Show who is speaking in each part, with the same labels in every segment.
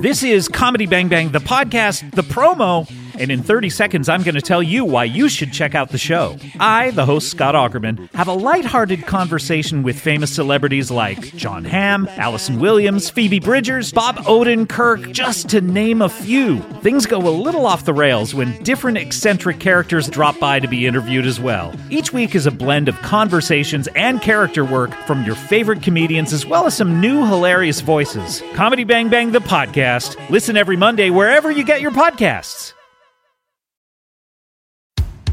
Speaker 1: This is Comedy Bang Bang, the podcast, the promo, and in 30 seconds, I'm going to tell you why you should check out the show. I, the host Scott Augerman, have a lighthearted conversation with famous celebrities like John Hamm, Allison Williams, Phoebe Bridgers, Bob Odenkirk, just to name a few. Things go a little off the rails when different eccentric characters drop by to be interviewed as well. Each week is a blend of conversations and character work from your favorite comedians as well as some new hilarious voices. Comedy Bang Bang, the podcast. Listen every Monday wherever you get your podcasts.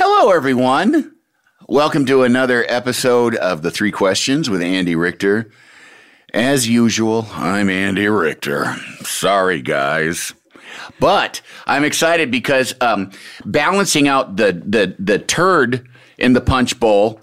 Speaker 2: Hello, everyone. Welcome to another episode of The Three Questions with Andy Richter. As usual, I'm Andy Richter. Sorry, guys. But I'm excited because um, balancing out the, the, the turd in the punch bowl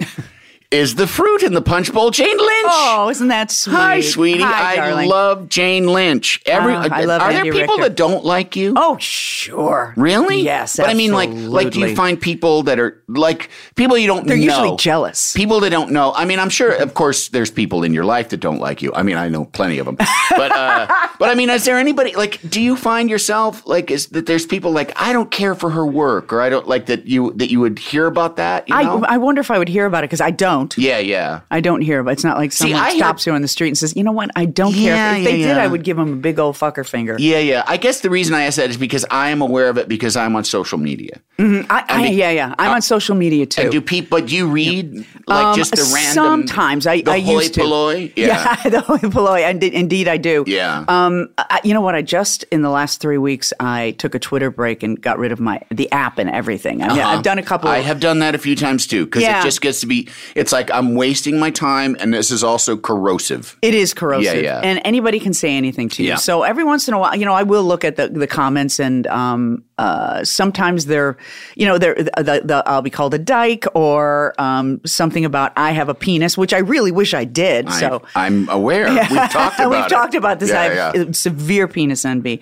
Speaker 2: is the fruit in the punch bowl, Jane Lynch.
Speaker 3: Oh, isn't that sweet?
Speaker 2: Hi, sweetie.
Speaker 3: Hi,
Speaker 2: I
Speaker 3: darling.
Speaker 2: love Jane Lynch. Every,
Speaker 3: Oh, I love
Speaker 2: are there
Speaker 3: Andy
Speaker 2: people
Speaker 3: Richter.
Speaker 2: that don't like you?
Speaker 3: Oh, sure.
Speaker 2: Really?
Speaker 3: Yes.
Speaker 2: But I mean, like, like, do you
Speaker 3: absolutely.
Speaker 2: find people that are like people you don't
Speaker 3: They're
Speaker 2: know?
Speaker 3: usually jealous.
Speaker 2: People that don't know. I mean, I'm sure, of course, there's people in your life that don't like you. I mean, I know plenty of them. But, uh, but I mean, is there anybody like? Do you find yourself like is that there's people like I don't care for her work or I don't like that you that you would hear about that? You
Speaker 3: I,
Speaker 2: know?
Speaker 3: I wonder if I would hear about it because I don't.
Speaker 2: yeah, yeah.
Speaker 3: I don't hear about it. It's not like someone
Speaker 2: I hear-
Speaker 3: stops you on the street and says, you know what? I don't
Speaker 2: Yeah,
Speaker 3: care. If they
Speaker 2: yeah,
Speaker 3: did,
Speaker 2: yeah.
Speaker 3: I would give them a big old fucker finger.
Speaker 2: Yeah, yeah. I guess the reason I asked that is because I am aware of it because I'm on social media.
Speaker 3: I, I, yeah, yeah. I'm on social media too.
Speaker 2: And do people? But do you read like
Speaker 3: Um,
Speaker 2: just the random?
Speaker 3: Sometimes I,
Speaker 2: the
Speaker 3: I
Speaker 2: hoi
Speaker 3: used to.
Speaker 2: polloi? Yeah.
Speaker 3: the hoi polloi. I did, indeed, I do.
Speaker 2: Yeah.
Speaker 3: Um, I, you know what? I just in the last three weeks, I took a Twitter break and got rid of my the app and everything. I mean, I've done a couple.
Speaker 2: Uh-huh. I have done that a few times too because
Speaker 3: Yeah.
Speaker 2: it just gets to be. It's like I'm wasting my time, and this is also corrosive.
Speaker 3: It is corrosive,
Speaker 2: Yeah, yeah.
Speaker 3: and anybody can say anything to you.
Speaker 2: Yeah.
Speaker 3: So every once in a while, you know, I will look at the, the comments, and um, uh, sometimes they're, you know, they're the, the I'll be called a dyke or um, something about I have a penis, which I really wish I did. so
Speaker 2: I, am aware. We've talked about.
Speaker 3: We've
Speaker 2: it.
Speaker 3: talked about this.
Speaker 2: Yeah,
Speaker 3: I have
Speaker 2: yeah.
Speaker 3: uh, severe penis envy,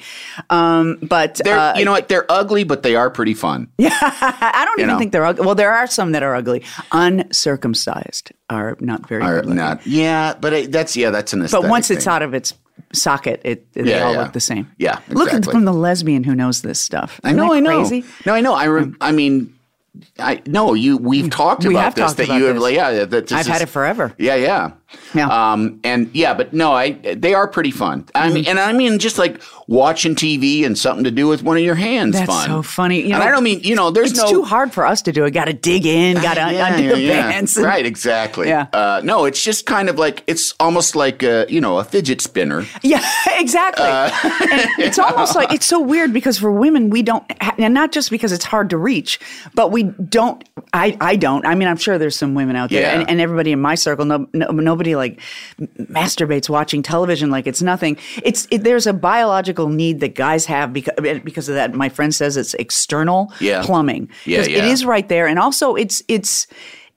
Speaker 3: um, but
Speaker 2: They're,
Speaker 3: uh,
Speaker 2: you know what? They're ugly, but they are pretty fun.
Speaker 3: I I don't even
Speaker 2: know.
Speaker 3: think they're ugly. Well, there are some that are ugly. Uncircumcised are not very.
Speaker 2: Or
Speaker 3: good looking.
Speaker 2: not. Yeah, but I, that's yeah, that's an.
Speaker 3: But
Speaker 2: aesthetic
Speaker 3: once it's
Speaker 2: thing.
Speaker 3: out of its socket, it, they
Speaker 2: Yeah,
Speaker 3: all
Speaker 2: yeah.
Speaker 3: look the same.
Speaker 2: Yeah,
Speaker 3: look it's
Speaker 2: exactly.
Speaker 3: from the lesbian who knows this stuff.
Speaker 2: I know. I
Speaker 3: Isn't that
Speaker 2: know.
Speaker 3: Crazy. Mm.
Speaker 2: No, I know. I. Re- I mean. I no, you. We've talked
Speaker 3: We
Speaker 2: about
Speaker 3: have
Speaker 2: this.
Speaker 3: talked
Speaker 2: that
Speaker 3: about
Speaker 2: you have,
Speaker 3: this.
Speaker 2: like, yeah. That this
Speaker 3: I've had
Speaker 2: is-
Speaker 3: it forever.
Speaker 2: Yeah, yeah,
Speaker 3: Yeah.
Speaker 2: Um, and yeah, but no, I they are pretty fun. I mean, and I mean just like watching TV and something to do with one of your hands.
Speaker 3: That's
Speaker 2: fun.
Speaker 3: so funny. You
Speaker 2: and
Speaker 3: know,
Speaker 2: I don't mean you know. There's
Speaker 3: It's
Speaker 2: no Ah,
Speaker 3: too hard for us to do. I got to dig in. Got to undo the pants. and-
Speaker 2: Right, exactly.
Speaker 3: Yeah.
Speaker 2: Uh, no, it's just kind of like it's almost like a you know a fidget spinner.
Speaker 3: Yeah, exactly.
Speaker 2: Uh,
Speaker 3: and it's almost like it's so weird because for women we don't, ha- and not just because it's hard to reach, but we don't. I I don't. I mean, I'm sure there's some women out there,
Speaker 2: Yeah.
Speaker 3: and, and everybody in my circle, no, no nobody like m- masturbates watching television like it's nothing. It's it, there's a biological need that guys have because because of that. My friend says it's external
Speaker 2: Yeah.
Speaker 3: plumbing.
Speaker 2: Yeah,
Speaker 3: 'Cause It
Speaker 2: yeah.
Speaker 3: is right there, and also it's it's.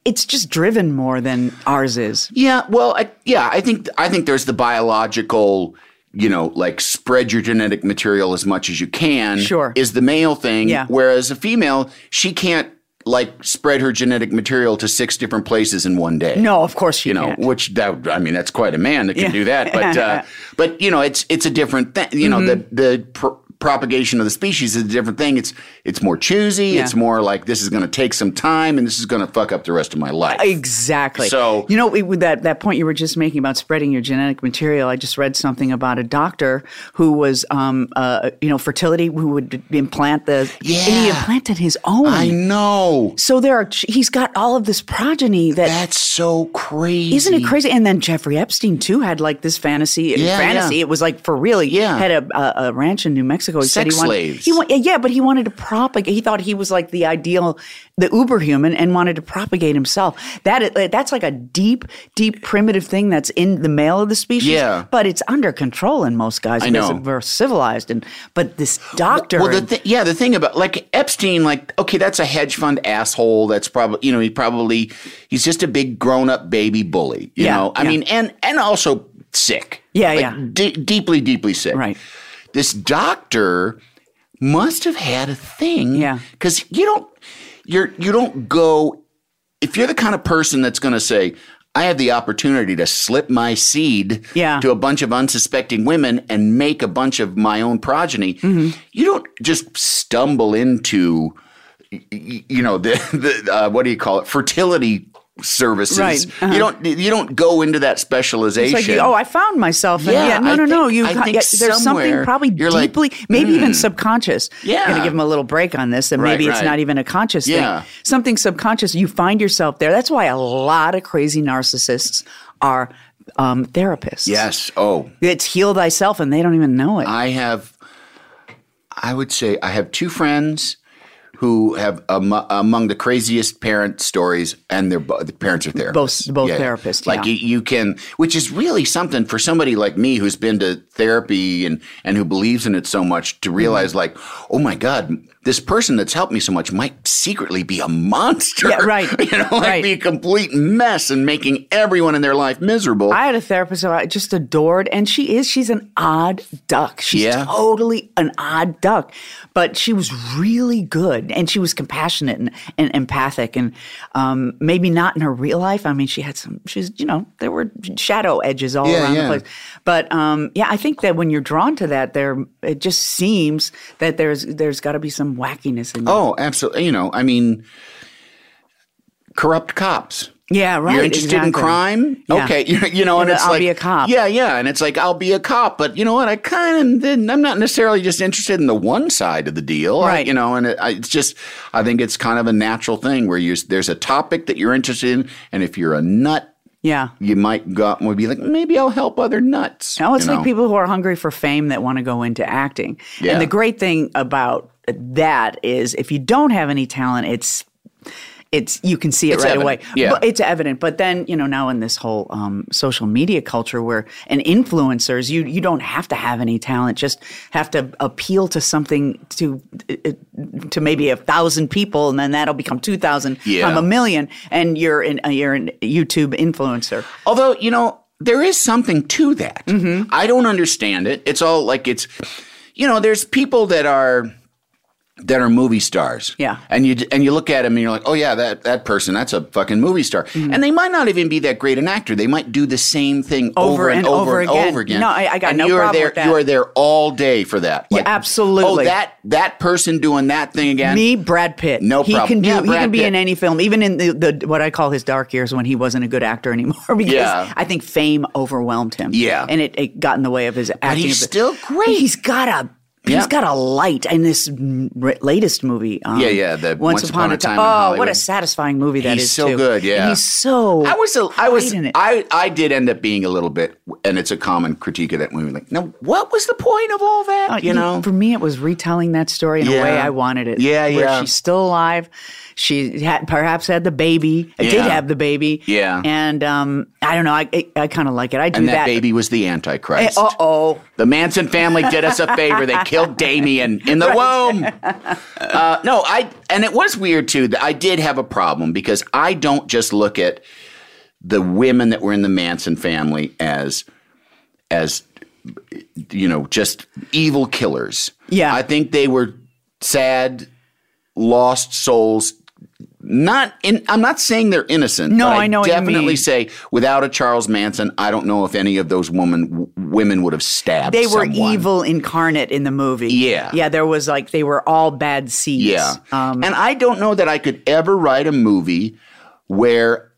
Speaker 3: It's just driven more than ours is.
Speaker 2: Yeah, well, I, yeah, I think I think there's the biological, you know, like spread your genetic material as much as you can.
Speaker 3: Sure.
Speaker 2: is the male thing.
Speaker 3: Yeah.
Speaker 2: Whereas a female, she can't like spread her genetic material to six different places in one day.
Speaker 3: No, of course you,
Speaker 2: You know,
Speaker 3: can't.
Speaker 2: which that I mean, that's quite a man that can
Speaker 3: Yeah.
Speaker 2: do that. But uh, but you know, it's it's a different thing. You know,
Speaker 3: Mm-hmm.
Speaker 2: the the pr- propagation of the species is a different thing. It's it's more choosy. It's more like this is going to take some time, and this is going to fuck up the rest of my life.
Speaker 3: Exactly.
Speaker 2: So-
Speaker 3: you know it, with that that point you were just making about spreading your genetic material. I just read something about a doctor who was, um, uh, you know, fertility who would implant the.
Speaker 2: Yeah.
Speaker 3: And he implanted his own.
Speaker 2: I know.
Speaker 3: so there are. He's got all of this progeny that.
Speaker 2: That's so crazy.
Speaker 3: Isn't it crazy? And then Jeffrey Epstein too had like this fantasy.
Speaker 2: Yeah,
Speaker 3: fantasy.
Speaker 2: yeah.
Speaker 3: It was like for really.
Speaker 2: Yeah.
Speaker 3: Had a, a, a ranch in New Mexico. He said
Speaker 2: Sex
Speaker 3: he wanted,
Speaker 2: slaves.
Speaker 3: He wa- yeah, but he wanted to propagate. He thought he was like the ideal, the uber human, and wanted to propagate himself. That is- that's like a deep, deep primitive thing that's in the male of the species.
Speaker 2: Yeah.
Speaker 3: but it's under control in most guys.
Speaker 2: I
Speaker 3: because
Speaker 2: know.
Speaker 3: we're civilized, and but this doctor.
Speaker 2: Well, the
Speaker 3: and-
Speaker 2: th- yeah, the thing about like Epstein, like okay, that's a hedge fund asshole. That's probably you know he probably he's just a big grown up baby bully. You
Speaker 3: Yeah,
Speaker 2: know, I
Speaker 3: yeah.
Speaker 2: mean, and and also sick.
Speaker 3: Yeah,
Speaker 2: Like,
Speaker 3: yeah.
Speaker 2: de- deeply, deeply sick.
Speaker 3: Right.
Speaker 2: This doctor must have had a thing.
Speaker 3: Yeah.
Speaker 2: because you don't you're you don't go if you're the kind of person that's going to say. I have the opportunity to slip my seed
Speaker 3: Yeah.
Speaker 2: to a bunch of unsuspecting women and make a bunch of my own progeny.
Speaker 3: Mm-hmm.
Speaker 2: You don't just stumble into, y- y- you know, the, the uh, what do you call it? Fertility services.
Speaker 3: Right, uh-huh.
Speaker 2: You don't you don't go into that specialization.
Speaker 3: It's like, oh, I found myself. And
Speaker 2: Yeah,
Speaker 3: yeah, no,
Speaker 2: I
Speaker 3: no, no.
Speaker 2: think-
Speaker 3: You,
Speaker 2: I
Speaker 3: ca-
Speaker 2: think
Speaker 3: yeah, there's something
Speaker 2: somewhere
Speaker 3: probably
Speaker 2: you're like, hmm.
Speaker 3: deeply, maybe even subconscious.
Speaker 2: Yeah.
Speaker 3: I'm gonna give him a little break on this, and
Speaker 2: Right,
Speaker 3: maybe it's
Speaker 2: right.
Speaker 3: not even a conscious
Speaker 2: Yeah.
Speaker 3: thing. Something subconscious. You find yourself there. That's why a lot of crazy narcissists are um, therapists.
Speaker 2: yes. Oh,
Speaker 3: it's heal thyself, and they don't even know it.
Speaker 2: I have, I would say, I have two friends who have am- among the craziest parent stories, and their the parents are therapists.
Speaker 3: Both- both therapists,
Speaker 2: Like
Speaker 3: yeah.
Speaker 2: you, you can, which is really something for somebody like me who's been to therapy and and who believes in it so much
Speaker 3: Mm-hmm.
Speaker 2: to realize, like, oh my god, this person that's helped me so much might secretly be a monster.
Speaker 3: Yeah, right,
Speaker 2: you know, like
Speaker 3: right.
Speaker 2: be a complete mess and making everyone in their life miserable.
Speaker 3: I had a therapist who I just adored, and she is. She's an odd duck. She's
Speaker 2: Yeah.
Speaker 3: totally an odd duck, but she was really good, and she was compassionate and, and empathic, and um, maybe not in her real life. I mean, she had some. She's you know there were shadow edges all
Speaker 2: Yeah,
Speaker 3: around
Speaker 2: yeah.
Speaker 3: the place, but um, yeah, I think that when you're drawn to that, there it just seems that there's there's got to be some wackiness in you.
Speaker 2: Oh, absolutely. You know, I mean, corrupt cops.
Speaker 3: yeah, right.
Speaker 2: You're interested in
Speaker 3: exactly.
Speaker 2: crime?
Speaker 3: Yeah.
Speaker 2: Okay, you, you know, and
Speaker 3: Yeah,
Speaker 2: it's
Speaker 3: I'll
Speaker 2: like
Speaker 3: be a cop.
Speaker 2: Yeah, yeah, and it's like I'll be a cop, but you know what? I kind of I'm not necessarily just interested in the one side of the deal, I-
Speaker 3: Right.
Speaker 2: you know, and it, I, it's just I think it's kind of a natural thing where you there's a topic that you're interested in, and if you're a nut,
Speaker 3: Yeah.
Speaker 2: you might go out and would be like, maybe I'll help other nuts.
Speaker 3: No, it's
Speaker 2: you
Speaker 3: like
Speaker 2: know?
Speaker 3: people who are hungry for fame that want to go into acting.
Speaker 2: Yeah.
Speaker 3: And the great thing about that is if you don't have any talent, it's it's you can see it
Speaker 2: It's
Speaker 3: right
Speaker 2: evident,
Speaker 3: away.
Speaker 2: yeah.
Speaker 3: But it's evident. But then, you know, now in this whole um, social media culture where and influencers, you you don't have to have any talent, just have to appeal to something to uh, to maybe a thousand people and then that'll become two thousand.
Speaker 2: Yeah.
Speaker 3: I'm a million and you're an you're an YouTube influencer.
Speaker 2: Although, you know, there is something to that.
Speaker 3: Mm-hmm.
Speaker 2: I don't understand it. It's all like it's you know, there's people that are that are movie stars.
Speaker 3: Yeah.
Speaker 2: And you and you look at them and you're like, "Oh yeah, that that person, that's a fucking movie star."
Speaker 3: Mm-hmm.
Speaker 2: And they might not even be that great an actor. They might do the same thing over, and, over and over again.
Speaker 3: No, I- I got
Speaker 2: and
Speaker 3: no
Speaker 2: you are
Speaker 3: problem
Speaker 2: there
Speaker 3: with that.
Speaker 2: you are there all day for that.
Speaker 3: Yeah, absolutely.
Speaker 2: Oh, that that person doing that thing again.
Speaker 3: Me, Brad Pitt.
Speaker 2: No
Speaker 3: he
Speaker 2: problem.
Speaker 3: Can do,
Speaker 2: Yeah,
Speaker 3: he
Speaker 2: Brad
Speaker 3: can be
Speaker 2: Pitt.
Speaker 3: in any film, even in the, the what I call his dark years when he wasn't a good actor anymore. Because
Speaker 2: Yeah.
Speaker 3: I think fame overwhelmed him.
Speaker 2: Yeah.
Speaker 3: and it, it got in the way of his acting.
Speaker 2: he's still great.
Speaker 3: He's got a.
Speaker 2: Yeah.
Speaker 3: He's got a light in this m- r- latest movie. Um,
Speaker 2: Yeah, yeah, the Once Upon a Time in
Speaker 3: Oh, what a
Speaker 2: Hollywood.
Speaker 3: satisfying movie that is!
Speaker 2: He's so
Speaker 3: too.
Speaker 2: good, yeah.
Speaker 3: and he's so.
Speaker 2: I was a, I was
Speaker 3: great in it.
Speaker 2: I I did end up being a little bit, and it's a common critique of that movie. Like, now what was the point of all that?
Speaker 3: Uh,
Speaker 2: you know,
Speaker 3: for me, it was retelling that story in
Speaker 2: Yeah.
Speaker 3: a way I wanted it.
Speaker 2: Yeah,
Speaker 3: where
Speaker 2: yeah.
Speaker 3: She's still alive. She had, perhaps had the baby. I
Speaker 2: Yeah.
Speaker 3: Did have the baby.
Speaker 2: Yeah.
Speaker 3: And um, I don't know. I I, I kind of like it. I do
Speaker 2: and that, baby was the Antichrist.
Speaker 3: Uh oh.
Speaker 2: The Manson family did us a favor. They killed Damien in the womb. Uh, no, I and it was weird too. that I did have a problem because I don't just look at the women that were in the Manson family as as you know just evil killers.
Speaker 3: Yeah.
Speaker 2: I think they were sad, lost souls. Not in. I'm not saying they're innocent.
Speaker 3: No,
Speaker 2: but
Speaker 3: I know what you
Speaker 2: Definitely
Speaker 3: mean.
Speaker 2: say without a Charles Manson, I don't know if any of those woman w- women would have stabbed.
Speaker 3: They were
Speaker 2: someone.
Speaker 3: evil incarnate in the movie.
Speaker 2: Yeah.
Speaker 3: Yeah. There was like they were all bad seeds.
Speaker 2: Yeah,
Speaker 3: Um,
Speaker 2: and I don't know that I could ever write a movie where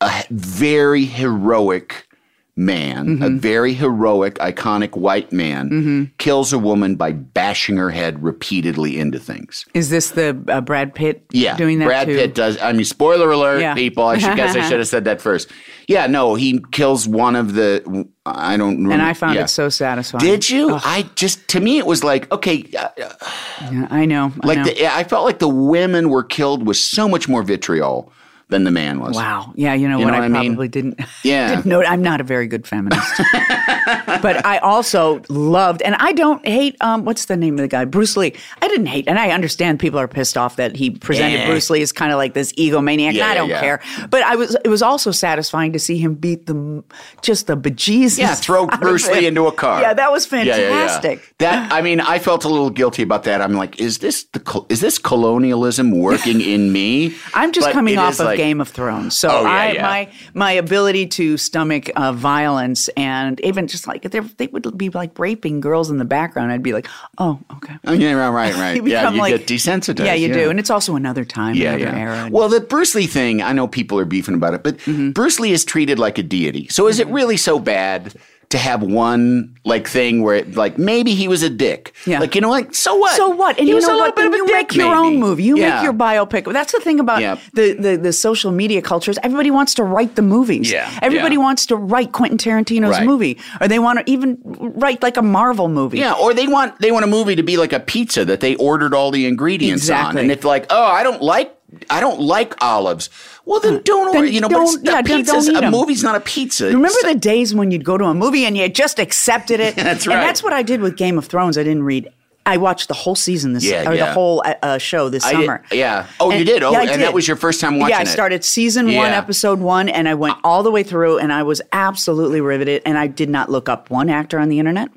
Speaker 2: a h- very heroic man, a
Speaker 3: Mm-hmm.
Speaker 2: very heroic, iconic white man, kills a woman by bashing her head repeatedly into things.
Speaker 3: Is this the uh, Brad Pitt
Speaker 2: Yeah,
Speaker 3: doing that
Speaker 2: Brad
Speaker 3: too?
Speaker 2: Pitt does. I mean, spoiler alert,
Speaker 3: Yeah.
Speaker 2: people. I should guess I should have said that first. Yeah, no, he kills one of the. I don't. Remember,
Speaker 3: And I found
Speaker 2: yeah.
Speaker 3: it so satisfying.
Speaker 2: Did you? I just to me it was like okay, uh,
Speaker 3: Yeah, I know. I
Speaker 2: like
Speaker 3: know.
Speaker 2: the, I felt like the women were killed with so much more vitriol than the man was.
Speaker 3: Wow. Yeah, you know
Speaker 2: You
Speaker 3: what?
Speaker 2: know
Speaker 3: I,
Speaker 2: what I mean?
Speaker 3: probably didn't.
Speaker 2: Yeah.
Speaker 3: didn't know. I'm not a very good feminist, but I also loved, and I don't hate. Um, what's the name of the guy? Bruce Lee. I didn't hate, and I understand people are pissed off that he presented
Speaker 2: Yeah.
Speaker 3: Bruce Lee as kind of like this egomaniac. and
Speaker 2: Yeah,
Speaker 3: I
Speaker 2: yeah,
Speaker 3: don't
Speaker 2: yeah.
Speaker 3: care, but I was. It was also satisfying to see him beat the just the bejesus.
Speaker 2: Yeah, throw
Speaker 3: out of
Speaker 2: Bruce
Speaker 3: him.
Speaker 2: Lee into a car.
Speaker 3: Yeah, that was
Speaker 2: Yeah, yeah,
Speaker 3: fantastic.
Speaker 2: yeah. That I mean, I felt a little guilty about that. I'm like, is this the col- is this colonialism working in me?
Speaker 3: I'm just
Speaker 2: But
Speaker 3: coming
Speaker 2: it
Speaker 3: off
Speaker 2: is
Speaker 3: of
Speaker 2: like-
Speaker 3: Game of Thrones, so
Speaker 2: Oh, yeah,
Speaker 3: I,
Speaker 2: yeah.
Speaker 3: my my ability to stomach uh, violence and even just like they they would be like raping girls in the background, I'd be like, oh, okay.
Speaker 2: Oh, yeah, right, right, right.
Speaker 3: You
Speaker 2: yeah,
Speaker 3: become
Speaker 2: you get
Speaker 3: like-
Speaker 2: desensitized.
Speaker 3: Yeah, you do, and it's also another time,
Speaker 2: yeah,
Speaker 3: another
Speaker 2: yeah.
Speaker 3: era. Mm-hmm.
Speaker 2: Well, the Bruce Lee thing, I know people are beefing about it, but Bruce Lee is treated like a deity. So is it really so bad to have one like thing where it, like maybe he was a dick?
Speaker 3: Yeah.
Speaker 2: Like you know, like so what?
Speaker 3: So what? And
Speaker 2: He
Speaker 3: you
Speaker 2: was
Speaker 3: know
Speaker 2: a little
Speaker 3: what?
Speaker 2: bit
Speaker 3: Then
Speaker 2: of a
Speaker 3: you
Speaker 2: dick,
Speaker 3: make your own
Speaker 2: maybe.
Speaker 3: movie. You
Speaker 2: Yeah.
Speaker 3: make your biopic. That's the thing about
Speaker 2: Yep.
Speaker 3: the, the the social media cultures. Everybody wants to write the movies.
Speaker 2: Yeah,
Speaker 3: Everybody
Speaker 2: yeah.
Speaker 3: wants to write Quentin Tarantino's
Speaker 2: Right.
Speaker 3: movie, or they want to even write like a Marvel movie.
Speaker 2: Yeah, or they want they want a movie to be like a pizza that they ordered all the ingredients
Speaker 3: Exactly.
Speaker 2: on, and it's like, oh, I don't like I don't like olives. Well, then don't
Speaker 3: Uh, Then
Speaker 2: order. You know, but it's-
Speaker 3: don't- yeah,
Speaker 2: a
Speaker 3: don't-
Speaker 2: pizza's
Speaker 3: don't eat
Speaker 2: a
Speaker 3: 'em.
Speaker 2: movie's not a pizza.
Speaker 3: Remember
Speaker 2: It's-
Speaker 3: the days when you'd go to a movie and you just accepted it?
Speaker 2: That's
Speaker 3: And
Speaker 2: right.
Speaker 3: that's what I did with Game of Thrones. I didn't read. I watched the whole season this
Speaker 2: Yeah,
Speaker 3: or the
Speaker 2: yeah.
Speaker 3: whole uh, uh, show this
Speaker 2: I did-
Speaker 3: summer.
Speaker 2: yeah. Oh, you did? Oh,
Speaker 3: I
Speaker 2: and that was your first time watching
Speaker 3: Yeah, I
Speaker 2: it.
Speaker 3: started season one,
Speaker 2: Yeah.
Speaker 3: episode one, and I went all the way through, and I was absolutely riveted. And I did not look up one actor on the internet.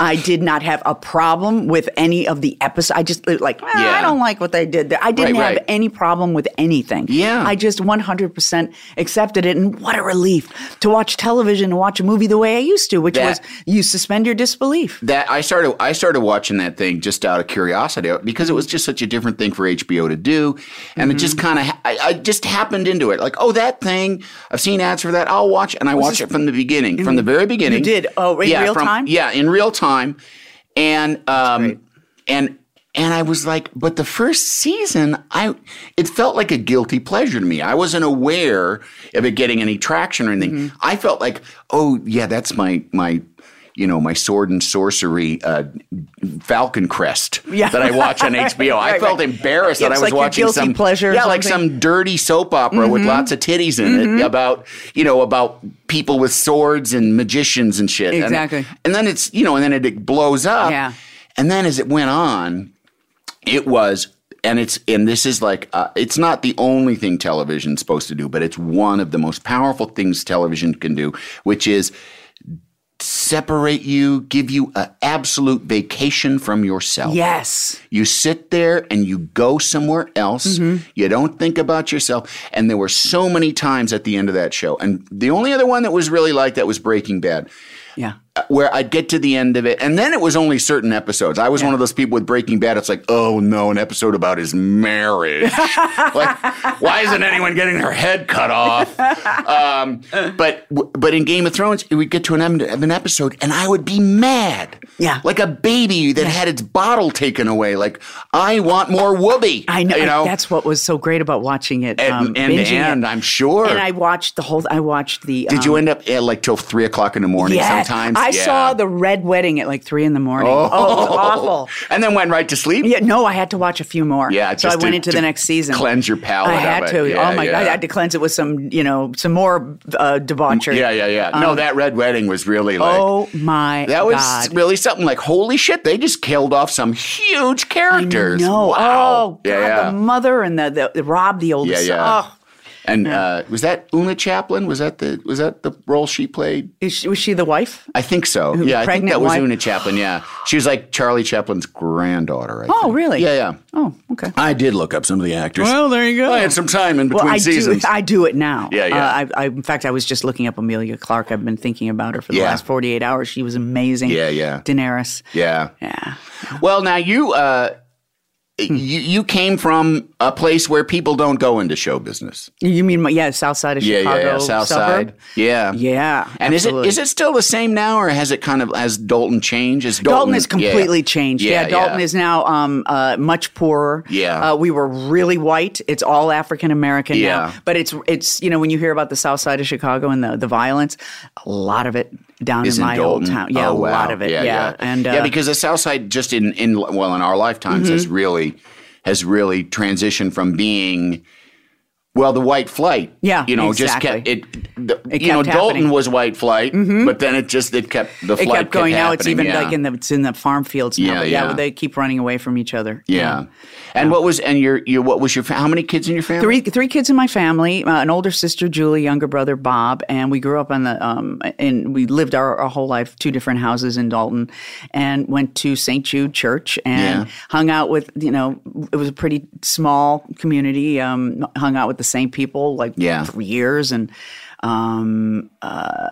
Speaker 3: I did not have a problem with any of the episodes. I just like, "Ah, I
Speaker 2: Yeah.
Speaker 3: don't like what they did there. I didn't
Speaker 2: Right,
Speaker 3: have
Speaker 2: right.
Speaker 3: any problem with anything.
Speaker 2: Yeah.
Speaker 3: I just 100% accepted it. And what a relief to watch television and watch a movie the way I used to, which
Speaker 2: That-
Speaker 3: was you suspend your disbelief.
Speaker 2: that I started I started watching that thing just out of curiosity because it was just such a different thing for HBO to do, and it just
Speaker 3: Mm-hmm.
Speaker 2: kind of I, I just happened into it like oh that thing I've seen ads for that I'll watch and I watched it from the beginning from the very beginning
Speaker 3: did? Oh, in
Speaker 2: yeah,
Speaker 3: real
Speaker 2: from-
Speaker 3: time?
Speaker 2: yeah in real time and um and and I was like but the first season I it felt like a guilty pleasure to me I wasn't aware of it getting any traction or anything
Speaker 3: Mm-hmm.
Speaker 2: I felt like oh yeah that's my my you know, my sword and sorcery uh, Falcon Crest
Speaker 3: Yeah.
Speaker 2: that I watch on HBO. I
Speaker 3: Right,
Speaker 2: felt
Speaker 3: right.
Speaker 2: embarrassed that I
Speaker 3: It's
Speaker 2: was
Speaker 3: like your
Speaker 2: watching
Speaker 3: guilty
Speaker 2: some
Speaker 3: pleasure or
Speaker 2: yeah, like
Speaker 3: something. Mm-hmm.
Speaker 2: some dirty soap opera with lots of titties in it about you know about people with swords and magicians and shit. And-
Speaker 3: Exactly.
Speaker 2: And, then it's you know, and then it blows up.
Speaker 3: Yeah.
Speaker 2: And then as it went on, it was. And it's and this is like uh, it's not the only thing television's supposed to do, but it's one of the most powerful things television can do, which is separate you, give you an absolute vacation from yourself.
Speaker 3: Yes.
Speaker 2: You sit there and you go somewhere else. You don't think about yourself. And there were so many times at the end of that show. And the only other one that was really like that was Breaking Bad,
Speaker 3: Yeah.
Speaker 2: uh, where I'd get to the end of it. And then it was only certain episodes. I was one of those people with Breaking Bad. It's like, oh no, an episode about his marriage. like, why isn't anyone getting their head cut off? Um, but but in Game of Thrones, it would get to an end of an episode, and I would be mad.
Speaker 3: Yeah.
Speaker 2: Like a baby that had its bottle taken away. Like, I want more whoopee.
Speaker 3: I know,
Speaker 2: You know?
Speaker 3: That's what was so great about watching it.
Speaker 2: and,
Speaker 3: um,
Speaker 2: and,
Speaker 3: binging
Speaker 2: and
Speaker 3: it.
Speaker 2: I'm sure.
Speaker 3: And I watched the whole. I watched the.
Speaker 2: Did
Speaker 3: um,
Speaker 2: you end up at like till three o'clock in the morning
Speaker 3: Yeah,
Speaker 2: sometimes?
Speaker 3: I
Speaker 2: Yeah.
Speaker 3: saw the red wedding at like three in the morning. Oh, it was awful.
Speaker 2: And then went right to sleep?
Speaker 3: Yeah, no, I had to watch a few more.
Speaker 2: Yeah,
Speaker 3: so I
Speaker 2: just
Speaker 3: went
Speaker 2: to-
Speaker 3: into
Speaker 2: to
Speaker 3: the next season.
Speaker 2: cleanse your palate
Speaker 3: I
Speaker 2: of
Speaker 3: had
Speaker 2: it.
Speaker 3: to.
Speaker 2: Yeah,
Speaker 3: oh my
Speaker 2: yeah.
Speaker 3: god, I had to cleanse it with some, you know, some more uh, debauchery.
Speaker 2: Yeah, yeah, yeah. no, that red wedding was really like
Speaker 3: Um, Oh my
Speaker 2: that was
Speaker 3: god.
Speaker 2: really something. Like holy shit, they just killed off some huge characters.
Speaker 3: No,
Speaker 2: wow.
Speaker 3: oh god,
Speaker 2: yeah, yeah.
Speaker 3: the mother and the, the, the Rob, the oldest.
Speaker 2: yeah, yeah.
Speaker 3: Oh,
Speaker 2: and uh, was that Una Chaplin? Was that the was that the role she played?
Speaker 3: is she, was she the wife?
Speaker 2: I think so. yeah, I think
Speaker 3: pregnant
Speaker 2: that was
Speaker 3: wife?
Speaker 2: Una Chaplin. Yeah, she was like Charlie Chaplin's granddaughter. I
Speaker 3: Oh,
Speaker 2: think.
Speaker 3: really?
Speaker 2: Yeah, yeah.
Speaker 3: Oh, okay.
Speaker 2: I did look up some of the actors.
Speaker 3: there you go.
Speaker 2: I had some time in between
Speaker 3: Well, I
Speaker 2: seasons.
Speaker 3: do. I do it now.
Speaker 2: Yeah, yeah.
Speaker 3: Uh, I, I, in fact, I was just looking up Amelia Clark. I've been thinking about her for the
Speaker 2: Yeah.
Speaker 3: last forty-eight hours. She was amazing.
Speaker 2: Yeah, yeah.
Speaker 3: Daenerys.
Speaker 2: yeah.
Speaker 3: Yeah.
Speaker 2: Well, now you uh,
Speaker 3: Hmm.
Speaker 2: you, you came from a place where people don't go into show business.
Speaker 3: You mean my, yeah, south side of
Speaker 2: Yeah,
Speaker 3: Chicago,
Speaker 2: yeah, yeah. South
Speaker 3: suburb?
Speaker 2: Side. Yeah.
Speaker 3: Yeah,
Speaker 2: And is it
Speaker 3: absolutely.
Speaker 2: is it still the same now, or has it kind of has Dalton changed? Is
Speaker 3: Dalton has
Speaker 2: yeah.
Speaker 3: completely changed. Yeah, Dalton
Speaker 2: yeah.
Speaker 3: is now um, uh, much poorer.
Speaker 2: Yeah.
Speaker 3: uh, we were really white. It's all African American
Speaker 2: Yeah.
Speaker 3: now. But it's it's you know when you hear about the South Side of Chicago and the the violence, a lot of it down
Speaker 2: Is
Speaker 3: in
Speaker 2: in
Speaker 3: my
Speaker 2: Dalton.
Speaker 3: old town. Yeah,
Speaker 2: Oh,
Speaker 3: a
Speaker 2: wow.
Speaker 3: lot of it. Yeah, and uh, Mm-hmm.
Speaker 2: yeah, because the South Side just in in well in our lifetimes has really has really transitioned from being well the white flight.
Speaker 3: Yeah,
Speaker 2: you know,
Speaker 3: exactly.
Speaker 2: just kept it. The,
Speaker 3: It
Speaker 2: you know,
Speaker 3: kept
Speaker 2: Dalton
Speaker 3: happening. Mm-hmm.
Speaker 2: was white flight, but then it just it kept the
Speaker 3: it
Speaker 2: flight
Speaker 3: kept going. now it's even
Speaker 2: happening, yeah.
Speaker 3: like in the it's in the farm fields now.
Speaker 2: Yeah,
Speaker 3: but yeah,
Speaker 2: yeah.
Speaker 3: they keep running away from each other.
Speaker 2: yeah. And what was and your your what was your fa- how many kids in your family?
Speaker 3: Three, three kids in my family, uh, an older sister, Julie, younger brother, Bob, and we grew up on the, um, and we lived our, our whole life, two different houses in Dalton, and went to St. Jude Church and
Speaker 2: Yeah.
Speaker 3: hung out with, you know, it was a pretty small community, um, hung out with the same people like
Speaker 2: Yeah.
Speaker 3: for years and, um, uh,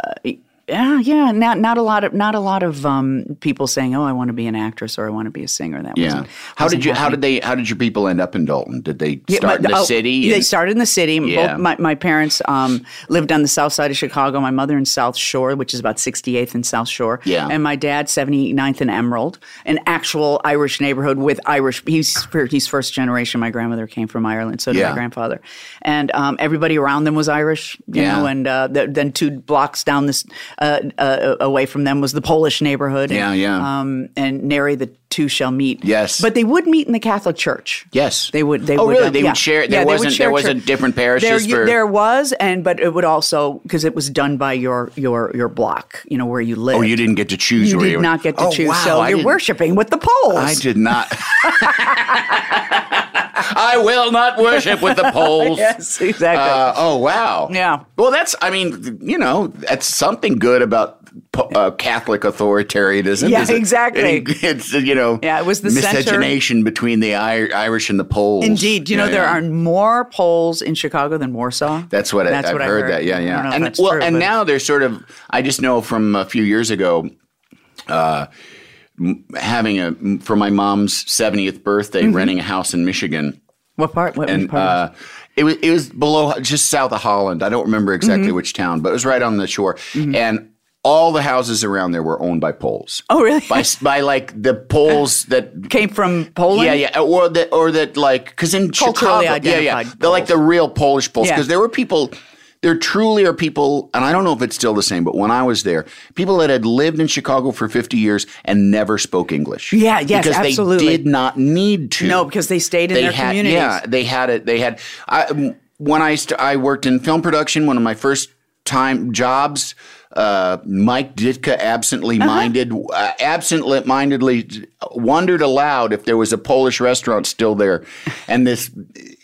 Speaker 3: yeah, yeah. Not not a lot of not a lot of um, people saying, "Oh, I want to be an actress" or "I want to be a singer." That
Speaker 2: Yeah.
Speaker 3: wasn't,
Speaker 2: How
Speaker 3: wasn't
Speaker 2: did you? How
Speaker 3: happening.
Speaker 2: did they? How did your people end up in Dalton? Did they start in
Speaker 3: my-
Speaker 2: the
Speaker 3: oh,
Speaker 2: city?
Speaker 3: They
Speaker 2: and-
Speaker 3: started in the city.
Speaker 2: Yeah.
Speaker 3: Both my, my parents um, lived on the south side of Chicago. My mother in South Shore, which is about 68th and South Shore.
Speaker 2: Yeah.
Speaker 3: And my dad, 79th and Emerald, an actual Irish neighborhood with Irish. He's, fir- he's first generation. My grandmother came from Ireland, so did
Speaker 2: Yeah.
Speaker 3: my grandfather. And um, everybody around them was Irish, you
Speaker 2: Yeah.
Speaker 3: know, and uh, th- then two blocks down this uh, uh, away from them was the Polish neighborhood.
Speaker 2: Yeah,
Speaker 3: and,
Speaker 2: yeah.
Speaker 3: Um, and nary the two shall meet.
Speaker 2: Yes.
Speaker 3: But they would meet in the Catholic Church.
Speaker 2: Yes.
Speaker 3: They would. They
Speaker 2: Oh,
Speaker 3: would,
Speaker 2: really?
Speaker 3: um,
Speaker 2: They would
Speaker 3: yeah.
Speaker 2: share- there
Speaker 3: Yeah, they would
Speaker 2: wasn't- there
Speaker 3: share
Speaker 2: wasn't
Speaker 3: church.
Speaker 2: different parishes
Speaker 3: There, you-
Speaker 2: for-
Speaker 3: there was, and but it would also because it was done by your your your block, you know, where you live.
Speaker 2: Oh, you didn't get to choose.
Speaker 3: You
Speaker 2: where
Speaker 3: did not get to
Speaker 2: Oh,
Speaker 3: choose,
Speaker 2: wow,
Speaker 3: so
Speaker 2: I
Speaker 3: you're
Speaker 2: didn't-
Speaker 3: worshiping with the poles.
Speaker 2: I did not. I will not worship with the poles.
Speaker 3: yes, exactly.
Speaker 2: Uh, oh wow!
Speaker 3: Yeah.
Speaker 2: Well, that's. I mean, you know, that's something good about po- uh, Catholic authoritarianism.
Speaker 3: Yeah,
Speaker 2: is it-
Speaker 3: exactly.
Speaker 2: it- it's you know.
Speaker 3: Yeah, it was the center-
Speaker 2: miscegenation between the Ir- Irish and the Poles.
Speaker 3: Indeed, you know
Speaker 2: Yeah,
Speaker 3: there
Speaker 2: yeah.
Speaker 3: are more poles in Chicago than Warsaw.
Speaker 2: That's what I,
Speaker 3: That's
Speaker 2: I've
Speaker 3: what I
Speaker 2: heard,
Speaker 3: heard.
Speaker 2: That yeah,
Speaker 3: I don't know
Speaker 2: yeah.
Speaker 3: if
Speaker 2: And
Speaker 3: that's
Speaker 2: well,
Speaker 3: true,
Speaker 2: and
Speaker 3: but-
Speaker 2: now they're sort of. I just know from a few years ago, uh, m- having a for my mom's seventieth birthday,
Speaker 3: Mm-hmm.
Speaker 2: renting a house in Michigan,
Speaker 3: What part? What
Speaker 2: and
Speaker 3: part?
Speaker 2: uh, it was it was below just south of Holland. I don't remember exactly
Speaker 3: Mm-hmm.
Speaker 2: which town, but it was right on the shore, and. All the houses around there were owned by Poles.
Speaker 3: Oh, really?
Speaker 2: By, s- by like the Poles that
Speaker 3: Came from Poland.
Speaker 2: yeah, yeah, or that, or that, like, because in
Speaker 3: Culturally
Speaker 2: Chicago, yeah, yeah,
Speaker 3: identified
Speaker 2: they're like the real Polish Poles,
Speaker 3: Yeah.
Speaker 2: because there were people. There truly are people, and I don't know if it's still the same, but when I was there, people that had lived in Chicago for 50 years and never spoke English.
Speaker 3: Yeah, yes,
Speaker 2: because
Speaker 3: absolutely.
Speaker 2: they did not need to.
Speaker 3: No, because they stayed in their
Speaker 2: had,
Speaker 3: communities.
Speaker 2: Yeah, they had it. They had. I, um, when I st- I worked in film production, one of my first time jobs. Uh, Mike Ditka
Speaker 3: Uh-huh.
Speaker 2: absently minded, uh, absently mindedly uh, wondered aloud if there was a Polish restaurant still there, and this,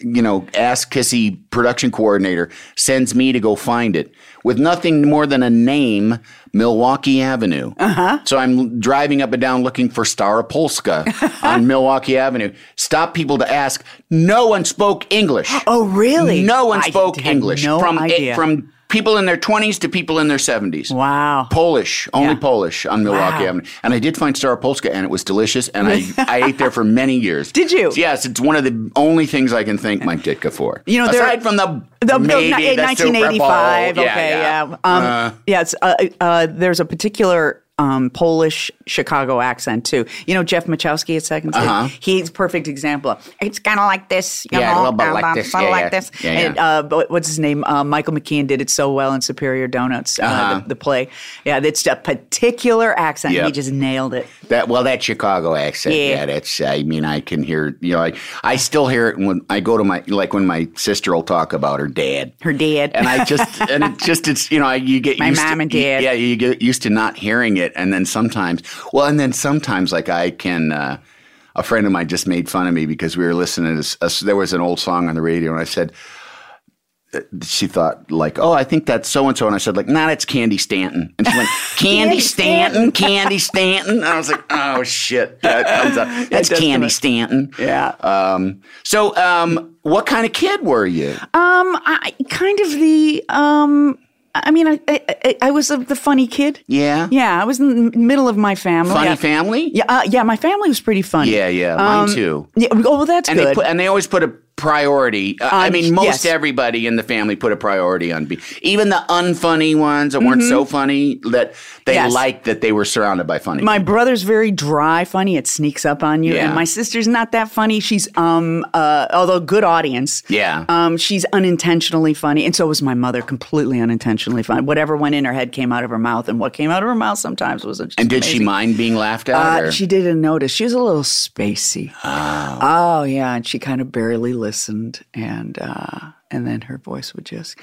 Speaker 2: you know, ass kissy production coordinator sends me to go find it with nothing more than a name, Milwaukee Avenue. Uh-huh. So I'm driving up and down looking for Staropolska on Milwaukee Avenue. Stop people to ask. No one spoke English.
Speaker 3: Oh, really?
Speaker 2: No one
Speaker 3: I
Speaker 2: spoke
Speaker 3: had
Speaker 2: English
Speaker 3: No
Speaker 2: from eh,
Speaker 3: idea.
Speaker 2: from people in their 20s to people in their 70s.
Speaker 3: wow.
Speaker 2: Polish, only
Speaker 3: Yeah.
Speaker 2: Polish on Milwaukee
Speaker 3: Wow.
Speaker 2: Avenue. And I did find Staropolska and it was delicious and I, I ate there for many years.
Speaker 3: Did you?
Speaker 2: Yes, it's one of the only things I can thank Mike Ditka for.
Speaker 3: You know, there-
Speaker 2: aside from the,
Speaker 3: The,
Speaker 2: maybe
Speaker 3: no,
Speaker 2: the Super Bowl.
Speaker 3: 1985. okay, yeah. Um,
Speaker 2: Uh-huh.
Speaker 3: yes, uh, uh, there's a particular um, Polish Chicago accent too. You know Jeff Machowski at Second City. He's a perfect example. of, It's kind of like this.
Speaker 2: Uh-huh.
Speaker 3: You
Speaker 2: Yeah, a
Speaker 3: know,
Speaker 2: little bit like
Speaker 3: blah,
Speaker 2: this.
Speaker 3: blah,
Speaker 2: Yeah,
Speaker 3: like
Speaker 2: yeah.
Speaker 3: this.
Speaker 2: Yeah,
Speaker 3: And,
Speaker 2: yeah.
Speaker 3: uh, but what's his name? Uh, Michael McKean did it so well in Superior Donuts, uh, the, the play. Yeah, that's a particular accent.
Speaker 2: Uh-huh. Yep.
Speaker 3: He just nailed it.
Speaker 2: That well, that Chicago accent. Yeah.
Speaker 3: Yeah.
Speaker 2: that's. I mean, I can hear. You know, I, I still hear it when I go to my like when my sister will talk about her dad.
Speaker 3: Her dad.
Speaker 2: And I just and it just it's you know you get
Speaker 3: My
Speaker 2: used
Speaker 3: mom
Speaker 2: to,
Speaker 3: and dad.
Speaker 2: Yeah, you get used to not hearing it, and then sometimes well, and then sometimes like I can. Uh, a friend of mine just made fun of me because we were listening to us. There was an old song on the radio, and I said. uh, She thought like, oh, I think that's so and so, and I said like, nah, that's Candy Stanton, and she went, Candy Stanton, Candy Stanton, and I was like, oh shit, that comes up. That's
Speaker 3: does come
Speaker 2: Candy
Speaker 3: up.
Speaker 2: Stanton.
Speaker 3: yeah.
Speaker 2: Um, so, um, what kind of kid were you?
Speaker 3: Um, I, kind of the um, I mean, I I, I- I was the funny kid.
Speaker 2: Yeah.
Speaker 3: Yeah, I was in the middle of my family.
Speaker 2: Funny
Speaker 3: I-
Speaker 2: family?
Speaker 3: Yeah, uh, yeah, my family was pretty funny.
Speaker 2: Yeah, yeah, mine too.
Speaker 3: Yeah, oh, well, that's
Speaker 2: And
Speaker 3: good.
Speaker 2: they put, and they always put a priority. uh, I
Speaker 3: Um,
Speaker 2: mean, most
Speaker 3: yes.
Speaker 2: everybody in the family put a priority on be even the unfunny ones that weren't so funny that they
Speaker 3: Mm-hmm. Yes.
Speaker 2: liked that they were surrounded by funny.
Speaker 3: my brother's very dry funny it sneaks up on you
Speaker 2: Yeah.
Speaker 3: and my sister's not that funny she's um uh although good audience
Speaker 2: Yeah.
Speaker 3: um she's unintentionally funny and so was my mother completely unintentionally funny whatever went in her head came out of her mouth and what came out of her mouth sometimes was just
Speaker 2: and did she
Speaker 3: amazing.
Speaker 2: mind being laughed at?
Speaker 3: uh,
Speaker 2: or?
Speaker 3: she didn't notice. She was a little spacey. Oh, yeah, and she kind of barely listened, and uh, and then her voice would just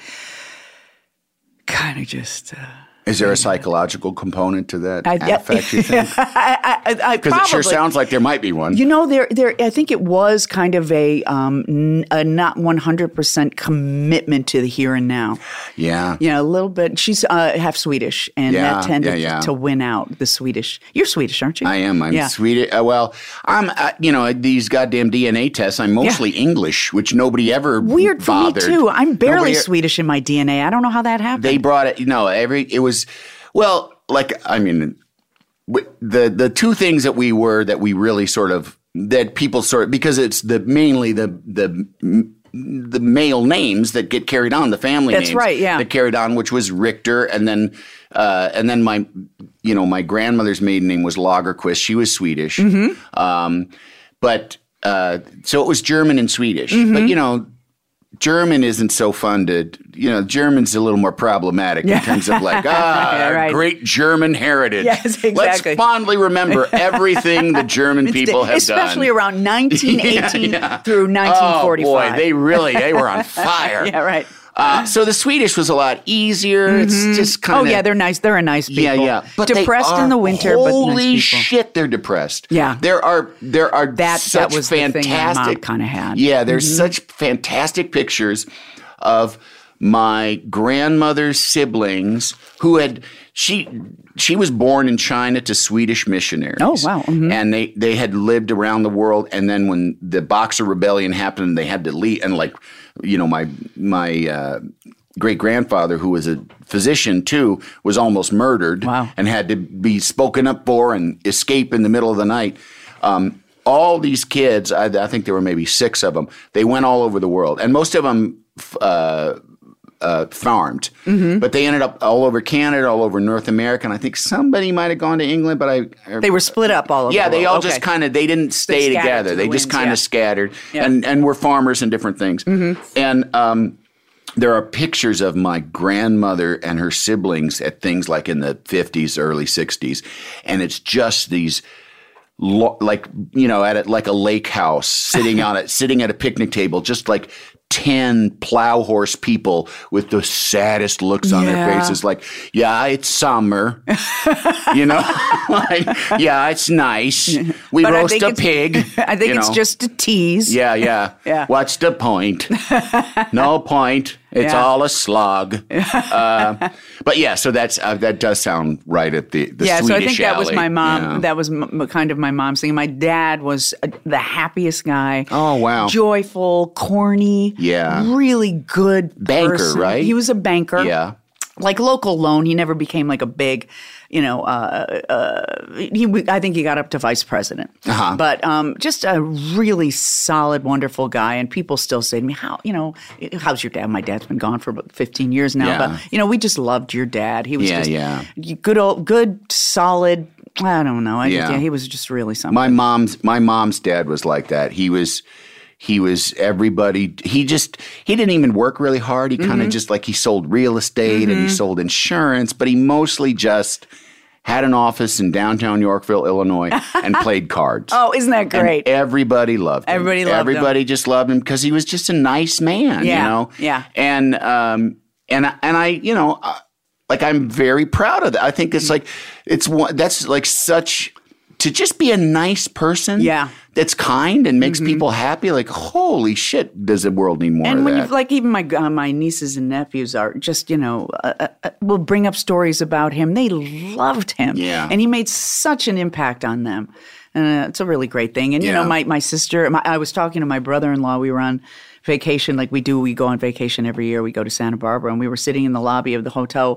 Speaker 3: kind of just. Uh,
Speaker 2: Is there a psychological component to that
Speaker 3: I- Uh, yeah.
Speaker 2: affect? You think?
Speaker 3: I, I, I
Speaker 2: Because it sure
Speaker 3: probably-
Speaker 2: sounds like there might be one.
Speaker 3: You know, there, there. I think it was kind of a, um, n- a not one hundred percent commitment to the here and now.
Speaker 2: yeah.
Speaker 3: You know, a little bit. She's uh, half Swedish, and
Speaker 2: Yeah,
Speaker 3: that tended
Speaker 2: yeah, yeah.
Speaker 3: to win out the Swedish. You're Swedish, aren't you?
Speaker 2: I am. I'm
Speaker 3: yeah.
Speaker 2: Swedish. Uh, well, I'm. Uh, you know, these goddamn DNA tests. I'm mostly English, which nobody ever
Speaker 3: Weird for me
Speaker 2: bothered.
Speaker 3: too. I'm barely
Speaker 2: Nobody- e-
Speaker 3: Swedish in my DNA. I don't know how that happened.
Speaker 2: They brought it. You know, every it was. Well, like I mean, w- the the two things that we were that we really sort of that people sort because it's the mainly the the. The male names that get carried on, the family
Speaker 3: That's
Speaker 2: names
Speaker 3: right, yeah.
Speaker 2: that carried on, which was Richter, and then uh, and then my you know my grandmother's maiden name was Lagerquist. She was Swedish,
Speaker 3: Mm-hmm.
Speaker 2: um, but uh, so it was German and Swedish.
Speaker 3: Mm-hmm.
Speaker 2: But you know, German isn't so fun to, you know, German's a little more problematic in terms of like, ah,
Speaker 3: Yeah,
Speaker 2: our
Speaker 3: right.
Speaker 2: great German heritage.
Speaker 3: Yes, exactly.
Speaker 2: Let's fondly remember everything the German people have
Speaker 3: especially
Speaker 2: done.
Speaker 3: around 1918 through
Speaker 2: Oh
Speaker 3: 1945.
Speaker 2: boy, they really they were on fire.
Speaker 3: yeah, right.
Speaker 2: Uh, so the Swedish was a lot easier. It's just kind
Speaker 3: Oh
Speaker 2: of
Speaker 3: yeah, they're nice. They're a nice people.
Speaker 2: yeah, yeah. they
Speaker 3: depressed
Speaker 2: are-
Speaker 3: in the winter, but
Speaker 2: holy
Speaker 3: nice people.
Speaker 2: shit, they're depressed.
Speaker 3: Yeah.
Speaker 2: there are there are
Speaker 3: That- that
Speaker 2: such
Speaker 3: was the thing my
Speaker 2: fantastic
Speaker 3: mom kinda had. Mm-hmm.
Speaker 2: Yeah, there's such fantastic pictures of my grandmother's siblings who had she she was born in China to Swedish missionaries.
Speaker 3: Oh, wow. Mhm.
Speaker 2: And they they had lived around the world and then when the Boxer rebellion happened they had to leave and like you know my my uh Great grandfather, who was a physician too, was almost murdered
Speaker 3: Wow.
Speaker 2: and had to be spoken up for and escape in the middle of the night. Um, all these kids, I, I think there were maybe six of them, they went all over the world. And most of them uh, farmed. But they ended up all over Canada, all over North America, and I think somebody might have gone to England, but I.
Speaker 3: They were split up all over.
Speaker 2: yeah,
Speaker 3: the
Speaker 2: they
Speaker 3: world.
Speaker 2: all
Speaker 3: Okay.
Speaker 2: just kind of they didn't stay
Speaker 3: scattered
Speaker 2: together.
Speaker 3: to the
Speaker 2: they just
Speaker 3: winds,
Speaker 2: kind of
Speaker 3: yeah.
Speaker 2: scattered,
Speaker 3: Yeah. Mm-hmm.
Speaker 2: and and were farmers and different things. And um, there are pictures of my grandmother and her siblings at things like in the fifties, early sixties, and it's just these lo- like you know at it like a lake house sitting on it sitting at a picnic table just like 10 plow horse people with the saddest looks on their
Speaker 3: Yeah.
Speaker 2: faces like yeah it's summer you know like yeah it's nice we
Speaker 3: But I
Speaker 2: roast
Speaker 3: think
Speaker 2: a
Speaker 3: it's-
Speaker 2: pig
Speaker 3: I think
Speaker 2: you
Speaker 3: it's
Speaker 2: know.
Speaker 3: just a tease.
Speaker 2: yeah yeah
Speaker 3: Yeah.
Speaker 2: what's the point no point it's
Speaker 3: Yeah.
Speaker 2: all a slog uh, but yeah so that's uh, that does sound right at the, the
Speaker 3: yeah, so I
Speaker 2: Swedish
Speaker 3: think that was
Speaker 2: alley.
Speaker 3: my mom.
Speaker 2: Yeah.
Speaker 3: That was m- m- kind of my mom's thing. My dad was uh, the happiest guy.
Speaker 2: Oh, wow.
Speaker 3: Joyful, corny.
Speaker 2: Yeah.
Speaker 3: really good
Speaker 2: Banker,
Speaker 3: person.
Speaker 2: right?
Speaker 3: He was a banker.
Speaker 2: yeah
Speaker 3: like local loan. He never became like a big, you know. Uh, uh, he, I think he got up to vice president, uh-huh. but um, just a really solid, wonderful guy. And people still say to me, "How you know? How's your dad? My dad's been gone for about fifteen years now,
Speaker 2: Yeah.
Speaker 3: but you know, we just loved your dad. He was
Speaker 2: Yeah,
Speaker 3: just
Speaker 2: yeah.
Speaker 3: good, old, good, solid. I don't know. I just-
Speaker 2: Yeah.
Speaker 3: yeah, he was just really something.
Speaker 2: my mom's my mom's dad was like that. He was he was everybody he just he didn't even work really hard. He kind of just like he sold real estate and he sold insurance, but he mostly just had an office in downtown Yorkville, Illinois and played cards.
Speaker 3: oh, isn't that
Speaker 2: And
Speaker 3: great?
Speaker 2: everybody loved him.
Speaker 3: Everybody loved him.
Speaker 2: Everybody just loved him because he was just a nice man, you
Speaker 3: Yeah,
Speaker 2: know?
Speaker 3: yeah.
Speaker 2: And, um, and, I- and I, you know, I, like I'm very proud of that. I think it's like, it's one, that's like such, to just be a nice person.
Speaker 3: Yeah. Mm-hmm.
Speaker 2: That's kind and makes people happy. Like, holy shit, does the world need more of
Speaker 3: and when
Speaker 2: that?
Speaker 3: you like even my uh, my nieces and nephews are just you know uh, uh, will bring up stories about him they loved him
Speaker 2: Yeah.
Speaker 3: and he made such an impact on them And uh, it's a really great thing. And, you know,
Speaker 2: Yeah.
Speaker 3: my, my sister, my, I was talking to my brother in law. We were on vacation, like we do. We go on vacation every year. We go to Santa Barbara. And we were sitting in the lobby of the hotel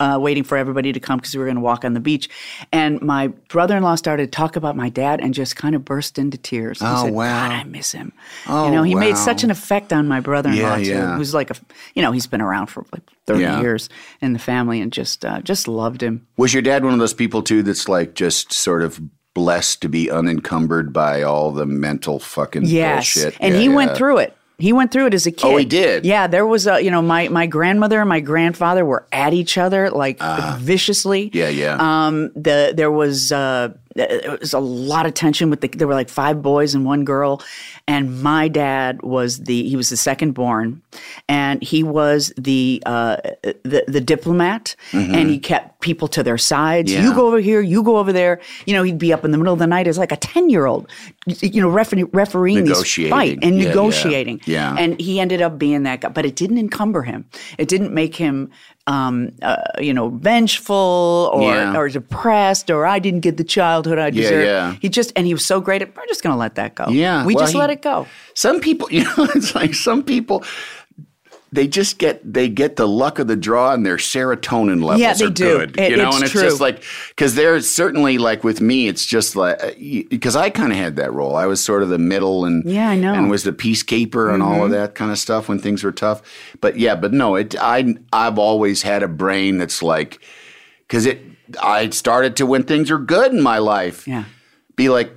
Speaker 3: uh, waiting for everybody to come because we were going to walk on the beach. And my brother in law started to talk about my dad and just kind of burst into tears. He
Speaker 2: Oh,
Speaker 3: said,
Speaker 2: wow.
Speaker 3: God, I miss him.
Speaker 2: Oh,
Speaker 3: you know, he made
Speaker 2: wow.
Speaker 3: such an effect on my brother in law,
Speaker 2: Yeah, yeah.
Speaker 3: too, who's like a, you know, he's been around for like 30
Speaker 2: Yeah.
Speaker 3: years in the family and just uh, just loved him.
Speaker 2: Was your dad one of those people too that's like just sort of blessed to be unencumbered by all the mental fucking
Speaker 3: Yes.
Speaker 2: bullshit?
Speaker 3: And
Speaker 2: Yeah,
Speaker 3: he went
Speaker 2: yeah.
Speaker 3: through it. He went through it as a kid.
Speaker 2: Oh, he did?
Speaker 3: Yeah, there was a, you know, my, my grandmother and my grandfather were at each other like viciously.
Speaker 2: Uh-huh. Yeah, yeah.
Speaker 3: Um, the there was uh, there was a lot of tension with the. There were like five boys and one girl, and my dad was the he was the second born, and he was the uh, the, the diplomat,
Speaker 2: Mm-hmm.
Speaker 3: and he kept people to their sides. You go over here, you go over there. You know, he'd be up in the middle of the night as like a ten year old, you know, refer- refereeing this
Speaker 2: Negotiating.
Speaker 3: fight and
Speaker 2: Yeah, yeah.
Speaker 3: negotiating.
Speaker 2: Yeah.
Speaker 3: and he ended up being that guy, but it didn't encumber him. It didn't make him, um, uh, you know, vengeful or
Speaker 2: Yeah.
Speaker 3: or depressed or I didn't get the childhood I
Speaker 2: Yeah,
Speaker 3: deserved.
Speaker 2: yeah.
Speaker 3: He just and he was so great at we're just going to let that go.
Speaker 2: Yeah,
Speaker 3: we
Speaker 2: well,
Speaker 3: just
Speaker 2: he-
Speaker 3: let it go.
Speaker 2: some people you know it's like some people they just get they get the luck of the draw and their serotonin levels
Speaker 3: Yeah, they
Speaker 2: are
Speaker 3: do.
Speaker 2: good
Speaker 3: It-
Speaker 2: you know
Speaker 3: it's
Speaker 2: and it's
Speaker 3: true.
Speaker 2: just like because there's certainly like with me it's just like because i kind of had that role i was sort of the middle and
Speaker 3: Yeah, I know. Mm-hmm.
Speaker 2: and was the peacekeeper and all of that kind of stuff when things were tough but yeah but no it i i've always had a brain that's like because it i started to when things are good in my life
Speaker 3: Yeah.
Speaker 2: be like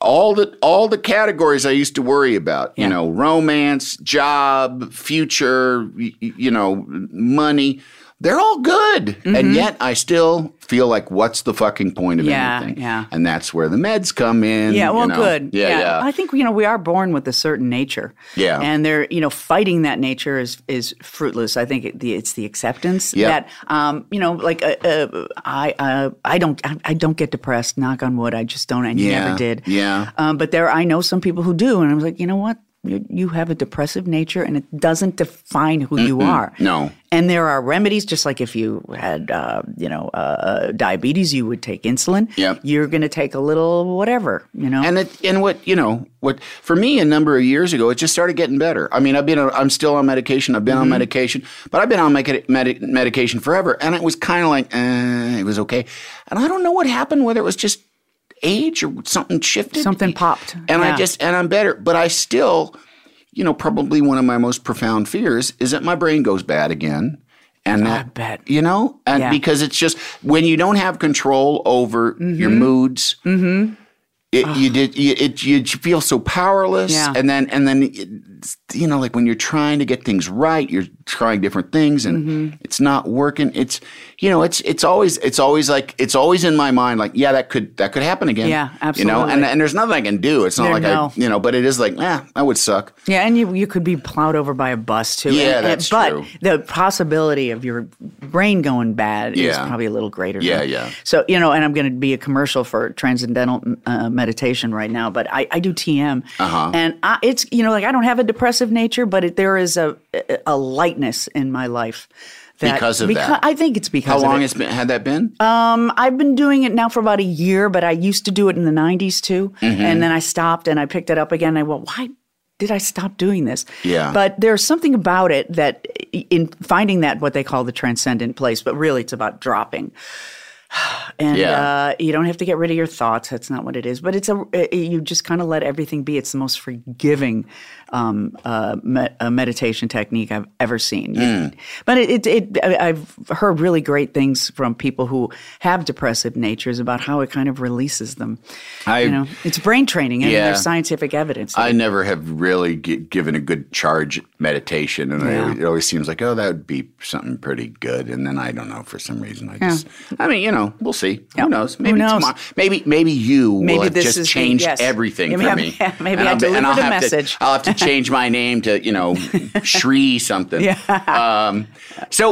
Speaker 2: all the all the categories I used to worry about.
Speaker 3: Yeah.
Speaker 2: You know, romance, job, future, y- y- you know, money. They're all good,
Speaker 3: Mm-hmm.
Speaker 2: and yet I still feel like, what's the fucking point of
Speaker 3: Yeah,
Speaker 2: anything?
Speaker 3: yeah.
Speaker 2: And that's where the meds come in.
Speaker 3: Yeah,
Speaker 2: you
Speaker 3: well,
Speaker 2: know.
Speaker 3: good.
Speaker 2: Yeah, yeah.
Speaker 3: I think you know we are born with a certain nature.
Speaker 2: Yeah.
Speaker 3: and they're you know fighting that nature is is fruitless. I think it, the, it's the acceptance
Speaker 2: Yeah.
Speaker 3: that um you know like uh, uh, I uh, I don't I, I don't get depressed. Knock on wood. I just don't. I
Speaker 2: Yeah,
Speaker 3: never did.
Speaker 2: yeah.
Speaker 3: Um, but there I know some people who do, and I was like, you know what. You you have a depressive nature, and it doesn't define who you are.
Speaker 2: No.
Speaker 3: And there are remedies, just like if you had, uh, you know, uh, diabetes, you would take insulin.
Speaker 2: Yep.
Speaker 3: You're going to take a little whatever, you know.
Speaker 2: And it, and what you know what for me a number of years ago it just started getting better. I mean I've been I'm still on medication. I've been
Speaker 3: Mm-hmm.
Speaker 2: on medication, but I've been on medica- medi- medication forever, and it was kind of like eh, it was okay. And I don't know what happened whether it was just age or something shifted,
Speaker 3: Something popped.
Speaker 2: and
Speaker 3: Yeah.
Speaker 2: I just and I'm better. But I still, you know, probably one of my most profound fears is that my brain goes bad again. And that,
Speaker 3: bet.
Speaker 2: you know, and
Speaker 3: Yeah.
Speaker 2: because it's just when you don't have control over your
Speaker 3: Mm-hmm.
Speaker 2: moods, it, you did you, it you feel so powerless
Speaker 3: Yeah.
Speaker 2: and then and then it's, you know like when you're trying to get things right you're trying different things and
Speaker 3: Mm-hmm.
Speaker 2: it's not working it's you know it's it's always it's always like it's always in my mind like yeah that could that could happen again
Speaker 3: Yeah,
Speaker 2: you know and,
Speaker 3: absolutely.
Speaker 2: and there's nothing I can do it's not
Speaker 3: There-
Speaker 2: like
Speaker 3: no.
Speaker 2: I you know but it is like eh, that would suck
Speaker 3: yeah, and you, you could be plowed over by a bus too.
Speaker 2: Yeah,
Speaker 3: And- and-
Speaker 2: that's
Speaker 3: but
Speaker 2: true.
Speaker 3: the possibility of your brain going bad is
Speaker 2: Yeah.
Speaker 3: probably a little greater.
Speaker 2: Yeah,
Speaker 3: than-
Speaker 2: yeah.
Speaker 3: So you know, and I'm going to be a commercial for transcendental uh, meditation right now, but I, I do TM,
Speaker 2: Uh-huh.
Speaker 3: and I, it's you know like I don't have a depressive nature, but it, there is a a lightness in my life. That,
Speaker 2: Because of
Speaker 3: becau-
Speaker 2: that.
Speaker 3: I think it's because
Speaker 2: how
Speaker 3: of
Speaker 2: long
Speaker 3: it.
Speaker 2: has been had that been
Speaker 3: I've been doing it now for about a year, but I used to do it in the 90s too.
Speaker 2: Mm-hmm.
Speaker 3: And then I stopped and I picked it up again. And I went, why did I stop doing this?
Speaker 2: Yeah.
Speaker 3: But there's something about it that, in finding that what they call the transcendent place, but really it's about dropping. And
Speaker 2: Yeah.
Speaker 3: uh, you don't have to get rid of your thoughts. That's not what it is. But it's a uh, you just kind of let everything be. It's the most forgiving um, uh, me- uh, meditation technique I've ever seen.
Speaker 2: Mm.
Speaker 3: But it, it, it I- I've heard really great things from people who have depressive natures about how it kind of releases them.
Speaker 2: I-
Speaker 3: you know, it's brain training, and
Speaker 2: Yeah.
Speaker 3: there's scientific evidence.
Speaker 2: I never have really gi- given a good charge meditation, and I-
Speaker 3: Yeah.
Speaker 2: it always seems like, oh, that would be something pretty good, and then I don't know for some reason. I just, I mean, you know, we'll see.
Speaker 3: Yeah.
Speaker 2: Who knows?
Speaker 3: Who
Speaker 2: Maybe
Speaker 3: knows?
Speaker 2: tomorrow, maybe maybe you
Speaker 3: Maybe
Speaker 2: will have
Speaker 3: this
Speaker 2: just
Speaker 3: is the-
Speaker 2: changed
Speaker 3: yes.
Speaker 2: everything
Speaker 3: Maybe
Speaker 2: for
Speaker 3: I'm-
Speaker 2: me.
Speaker 3: yeah, maybe I
Speaker 2: I'll be-
Speaker 3: delivered
Speaker 2: I'll
Speaker 3: a
Speaker 2: have to-
Speaker 3: message.
Speaker 2: I'll have to change my name to you know Shri something. Yeah. Um, so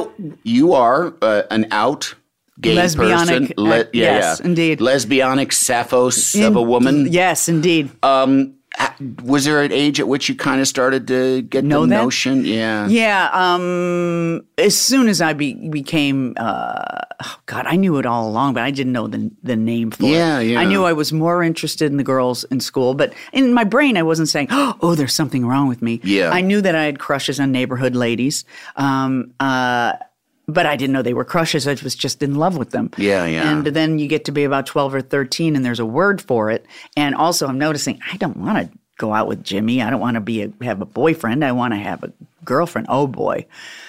Speaker 2: you are uh, an out. Gay
Speaker 3: Lesbianic,
Speaker 2: person,
Speaker 3: uh, yes, indeed.
Speaker 2: Lesbianic Sappho of a woman.
Speaker 3: yes, indeed.
Speaker 2: Um, h- was there an age at which you kind of started to get
Speaker 3: Know
Speaker 2: the
Speaker 3: that?
Speaker 2: notion? Yeah.
Speaker 3: Yeah. Um, as soon as I be, became, uh, oh God, I knew it all along, but I didn't know the, the name for
Speaker 2: Yeah,
Speaker 3: it.
Speaker 2: yeah.
Speaker 3: I knew I was more interested in the girls in school, but in my brain, I wasn't saying, oh, there's something wrong with me.
Speaker 2: Yeah.
Speaker 3: I knew that I had crushes on neighborhood ladies. Um, uh, but I didn't know they were crushes. I was just in love with them.
Speaker 2: Yeah, yeah.
Speaker 3: And then you get to be about 12 or 13 and there's a word for it. And also I'm noticing I don't want to go out with Jimmy. I don't want to be a, have a boyfriend. I want to have a girlfriend. Oh boy.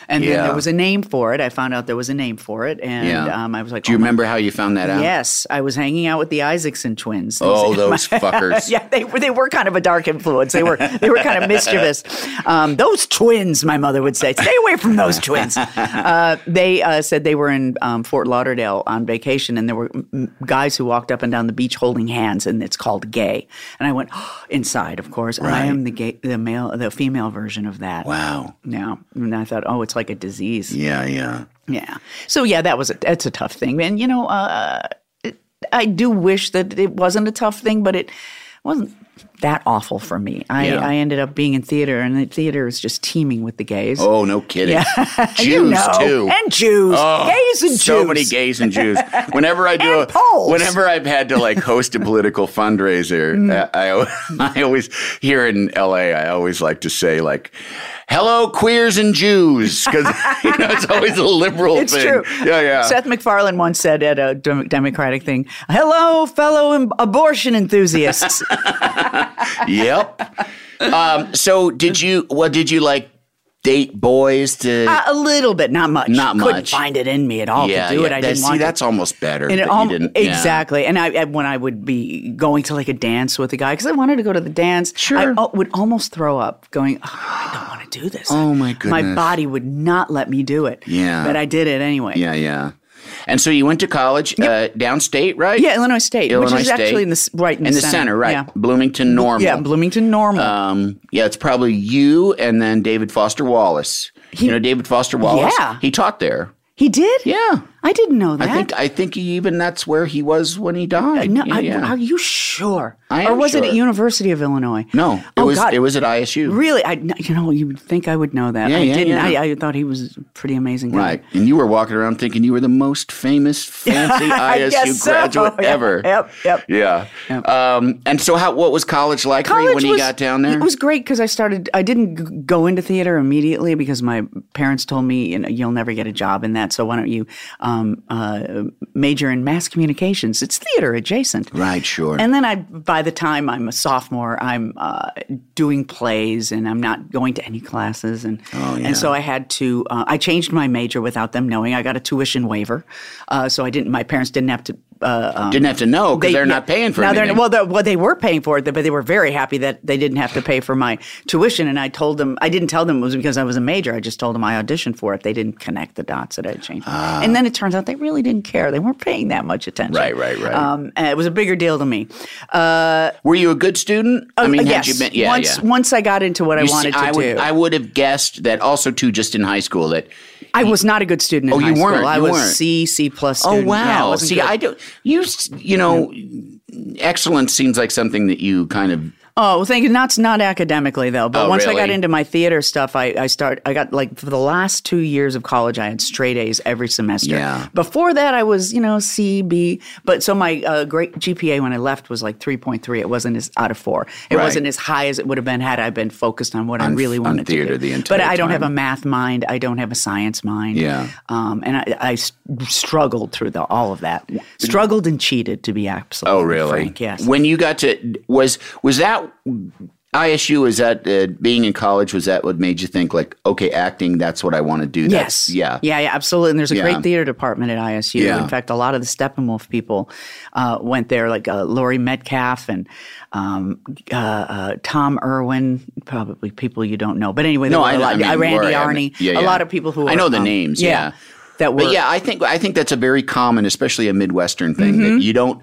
Speaker 3: And then
Speaker 2: Yeah.
Speaker 3: there was a name for it. I found out there was a name for it and
Speaker 2: Yeah.
Speaker 3: um, I was like,
Speaker 2: Do you
Speaker 3: oh my-
Speaker 2: remember how you found that out?
Speaker 3: Yes, I was hanging out with the Isaacson twins. These-
Speaker 2: Oh, those fuckers.
Speaker 3: yeah, they were they were kind of a dark influence. They were they were kind of mischievous. Um, those twins, my mother would say, stay away from those twins. Uh, they uh, said they were in um, Fort Lauderdale on vacation, and there were mm, guys who walked up and down the beach holding hands, and it's called gay. And I went inside, of course. and I
Speaker 2: Right.
Speaker 3: am the gay, the male, the female version of that.
Speaker 2: Wow.
Speaker 3: Yeah, and I thought, oh, it's like a disease.
Speaker 2: Yeah, yeah.
Speaker 3: Yeah. So yeah, that was a, that's a tough thing, and you know, uh, it, I do wish that it wasn't a tough thing, but it wasn't that awful for me. I,
Speaker 2: Yeah.
Speaker 3: I ended up being in theater, and the theater is just teeming with the gays.
Speaker 2: Oh, no kidding. Jews
Speaker 3: you know,
Speaker 2: too.
Speaker 3: and Jews,
Speaker 2: Oh,
Speaker 3: gays and
Speaker 2: so
Speaker 3: Jews.
Speaker 2: many gays and Jews. Whenever I do,
Speaker 3: And Poles.
Speaker 2: whenever I've had to like host a political fundraiser,
Speaker 3: Mm.
Speaker 2: uh, I, I I always here in L.A. I always like to say like, "Hello, queers and Jews," because you know, it's always a liberal
Speaker 3: It's
Speaker 2: thing.
Speaker 3: true.
Speaker 2: Yeah, yeah.
Speaker 3: Seth MacFarlane once said at a dem- Democratic thing, "Hello, fellow im- abortion enthusiasts." Uh,
Speaker 2: yep. Um, so did you? What did you like? Date boys to?
Speaker 3: Uh, a little bit, not much.
Speaker 2: Not
Speaker 3: Couldn't
Speaker 2: much.
Speaker 3: find it in me at all
Speaker 2: yeah,
Speaker 3: to do
Speaker 2: yeah.
Speaker 3: it. I
Speaker 2: That-
Speaker 3: didn't
Speaker 2: see,
Speaker 3: want to.
Speaker 2: that's almost better.
Speaker 3: And it
Speaker 2: that you
Speaker 3: alm-
Speaker 2: didn't, yeah.
Speaker 3: exactly. And I and when I would be going to like a dance with a guy because I wanted to go to the dance, I
Speaker 2: Sure.
Speaker 3: al- would almost throw up, going, oh, I don't want to do this.
Speaker 2: Oh, my
Speaker 3: My
Speaker 2: goodness.
Speaker 3: body would not let me do it.
Speaker 2: Yeah.
Speaker 3: but I did it anyway.
Speaker 2: Yeah, yeah. And so you went to college uh, downstate, right?
Speaker 3: Yeah, Illinois State,
Speaker 2: Illinois
Speaker 3: which is
Speaker 2: State.
Speaker 3: actually in the s- right in,
Speaker 2: in the center, right?
Speaker 3: Yeah.
Speaker 2: Bloomington Normal.
Speaker 3: Yeah, Bloomington Normal.
Speaker 2: Um, yeah, it's probably you and then David Foster Wallace. you know David Foster Wallace.
Speaker 3: Yeah.
Speaker 2: he taught there.
Speaker 3: he did.
Speaker 2: Yeah,
Speaker 3: I didn't know that.
Speaker 2: I think I think he, even that's where he was when he died.
Speaker 3: no,
Speaker 2: yeah,
Speaker 3: I-
Speaker 2: yeah.
Speaker 3: are you sure?
Speaker 2: I
Speaker 3: or
Speaker 2: am
Speaker 3: was it at
Speaker 2: sure.
Speaker 3: University of Illinois?
Speaker 2: no, it
Speaker 3: Oh,
Speaker 2: was
Speaker 3: God.
Speaker 2: it was at ISU,
Speaker 3: Really, I you know you would think I would know that.
Speaker 2: Yeah,
Speaker 3: I
Speaker 2: yeah,
Speaker 3: didn't.
Speaker 2: yeah.
Speaker 3: I, I thought he was a pretty amazing guy.
Speaker 2: right? And you were walking around thinking you were the most famous fancy
Speaker 3: I guess
Speaker 2: ISU
Speaker 3: so.
Speaker 2: graduate
Speaker 3: Yeah.
Speaker 2: ever.
Speaker 3: Yep, yep.
Speaker 2: Yeah. Um, and so, how what was college like for you when you got down there?
Speaker 3: It was great because I started. I didn't g- go into theater immediately because my parents told me, you know, you'll never get a job in that. So why don't you um, uh, major in mass communications? It's theater adjacent.
Speaker 2: right, sure.
Speaker 3: And then I, by the time I'm a sophomore, I'm uh, doing plays and I'm not going to any classes, and
Speaker 2: Oh,
Speaker 3: and so I had to. Uh, I changed my major without them knowing. I got a tuition waiver, uh, so I didn't. My parents didn't have to. Uh, um,
Speaker 2: Didn't have to know because they, are
Speaker 3: yeah.
Speaker 2: not paying for
Speaker 3: now
Speaker 2: anything.
Speaker 3: They're, well, they're, well, they were paying for it, but they were very happy that they didn't have to pay for my tuition. And I told them, I didn't tell them it was because I was a major. I just told them I auditioned for it. They didn't connect the dots that I changed. and then it turns out they really didn't care. They weren't paying that much attention.
Speaker 2: Ah. Right, right, right.
Speaker 3: Um, and it was a bigger deal to me. Um,
Speaker 2: Were you a good student? I mean,
Speaker 3: Oh, yes.
Speaker 2: had you been? Yeah,
Speaker 3: once,
Speaker 2: yeah.
Speaker 3: once I got into what
Speaker 2: You
Speaker 3: I
Speaker 2: see,
Speaker 3: wanted to
Speaker 2: I would,
Speaker 3: do,
Speaker 2: I would have guessed that also too, just in high school. That
Speaker 3: I was not a good student in
Speaker 2: Oh,
Speaker 3: high
Speaker 2: you weren't,
Speaker 3: school. I
Speaker 2: you
Speaker 3: was
Speaker 2: weren't.
Speaker 3: C, C plus
Speaker 2: oh
Speaker 3: student. Yeah,
Speaker 2: wow,
Speaker 3: wasn't
Speaker 2: see,
Speaker 3: good.
Speaker 2: I don't. You s- you know, excellence seems like something that you kind of
Speaker 3: Oh, well, thank you. Not not academically though, but
Speaker 2: Oh,
Speaker 3: once I got
Speaker 2: really?
Speaker 3: into my theater stuff, I I start I got like for the last two years of college, I had straight A's every semester.
Speaker 2: Yeah.
Speaker 3: Before that, I was you know C B, but so my uh, great GPA when I left was like three point three. It wasn't as out of four. It
Speaker 2: Right.
Speaker 3: wasn't as high as it would have been had I been focused on what I
Speaker 2: On-
Speaker 3: really
Speaker 2: on
Speaker 3: wanted
Speaker 2: theater
Speaker 3: to do.
Speaker 2: the entire
Speaker 3: but I don't
Speaker 2: time.
Speaker 3: have a math mind. I don't have a science mind.
Speaker 2: Yeah.
Speaker 3: Um, and I, I s- struggled through the, all of that. Struggled and cheated to be absolutely.
Speaker 2: Oh, really?
Speaker 3: Frank, yes.
Speaker 2: When you got to was was that ISU? Is that uh, being in college? Was that what made you think like, okay, acting? That's what I want to do.
Speaker 3: Yes.
Speaker 2: That's, yeah.
Speaker 3: Yeah. Yeah. Absolutely. And there's a
Speaker 2: Yeah.
Speaker 3: great theater department at ISU.
Speaker 2: Yeah.
Speaker 3: In fact, a lot of the Steppenwolf people uh, went there, like uh, Lori Metcalf and um, uh, uh, Tom Irwin, probably people you don't know. But anyway, there
Speaker 2: No,
Speaker 3: were
Speaker 2: I-
Speaker 3: a lot.
Speaker 2: I mean,
Speaker 3: uh, Randy
Speaker 2: Lori, I mean,
Speaker 3: Arney,
Speaker 2: yeah,
Speaker 3: a
Speaker 2: yeah.
Speaker 3: lot of people who
Speaker 2: I
Speaker 3: are,
Speaker 2: know the names, yeah.
Speaker 3: That were
Speaker 2: But yeah, I think I think that's a very common, especially a Midwestern thing
Speaker 3: Mm-hmm.
Speaker 2: that you don't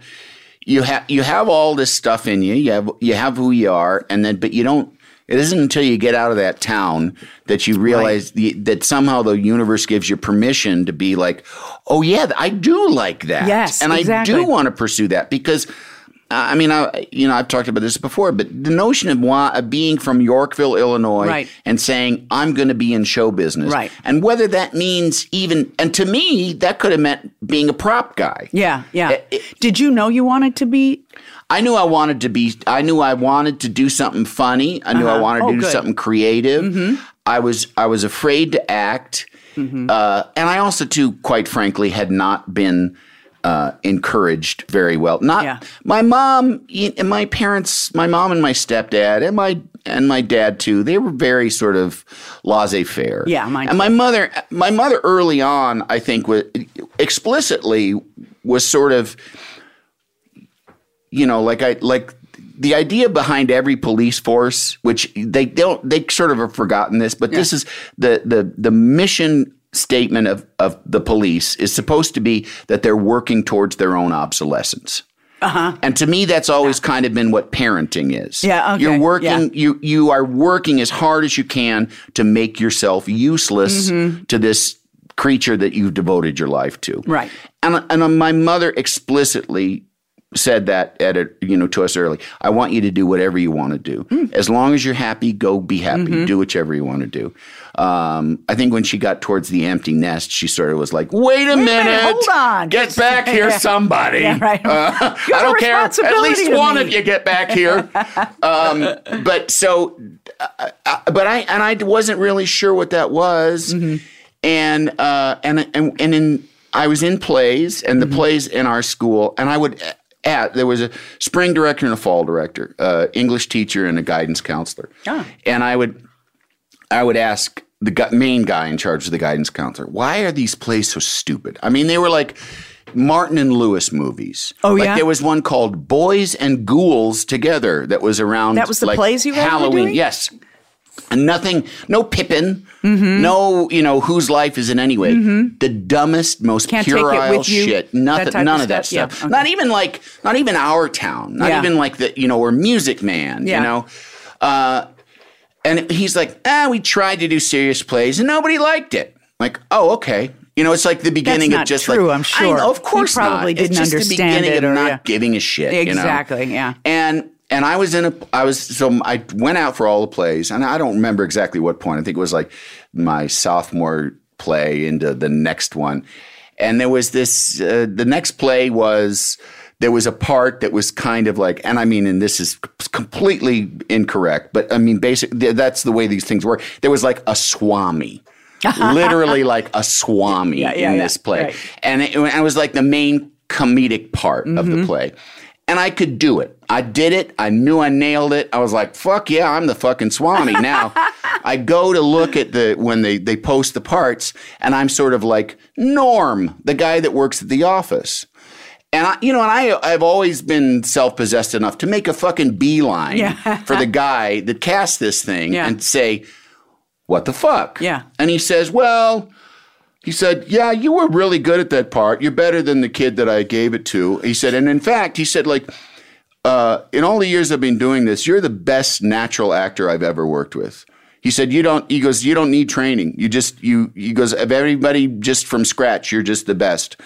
Speaker 2: you have you have all this stuff in you. You have you have who you are, and then but you don't. It isn't until you get out of that town that you realize the, that somehow the universe gives you permission to be like, oh yeah, I do like that,
Speaker 3: Yes,
Speaker 2: and I
Speaker 3: exactly.
Speaker 2: do want to pursue that because I mean, I you know I've talked about this before, but the notion of why, of being from Yorkville, Illinois,
Speaker 3: Right.
Speaker 2: and saying I'm going to be in show business,
Speaker 3: Right.
Speaker 2: and whether that means even and to me that could have meant being a prop guy.
Speaker 3: Yeah, yeah.
Speaker 2: It- it-
Speaker 3: Did you know you wanted to be?
Speaker 2: I knew I wanted to be. I knew I wanted to do something funny. I knew I wanted to
Speaker 3: Oh,
Speaker 2: do
Speaker 3: good. Mm-hmm.
Speaker 2: something creative. I was I was afraid to act, uh, and I also too, quite frankly, had not been uh, encouraged very well. Not
Speaker 3: Yeah.
Speaker 2: my mom y- and my parents, my mom and my stepdad, and my and my dad too. They were very sort of laissez faire.
Speaker 3: Yeah, mine
Speaker 2: and my mother, my mother early on, I think, was explicitly was sort of you know, like I like the idea behind every police force, which they don't they sort of have forgotten this, but this is the the the mission statement of of the police is supposed to be that they're working towards their own obsolescence. Uh-huh. And to me, that's always kind of been what parenting is.
Speaker 3: Yeah, okay,
Speaker 2: you're working.
Speaker 3: yeah.
Speaker 2: You you are working as hard as you can to make yourself useless
Speaker 3: Mm-hmm.
Speaker 2: to this creature that you've devoted your life to.
Speaker 3: Right.
Speaker 2: And and my mother explicitly said that at a, you know to us early. I want you to do whatever you want to do.
Speaker 3: Mm.
Speaker 2: As long as you're happy, go be happy.
Speaker 3: Mm-hmm.
Speaker 2: Do whichever you want to do. Um, I think when she got towards the empty nest, she sort of was like, "Wait a, minute,
Speaker 3: hold on.
Speaker 2: get back here, somebody."
Speaker 3: Yeah, right.
Speaker 2: Uh,
Speaker 3: You
Speaker 2: I
Speaker 3: have a
Speaker 2: don't care. At
Speaker 3: responsibility
Speaker 2: least
Speaker 3: to
Speaker 2: one
Speaker 3: me.
Speaker 2: of you get back here. um, but so, uh, uh, but I and I wasn't really sure what that was,
Speaker 3: Mm-hmm.
Speaker 2: and uh, and and and in I was in plays and the
Speaker 3: Mm-hmm.
Speaker 2: plays in our school, and I would uh, at there was a spring director and a fall director, uh, English teacher and a guidance counselor,
Speaker 3: Ah.
Speaker 2: and I would I would ask the gu- main guy in charge of the guidance counselor, why are these plays so stupid? I mean, they were like Martin and Lewis movies.
Speaker 3: Oh,
Speaker 2: like
Speaker 3: yeah?
Speaker 2: There was one called Boys and Ghouls Together that was around.
Speaker 3: That was the
Speaker 2: like,
Speaker 3: plays you guys were
Speaker 2: Halloween,
Speaker 3: doing?
Speaker 2: yes. And nothing, no Pippin,
Speaker 3: Mm-hmm.
Speaker 2: no, you know, whose life is in any way. The dumbest, most
Speaker 3: Can't take it
Speaker 2: puerile
Speaker 3: with you,
Speaker 2: shit.
Speaker 3: that
Speaker 2: Nothing,
Speaker 3: type of
Speaker 2: none of that
Speaker 3: stuff?
Speaker 2: stuff.
Speaker 3: Yeah, okay.
Speaker 2: Not even like, not even our town. Not
Speaker 3: Yeah.
Speaker 2: even like the, you know, or Music Man.
Speaker 3: Yeah.
Speaker 2: You know, and he's like, ah, we tried to do serious plays and nobody liked it. Like, oh, okay. You know, it's like the beginning
Speaker 3: not
Speaker 2: of just
Speaker 3: true,
Speaker 2: like
Speaker 3: I'm
Speaker 2: I
Speaker 3: sure.
Speaker 2: know, of
Speaker 3: He
Speaker 2: course,
Speaker 3: probably
Speaker 2: not.
Speaker 3: didn't
Speaker 2: it's just
Speaker 3: understand
Speaker 2: the beginning
Speaker 3: it
Speaker 2: of
Speaker 3: or-
Speaker 2: not
Speaker 3: yeah.
Speaker 2: giving a shit. you know?
Speaker 3: Exactly, yeah.
Speaker 2: And and I was in a I was so I went out for all the plays and I don't remember exactly what point. I think it was like my sophomore play into the next one. And there was this uh, the next play was there was a part that was kind of like and I mean and this is completely incorrect, but I mean basically that's the way these things work. There was like a swami. Literally like a swami
Speaker 3: Yeah, yeah,
Speaker 2: in
Speaker 3: yeah,
Speaker 2: this play.
Speaker 3: right.
Speaker 2: And it, and it was like the main comedic part of the play. And I could do it. I did it. I knew I nailed it. I was like, fuck yeah, I'm the fucking Swami. Now I go to look at the when they, they post the parts, and I'm sort of like Norm, the guy that works at the office. And I, you know, and I, I've always been self-possessed enough to make a fucking beeline for the guy that cast this thing
Speaker 3: Yeah.
Speaker 2: and say, "What the fuck?"
Speaker 3: Yeah.
Speaker 2: And he says, "Well, he said, "Yeah, you were really good at that part. You're better than the kid that I gave it to." He said, and in fact, he said, like, uh, in all the years I've been doing this, you're the best natural actor I've ever worked with. He said, "You don't." He goes, "You don't need training. You just you." He goes, "Of everybody, just from scratch, you're just the best."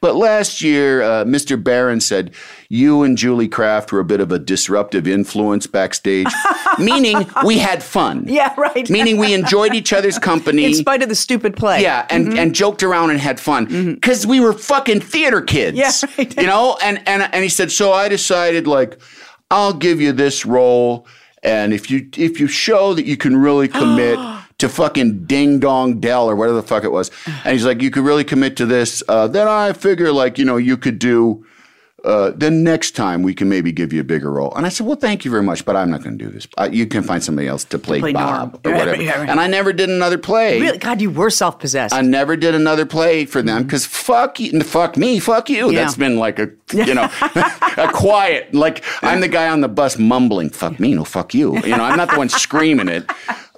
Speaker 2: But last year, uh, Mr. Barron said you and Julie Kraft were a bit of a disruptive influence backstage, meaning we had fun.
Speaker 3: Yeah, right.
Speaker 2: meaning we enjoyed each other's company.
Speaker 3: In spite of the stupid play. Mm-hmm.
Speaker 2: Yeah, and, and joked around and had fun because we were fucking theater kids.
Speaker 3: Yeah, right.
Speaker 2: you know. And and and he said, so I decided like, I'll give you this role, and if you if you show that you can really commit. To fucking Ding Dong Dell or whatever the fuck it was. And he's like, you could really commit to this. Uh, then I figure, like, you know, you could do, uh, then next time we can maybe give you a bigger role. And I said, well, thank you very much, but I'm not going to do this. Uh, you can find somebody else to play,
Speaker 3: play Norm.
Speaker 2: Bob or
Speaker 3: Right,
Speaker 2: whatever.
Speaker 3: right, right.
Speaker 2: And I never did another play.
Speaker 3: Really? God, you were self possessed.
Speaker 2: I never did another play for them because fuck you, fuck me, fuck you.
Speaker 3: Mm-hmm. Yeah.
Speaker 2: That's been like a you know a quiet like I'm the guy on the bus mumbling fuck me, no fuck you. You know I'm not the one screaming it.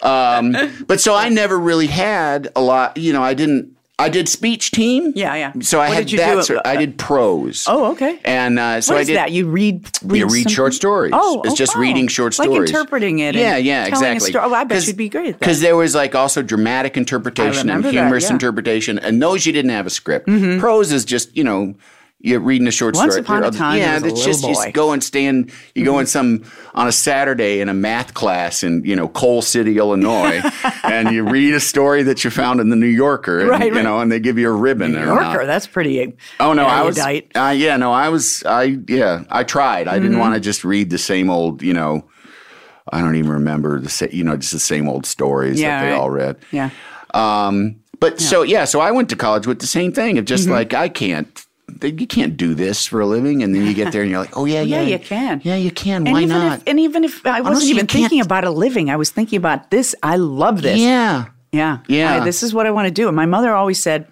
Speaker 2: Um, but so I never really had a lot. You know I didn't. I did speech team.
Speaker 3: Yeah, yeah.
Speaker 2: So I
Speaker 3: What
Speaker 2: had
Speaker 3: did you
Speaker 2: that.
Speaker 3: do?
Speaker 2: sort- I did prose.
Speaker 3: Oh, okay.
Speaker 2: And uh, so
Speaker 3: what
Speaker 2: I
Speaker 3: is
Speaker 2: did
Speaker 3: that? You read, read
Speaker 2: you read
Speaker 3: some-
Speaker 2: short stories.
Speaker 3: Oh,
Speaker 2: it's
Speaker 3: oh,
Speaker 2: just
Speaker 3: wow.
Speaker 2: reading short
Speaker 3: Like
Speaker 2: stories,
Speaker 3: interpreting it and
Speaker 2: Yeah, yeah,
Speaker 3: telling a
Speaker 2: exactly.
Speaker 3: story. Oh, I bet you'd be great at that.
Speaker 2: Because there was like also dramatic interpretation and
Speaker 3: remember that,
Speaker 2: humorous
Speaker 3: yeah. Mm-hmm.
Speaker 2: interpretation, and those you didn't have a script. Prose is just you know. you're reading a short
Speaker 3: Once
Speaker 2: story.
Speaker 3: upon
Speaker 2: There are
Speaker 3: a
Speaker 2: other-
Speaker 3: time, there
Speaker 2: yeah,
Speaker 3: was a
Speaker 2: it's just
Speaker 3: little
Speaker 2: you
Speaker 3: boy. Mm-hmm.
Speaker 2: go and stand. You go in some on a Saturday in a math class in you know Coal City, Illinois, and you read a story that you found in the New Yorker, and,
Speaker 3: Right,
Speaker 2: you
Speaker 3: right.
Speaker 2: know, and they give you a ribbon. or not.
Speaker 3: Yorker, that's pretty.
Speaker 2: Oh no, I was.
Speaker 3: erudite. Mm-hmm.
Speaker 2: Uh, yeah, no, I was. I yeah, I tried. I didn't want to just read the same old. You know, I don't even remember the sa- you know just the same old stories
Speaker 3: Yeah,
Speaker 2: that they
Speaker 3: right.
Speaker 2: all read.
Speaker 3: Yeah.
Speaker 2: Um, but so yeah, so I went to college with the same thing of
Speaker 3: Mm-hmm.
Speaker 2: just like I can't. they- You can't do this for a living, and then you get there and you're like, oh yeah, yeah,
Speaker 3: Yeah, you can.
Speaker 2: Yeah, you can.
Speaker 3: And
Speaker 2: Why
Speaker 3: even
Speaker 2: not?
Speaker 3: If, and even if I
Speaker 2: Unless
Speaker 3: wasn't
Speaker 2: you
Speaker 3: even
Speaker 2: can't-
Speaker 3: thinking about a living, I was thinking about this. I love this.
Speaker 2: yeah,
Speaker 3: Yeah.
Speaker 2: Yeah.
Speaker 3: I- this is what I want to do. And my mother always said,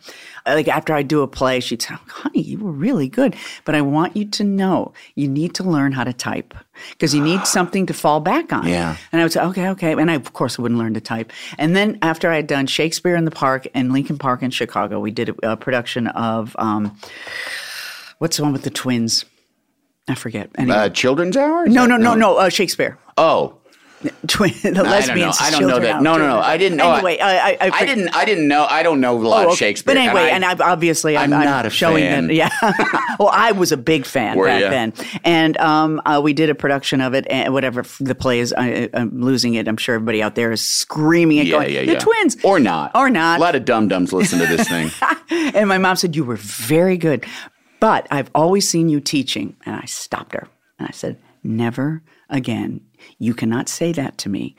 Speaker 3: uh, like after I do a play, she'd say, "Oh, honey, you were really good. But I want you to know you need to learn how to type because you need something to fall back on.
Speaker 2: Yeah.
Speaker 3: And I would say, okay, okay. And I, of course, wouldn't learn to type. And then after I had done Shakespeare in the Park and Lincoln Park in Chicago, we did a, a production of um, what's the one with the twins? I forget. Anyway.
Speaker 2: uh, children's hour? Is
Speaker 3: no,
Speaker 2: that-
Speaker 3: no, no, no. Uh, Shakespeare
Speaker 2: Oh,
Speaker 3: twin, the
Speaker 2: I don't know.
Speaker 3: lesbians.
Speaker 2: I don't know
Speaker 3: children
Speaker 2: that.
Speaker 3: out,
Speaker 2: No, no, no.
Speaker 3: children
Speaker 2: I
Speaker 3: out.
Speaker 2: didn't know.
Speaker 3: Anyway, uh, I, I, I,
Speaker 2: I didn't. I didn't know. I don't know a lot
Speaker 3: Oh,
Speaker 2: of
Speaker 3: okay.
Speaker 2: Shakespeare.
Speaker 3: But anyway, and,
Speaker 2: I.
Speaker 3: I, obviously I'm,
Speaker 2: I'm
Speaker 3: I'm
Speaker 2: not a
Speaker 3: showing
Speaker 2: fan.
Speaker 3: that. Yeah. well, I was a big fan
Speaker 2: Were
Speaker 3: back
Speaker 2: ya?
Speaker 3: then, and um, uh, we did a production of it, and whatever f- the play is, I, I'm losing it. I'm sure everybody out there is screaming and
Speaker 2: yeah,
Speaker 3: going,
Speaker 2: yeah,
Speaker 3: "They're
Speaker 2: yeah.
Speaker 3: twins
Speaker 2: or not,
Speaker 3: or
Speaker 2: A
Speaker 3: not."
Speaker 2: lot of dum dums listen to this thing.
Speaker 3: and my mom said, You were very good, but I've always seen you teaching. And I stopped her and I said, Never again. You cannot say that to me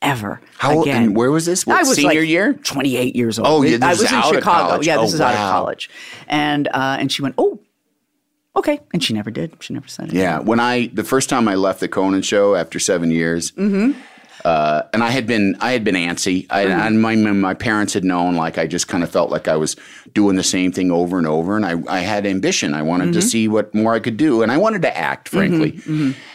Speaker 3: ever.
Speaker 2: How-
Speaker 3: again.
Speaker 2: and where was this? What,
Speaker 3: I was
Speaker 2: senior
Speaker 3: like
Speaker 2: year?
Speaker 3: 28 years old.
Speaker 2: Oh, yeah,
Speaker 3: I
Speaker 2: this
Speaker 3: was
Speaker 2: is
Speaker 3: in
Speaker 2: out of
Speaker 3: Chicago.
Speaker 2: college.
Speaker 3: Yeah, this
Speaker 2: Oh,
Speaker 3: is out of
Speaker 2: wow.
Speaker 3: college. And, uh, and she went, Oh, okay. And she never did. She never said it.
Speaker 2: Yeah, when I the first time I left the Conan show after seven years, uh, and I had been I had been antsy, I, and my my parents had known like I just kind of felt like I was doing the same thing over and over, and I I had ambition. I wanted to see what more I could do, and I wanted to act, frankly.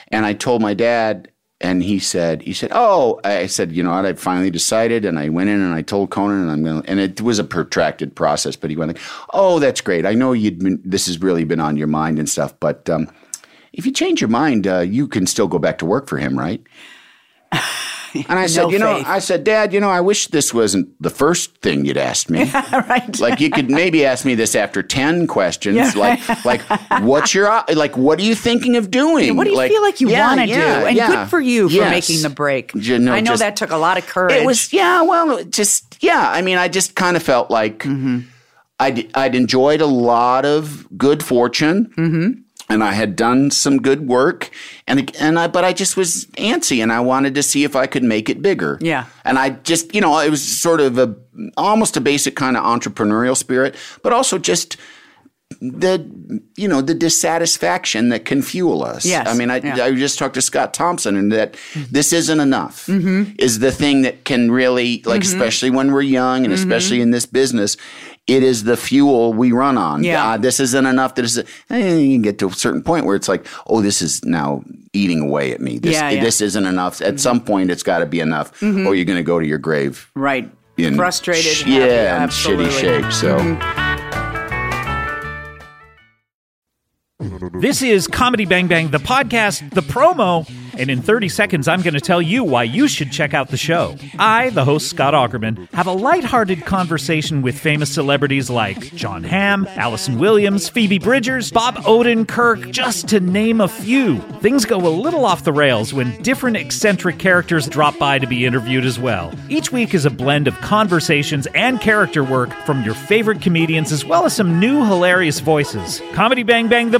Speaker 2: And I told my dad. And he said, he said, oh, I said, you know what? I finally decided, and I went in and I told Conan, and I'm gonna, and it was a protracted process. But he went like, oh, that's great. I know you'd been, this has really been on your mind and stuff, but um, if you change your mind, uh, you can still go back to work for him, right? And I said, you know,
Speaker 3: faith.
Speaker 2: I said, Dad, you know, I wish this wasn't the first thing you'd asked me.
Speaker 3: right.
Speaker 2: like you could maybe ask me this after ten questions, like like what's your op- like what are you thinking of doing?
Speaker 3: What do you feel like you
Speaker 2: yeah,
Speaker 3: want to
Speaker 2: yeah,
Speaker 3: do? And
Speaker 2: yeah.
Speaker 3: good for you
Speaker 2: Yes.
Speaker 3: for making the break.
Speaker 2: J- no,
Speaker 3: I know
Speaker 2: just-
Speaker 3: that took a lot of courage.
Speaker 2: It was yeah, well, it just yeah. I mean, I just kind of felt like
Speaker 3: Mm-hmm.
Speaker 2: I'd I'd enjoyed a lot of good fortune,
Speaker 3: Mm-hmm.
Speaker 2: and I had done some good work, and and I but I just was antsy, and I wanted to see if I could make it bigger.
Speaker 3: Yeah.
Speaker 2: and I just you know it was sort of a almost a basic kind of entrepreneurial spirit, but also just. The you know the dissatisfaction that can fuel us.
Speaker 3: Yes.
Speaker 2: I mean, I,
Speaker 3: Yeah.
Speaker 2: I just talked to Scott Thompson, and that
Speaker 3: Mm-hmm.
Speaker 2: this isn't enough is the thing that can really, like,
Speaker 3: Mm-hmm.
Speaker 2: especially when we're young and especially in this business, it is the fuel we run on.
Speaker 3: Yeah.
Speaker 2: Uh, this isn't enough. This is, eh, you can get to a certain point where it's like, oh, this is now eating away at me. This,
Speaker 3: Yeah, Mm-hmm. yeah.
Speaker 2: this isn't enough. At some point, it's got to be enough, or you're going to go to your grave.
Speaker 3: right.
Speaker 2: In
Speaker 3: Frustrated.
Speaker 2: sh-
Speaker 3: happy,
Speaker 2: yeah, in
Speaker 3: absolutely. Mm-hmm.
Speaker 2: shitty shape. So,
Speaker 1: This is Comedy Bang Bang, the podcast, the promo, and in 30 seconds, I'm going to tell you why you should check out the show. I, the host Scott Augerman, have a lighthearted conversation with famous celebrities like John Hamm, Allison Williams, Phoebe Bridgers, Bob Odenkirk, just to name a few. Things go a little off the rails when different eccentric characters drop by to be interviewed as well. Each week is a blend of conversations and character work from your favorite comedians as well as some new hilarious voices. Comedy Bang Bang, the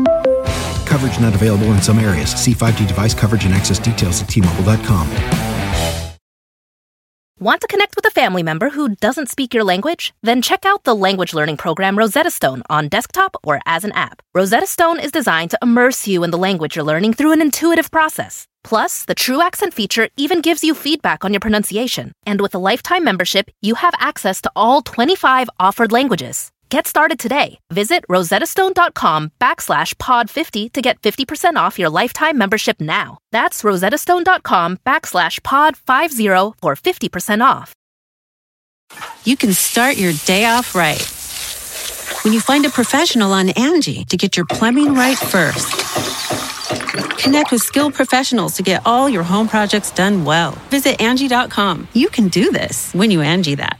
Speaker 4: Coverage not available in some areas. See 5G device coverage and access details at tmobile.com.
Speaker 5: Want to connect with a family member who doesn't speak your language? Then check out the language learning program Rosetta Stone on desktop or as an app. Rosetta Stone is designed to immerse you in the language you're learning through an intuitive process. Plus, the True Accent feature even gives you feedback on your pronunciation. And with a lifetime membership, you have access to all 25 offered languages. Get started today. Visit rosettastone.com backslash pod 50 to get 50% off your lifetime membership now. That's rosettastone.com backslash pod 50 for 50% off.
Speaker 6: You can start your day off right. When you find a professional on Angie to get your plumbing right first. Connect with skilled professionals to get all your home projects done well. Visit Angie.com. You can do this when you Angie that.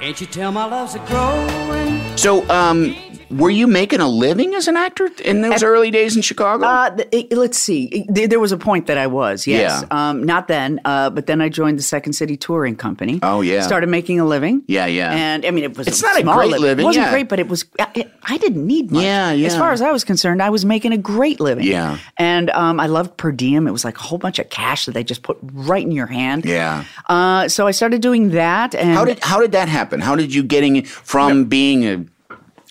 Speaker 7: Can't you tell my love's a growing?
Speaker 2: So, um, were you making a living as an actor in those early days in Chicago?
Speaker 3: Uh, th- it- let's see. Th- There was a point that I was, yes. Um, not then, uh, but then I joined the Second City Touring Company.
Speaker 2: Oh, yeah.
Speaker 3: Started making a living.
Speaker 2: Yeah, yeah.
Speaker 3: And I mean, it was
Speaker 2: It's
Speaker 3: a
Speaker 2: not a
Speaker 3: small
Speaker 2: great
Speaker 3: living.
Speaker 2: living,
Speaker 3: It wasn't
Speaker 2: yeah.
Speaker 3: great, but it was. I- It, I didn't need much.
Speaker 2: Yeah, yeah.
Speaker 3: As far as I was concerned, I was making a great living.
Speaker 2: Yeah.
Speaker 3: And um, I loved per diem. It was like a whole bunch of cash that they just put right in your hand.
Speaker 2: yeah.
Speaker 3: Uh, so I started doing that, and
Speaker 2: How did how did that happen? How did you getting from being a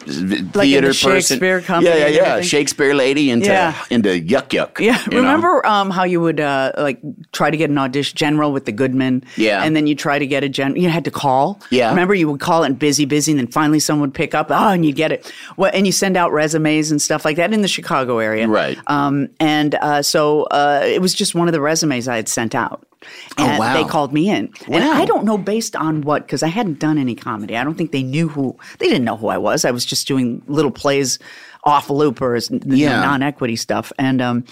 Speaker 2: theater
Speaker 3: the
Speaker 2: person,
Speaker 3: Shakespeare company
Speaker 2: yeah, yeah,
Speaker 3: and
Speaker 2: yeah,
Speaker 3: everything?
Speaker 2: Shakespeare lady into
Speaker 3: Yeah.
Speaker 2: into yuck yuck.
Speaker 3: Yeah,
Speaker 2: you know?
Speaker 3: remember um, how you would uh, like try to get an audition general with the Goodman?
Speaker 2: Yeah.
Speaker 3: and then you try to get a gen. You had to call.
Speaker 2: Yeah.
Speaker 3: remember you would call and busy, busy, and then finally someone would pick up. Oh, and you get it. Well, and you send out resumes and stuff like that in the Chicago area,
Speaker 2: Right.
Speaker 3: Um, and uh, so uh, it was just one of the resumes I had sent out. And
Speaker 2: Oh, wow.
Speaker 3: they called me in, and
Speaker 2: Wow.
Speaker 3: I don't know based on what because I hadn't done any comedy. I don't think they knew who they didn't know who I was. I was just doing little plays off loop or as- you know,
Speaker 2: Yeah.
Speaker 3: non-equity stuff. And um,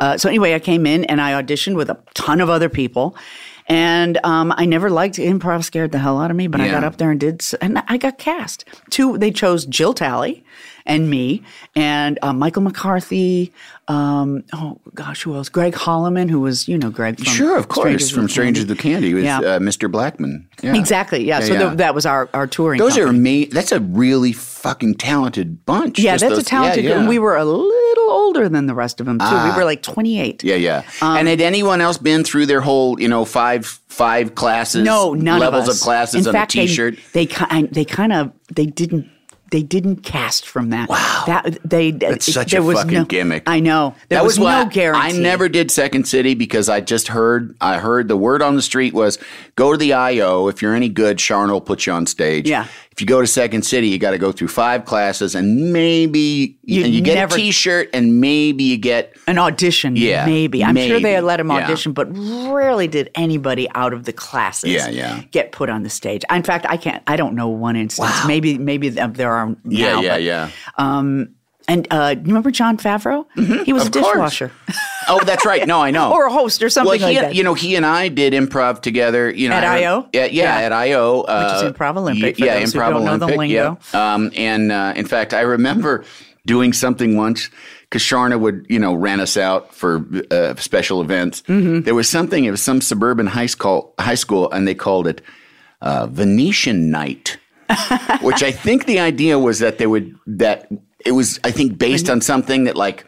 Speaker 3: uh, so anyway, I came in and I auditioned with a ton of other people. And um, I never liked improv; scared the hell out of me. But I
Speaker 2: Yeah.
Speaker 3: got up there and did, s- and I got cast. Two, they chose Jill Talley and me, and uh, Michael McCarthy. Um, oh gosh, who else? Greg Holloman, who was you know Greg. From
Speaker 2: Sure, of course,
Speaker 3: Strangers
Speaker 2: from
Speaker 3: with
Speaker 2: Strangers with Candy with
Speaker 3: Yeah.
Speaker 2: uh, Mr. Blackman. Yeah.
Speaker 3: Exactly. Yeah. so
Speaker 2: yeah.
Speaker 3: th- that was our our touring.
Speaker 2: Those
Speaker 3: company.
Speaker 2: are me. That's a really fucking talented bunch.
Speaker 3: Yeah,
Speaker 2: just
Speaker 3: that's
Speaker 2: those-
Speaker 3: a talented
Speaker 2: Yeah,
Speaker 3: group.
Speaker 2: yeah. Ah.
Speaker 3: And we were a little older than the rest of them too. we were like 28.
Speaker 2: Yeah, yeah.
Speaker 3: um,
Speaker 2: and had anyone else been through their whole, you know, five five classes?
Speaker 3: No, none
Speaker 2: levels
Speaker 3: of, us.
Speaker 2: classes
Speaker 3: In
Speaker 2: on
Speaker 3: fact,
Speaker 2: a T-shirt.
Speaker 3: They they, ki- I- they kind of they didn't they didn't cast from that. Wow, that they
Speaker 2: That's such
Speaker 3: there
Speaker 2: a
Speaker 3: was
Speaker 2: fucking
Speaker 3: no-
Speaker 2: gimmick.
Speaker 3: I know there was,
Speaker 2: why
Speaker 3: no guarantee.
Speaker 2: I never did Second City because I just heard I heard the word on the street was go to the IO. If you're any good, Sharn will put you on stage.
Speaker 3: Yeah.
Speaker 2: If you go to Second City, you got to go through five classes and maybe you,
Speaker 3: You'd
Speaker 2: and you get
Speaker 3: never-
Speaker 2: a T-shirt and maybe you get
Speaker 3: an audition.
Speaker 2: Yeah,
Speaker 3: maybe I'm sure they
Speaker 2: maybe.
Speaker 3: let him
Speaker 2: Yeah.
Speaker 3: audition, but rarely did anybody out of the classes
Speaker 2: Yeah, yeah.
Speaker 3: get put on the stage. In fact, I can't. I don't know one instance. Maybe maybe th- um, there are now.
Speaker 2: yeah yeah
Speaker 3: but-
Speaker 2: yeah.
Speaker 3: And uh, you remember John Favreau? He
Speaker 2: Mm-hmm.
Speaker 3: was a
Speaker 2: of course.
Speaker 3: dishwasher
Speaker 2: Oh, that's right. No, I know.
Speaker 3: or a host or something
Speaker 2: well, he,
Speaker 3: like that.
Speaker 2: you know, he and I did improv together. You know,
Speaker 3: At
Speaker 2: I-
Speaker 3: IO?
Speaker 2: Yeah, yeah,
Speaker 3: Yeah.
Speaker 2: at IO, uh,
Speaker 3: is Improv Olympic,
Speaker 2: y-
Speaker 3: for
Speaker 2: Yeah,
Speaker 3: those who
Speaker 2: Improv
Speaker 3: don't know the
Speaker 2: Olympic.
Speaker 3: lingo.
Speaker 2: Yeah. Um, and uh, in fact, I remember doing something once because Sharna would, you know, ran us out for uh, special events.
Speaker 3: Mm-hmm.
Speaker 2: There was something. It was some suburban high school, high school, and they called it uh, Venetian Night, which I think the idea was that they would that it was I think based on something that like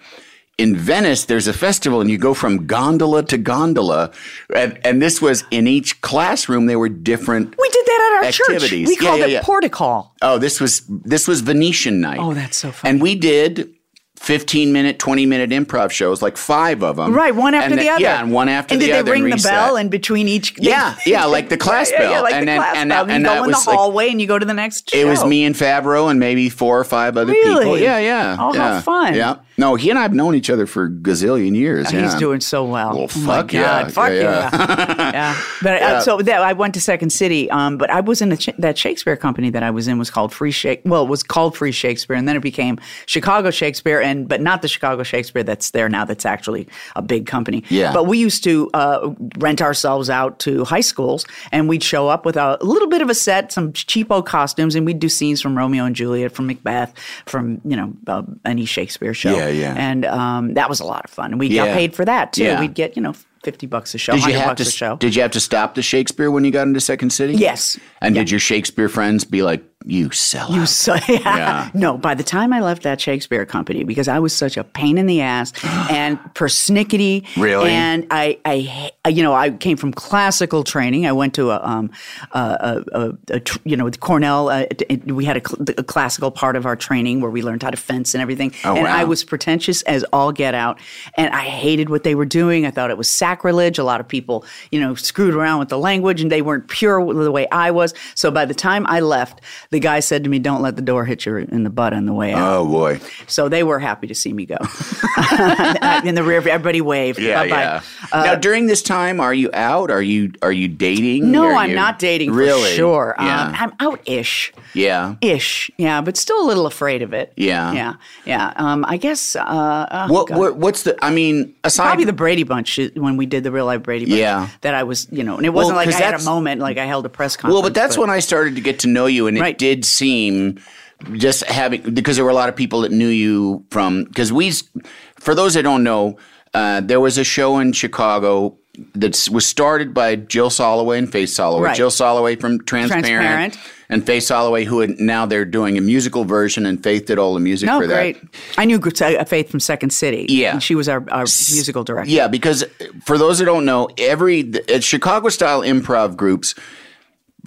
Speaker 2: in Venice there's a festival and you go from gondola to gondola, and, and this was in each classroom they were different.
Speaker 3: we did that at our church.
Speaker 2: Activities.
Speaker 3: We
Speaker 2: Yeah,
Speaker 3: called
Speaker 2: yeah,
Speaker 3: it
Speaker 2: yeah.
Speaker 3: portical.
Speaker 2: Oh, this was this was Venetian Night.
Speaker 3: Oh, that's so funny.
Speaker 2: And we did. 15 minute, 20 minute improv shows, like five of them.
Speaker 3: Right, one after
Speaker 2: And
Speaker 3: the,
Speaker 2: then-
Speaker 3: other.
Speaker 2: Yeah, and one after
Speaker 3: and
Speaker 2: the
Speaker 3: did
Speaker 2: other.
Speaker 3: they ring
Speaker 2: and
Speaker 3: the
Speaker 2: reset.
Speaker 3: bell in between each?
Speaker 2: Yeah, yeah, like the class
Speaker 3: Yeah, yeah,
Speaker 2: bell.
Speaker 3: like
Speaker 2: And
Speaker 3: the
Speaker 2: then-
Speaker 3: class
Speaker 2: and
Speaker 3: bell.
Speaker 2: that-
Speaker 3: You
Speaker 2: and
Speaker 3: go
Speaker 2: that
Speaker 3: in
Speaker 2: was
Speaker 3: the
Speaker 2: like-
Speaker 3: hallway and you go to the next.
Speaker 2: It was
Speaker 3: show.
Speaker 2: me and Favreau and maybe four or five other people.
Speaker 3: Really?
Speaker 2: Yeah, yeah.
Speaker 3: Oh, how
Speaker 2: yeah.
Speaker 3: fun.
Speaker 2: Yeah. No, he and I have known each other for gazillion years.
Speaker 3: He's
Speaker 2: yeah.
Speaker 3: doing so well.
Speaker 2: Well,
Speaker 3: Oh my
Speaker 2: fuck yeah.
Speaker 3: God, Fuck
Speaker 2: Yeah, yeah.
Speaker 3: yeah. Yeah. But uh, so that, I went to Second City, um, but I was in a ch- that Shakespeare company that I was in was called Free Shake. Well, it was called Free Shakespeare, and then it became Chicago Shakespeare, and but not the Chicago Shakespeare that's there now. That's actually a big company.
Speaker 2: Yeah.
Speaker 3: But we used to uh, rent ourselves out to high schools, and we'd show up with a little bit of a set, some cheapo costumes, and we'd do scenes from Romeo and Juliet, from Macbeth, from you know uh, any Shakespeare show.
Speaker 2: Yeah, yeah.
Speaker 3: And um, that was a lot of fun, and we
Speaker 2: Yeah.
Speaker 3: got paid for that too.
Speaker 2: Yeah.
Speaker 3: We'd get you know fifty bucks a show,
Speaker 2: Did you
Speaker 3: hundred
Speaker 2: have
Speaker 3: bucks
Speaker 2: to
Speaker 3: a show.
Speaker 2: Did you have to stop the Shakespeare when you got into Second City?
Speaker 3: Yes.
Speaker 2: And did your Shakespeare friends be like, You sell
Speaker 3: You
Speaker 2: out.
Speaker 3: so
Speaker 2: Yeah.
Speaker 3: no. By the time I left that Shakespeare company, because I was such a pain in the ass and persnickety.
Speaker 2: Really?
Speaker 3: And I, I, I- you know, I came from classical training. I went to a, um, a, a, a, a tr- you know, with Cornell. Uh, it- it- we had a, cl- a classical part of our training where we learned how to fence and everything.
Speaker 2: Oh,
Speaker 3: and I
Speaker 2: wow.
Speaker 3: was pretentious as all get out, and I hated what they were doing. I thought it was sacrilege. A lot of people, you know, screwed around with the language, and they weren't pure with the way I was. So by the time I left, the guy said to me, "Don't let the door hit you in the butt on the way out."
Speaker 2: oh boy.
Speaker 3: So they were happy to see me go in the rear. view, Everybody waved.
Speaker 2: Yeah,
Speaker 3: Bye-bye. Uh,
Speaker 2: yeah. now during this time, are you out? Are you are you dating?
Speaker 3: No,
Speaker 2: Are
Speaker 3: I'm
Speaker 2: you-
Speaker 3: not dating
Speaker 2: Really?
Speaker 3: for sure.
Speaker 2: Yeah.
Speaker 3: Um, I'm out ish.
Speaker 2: yeah.
Speaker 3: Ish, yeah, but still a little afraid of it.
Speaker 2: Yeah.
Speaker 3: yeah, yeah. Um, I guess uh, uh,
Speaker 2: what, what what's the? I mean, aside
Speaker 3: probably the Brady Bunch is- when we did the real life Brady Bunch.
Speaker 2: Yeah.
Speaker 3: that I was, you know, and it wasn't like
Speaker 2: 'cause
Speaker 3: I had a
Speaker 2: that's-
Speaker 3: moment like I held a press conference.
Speaker 2: Well, but that's when I started to get to know you, and it
Speaker 3: Right.
Speaker 2: did seem just having because there were a lot of people that knew you from because we, s- for those that don't know, uh, there was a show in Chicago that s- was started by Jill Soloway and Faith Soloway.
Speaker 3: Right.
Speaker 2: Jill Soloway from Transparent,
Speaker 3: Transparent.
Speaker 2: and Faith Soloway, who had, now they're doing a musical version, and Faith did all the music
Speaker 3: no
Speaker 2: for that.
Speaker 3: great. I knew Gr- uh, Faith from Second City.
Speaker 2: Yeah.
Speaker 3: and she was our, our musical director.
Speaker 2: Yeah, because uh, for those that don't know, every at Chicago style improv groups,